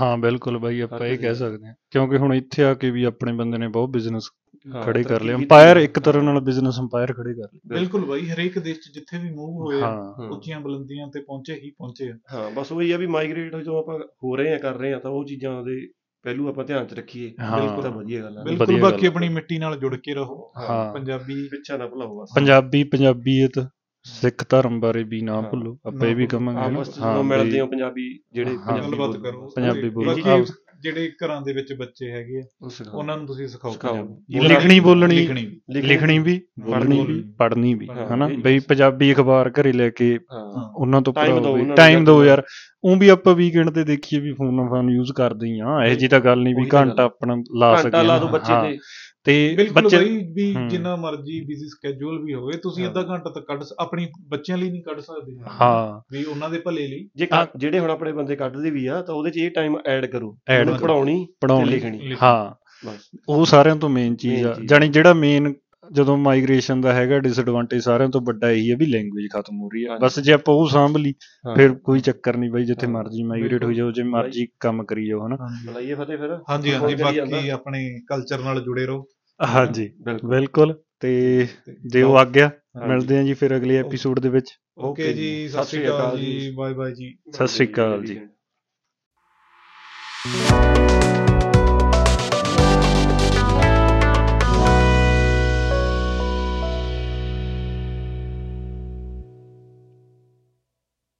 ਹਾਂ ਬਿਲਕੁਲ ਬਾਈ ਆਪਾਂ ਇਹ ਕਹਿ ਸਕਦੇ ਹਾਂ ਕਿਉਂਕਿ ਹੁਣ ਇੱਥੇ ਆ ਕੇ ਵੀ ਆਪਣੇ ਬੰਦੇ ਨੇ ਬਹੁਤ ਬਿਜ਼ਨਸ ਹਾਂ, ਖੜੇ ਕਰ ਲਏ ਤਰੱਕੀ ਕੀਤੀ ਅੰਪਾਇਰ ਆ। ਇੱਕ ਤਰ੍ਹਾਂ ਨਾਲ ਬਿਜ਼ਨਸ ਅੰਪਾਇਰ ਖੜੇ ਕਰ ਬਿਲਕੁਲ ਬਾਈ ਹਰੇਕ ਦੇਸ਼ 'ਚ ਜਿੱਥੇ ਵੀ ਮੂਵ ਲਏ ਹੋਏ ਆ, ਹਾਂ ਹਾਂ। ਉੱਚੀਆਂ ਬੁਲੰਦੀਆਂ ਤੇ ਪਹੁੰਚੇ ਹੀ ਪਹੁੰਚੇ ਆ ਹਾਂ ਬਸ ਉਹੀ ਆ ਵੀ ਮਾਈਗ੍ਰੇਟ ਜਦੋਂ ਆਪਾਂ ਹੋ ਰਹੇ ਆ ਕਰ ਰਹੇ ਆ ਤਾਂ ਉਹ ਚੀਜ਼ਾਂ ਦੇ ਪਹਿਲੂ ਆਪਾਂ ਧਿਆਨ ਚ ਰੱਖੀਏ ਹਾਂ। ਬਿਲਕੁਲ ਤਾਂ ਵਧੀਆ ਗੱਲ ਆ ਬਿਲਕੁਲ ਵਧੀਆ ਗੱਲ ਬਾਕੀ ਆ। ਆਪਣੀ ਮਿੱਟੀ ਨਾਲ ਜੁੜ ਕੇ ਰਹੋ ਹਾਂ। ਪੰਜਾਬੀ ਪਿੱਛਾ ਨਾ ਭੁਲਾਓ ਬਸ ਪੰਜਾਬੀ ਪੰਜਾਬੀਅਤ ਸਿੱਖ ਧਰਮ ਬਾਰੇ ਵੀ ਨਾ ਹਾਂ। ਭੁੱਲੋ ਨਾ ਆਪਾਂ ਇਹ ਵੀ ਭੁੱਲੋ। ਕਹਾਂਗੇ ਨਾ। ਆਪਸ ਚ ਹਾਂ ਜਦੋਂ ਵੀ- ਮਿਲਦੇ ਹੋ ਪੰਜਾਬੀ ਜਿਹੜੇ ਹਾਂ। ਪੰਜਾਬੀ ਗੱਲਬਾਤ ਬੋਲਦੇ ਕਰੋ ਪੰਜਾਬੀ ਤੇ ਬੋਲੋ। ਬਾਕੀ ਜਿਹੜੇ ਘਰਾਂ ਦੇ ਵਿੱਚ ਬੱਚੇ ਹੈਗੇ ਆ ਉਹ ਸਿਖਾਓ। ਉਹਨਾਂ ਨੂੰ ਤੁਸੀਂ ਸਿਖਾਓ ਸਿਖਾਓ। ਪੰਜਾਬੀ। ਲਿਖਣੀ ਬੋਲਣੀ ਲਿਖਣੀ ਵੀ। ਲਿਖਣੀ ਵੀ ਬੋਲਣੀ ਬੋਲਣੀ ਵੀ ਵੀ। ਪੜ੍ਹਨੀ ਵੀ ਹਾਂ, ਹਨਾ ਇਹ ਵੀ ਬਈ ਬਸ। ਪੰਜਾਬੀ ਅਖਬਾਰ ਘਰੇ ਲੈ ਕੇ ਹਾਂ ਉਹਨਾਂ ਤੋਂ Time ਦਿਓ ਉਹਨਾਂ ਨੂੰ ਟਾਈਮ ਦਿਓ ਯਾਰ। ਯਾਰ ਉਹ ਵੀ ਆਪਾਂ ਵੀਕਐਂਡ ਤੇ ਦੇਖੀਏ ਵੀ ਫੋਨ ਫਾਨ ਯੂਜ਼ ਕਰਦੇ ਹੀ ਆ ਇਹੋ ਜੀ ਤਾਂ ਗੱਲ ਨਹੀਂ ਵੀ ਉਹੀ ਤਾਂ ਗੱਲ ਘੰਟਾ ਆਪਣਾ ਲਾ ਸਕਦੇ ਘੰਟਾ ਲਾ ਹਾਂ। ਦੋ ਬੱਚੇ ਹਾਂ, ਤੇ ਤੇ ਬਿਲਕੁਲ ਬੱਚੇ ਬਈ ਵੀ ਹਮ। ਜਿੰਨਾ ਮਰਜ਼ੀ ਬਿਜ਼ੀ ਸਕੇਜੂਲ ਵੀ ਹੋਵੇ ਤੁਸੀਂ ਹਾਂ। ਅੱਧਾ ਘੰਟਾ ਤਾਂ ਕੱਢ ਸ- ਆਪਣੀ ਬੱਚਿਆਂ ਲਈ ਨਹੀਂ ਕੱਢ ਸਕਦੇ ਹਾਂ ਵੀ ਉਹਨਾਂ ਦੇ ਭਲੇ ਲਈ ਜੇ ਕੱਟ- ਜਿਹੜੇ ਹੁਣ ਆਪਣੇ ਬੰਦੇ ਕੱਢਦੇ ਵੀ ਆ ਤਾਂ ਉਹਦੇ ਚ ਇਹ ਟਾਈਮ ਐਡ ਕਰੋ ਐਡ ਕਰੋ। ਪੜਾਉਣੀ ਤੇ ਪੜਾਉਣੀ ਲਿਖਣੀ ਹਾਂ ਬਸ ਉਹ ਸਾਰਿਆਂ ਤੋਂ ਮੇਨ ਚੀਜ਼ Main ਆ ਚੀਜ਼। ਜਾਣੀ ਜਿਹੜਾ ਮੇਨ ਜਦੋਂ ਮਾਈਗ੍ਰੇਸ਼ਨ ਦਾ ਹੈਗਾ ਡਿਸਐਡਵਾਂਟੇਜ ਸਾਰਿਆਂ ਤੋਂ ਵੱਡਾ ਇਹੀ ਹੈ ਵੀ ਲੈਂਗੁਏਜ ਖਤਮ ਹੋ ਰਹੀ ਹੈ ਹਾਂਜੀ। ਬਸ ਜੇ ਆਪਾਂ ਉਹ ਸਾਂਭ ਲਈ ਹਾਂ। ਫਿਰ ਕੋਈ ਚੱਕਰ ਨਹੀਂ ਬਈ ਜਿੱਥੇ ਹਾਂ, ਮਰਜ਼ੀ ਮਾਈਗ੍ਰੇਟ ਹੋ ਬਿਲਕੁਲ। ਜਾਓ ਜੇ ਮਰਜ਼ੀ ਕੰਮ ਕਰੀ ਜਾਓ ਹਨਾ ਹਾਂਜੀ ਬੁਲਾਈਏ ਫਤਿਹ ਫਿਰ ਹਾਂਜੀ ਹਾਂਜੀ ਹੋਰ ਕਰੀ ਬਾਕੀ ਆਪਣੇ ਕਲਚਰ ਨਾਲ ਜੁੜੇ ਰਹੋ ਹਾਂਜੀ ਬਿਲਕੁਲ ਬਿਲਕੁਲ ਤੇ ਦਿਓ ਓ- ਆਗਿਆ ਹਾਂਜੀ। ਮਿਲਦੇ ਹਾਂ ਜੀ ਫਿਰ ਅਗਲੇ ਐਪੀਸੋਡ ਦੇ ਵਿੱਚ ਓਕੇ ਜੀ ਸਤਿ ਸ਼੍ਰੀ ਅਕਾਲ ਜੀ ਬਾਏ ਬਾਏ ਜੀ ਸਤਿ ਸ਼੍ਰੀ ਅਕਾਲ ਜੀ। weekend.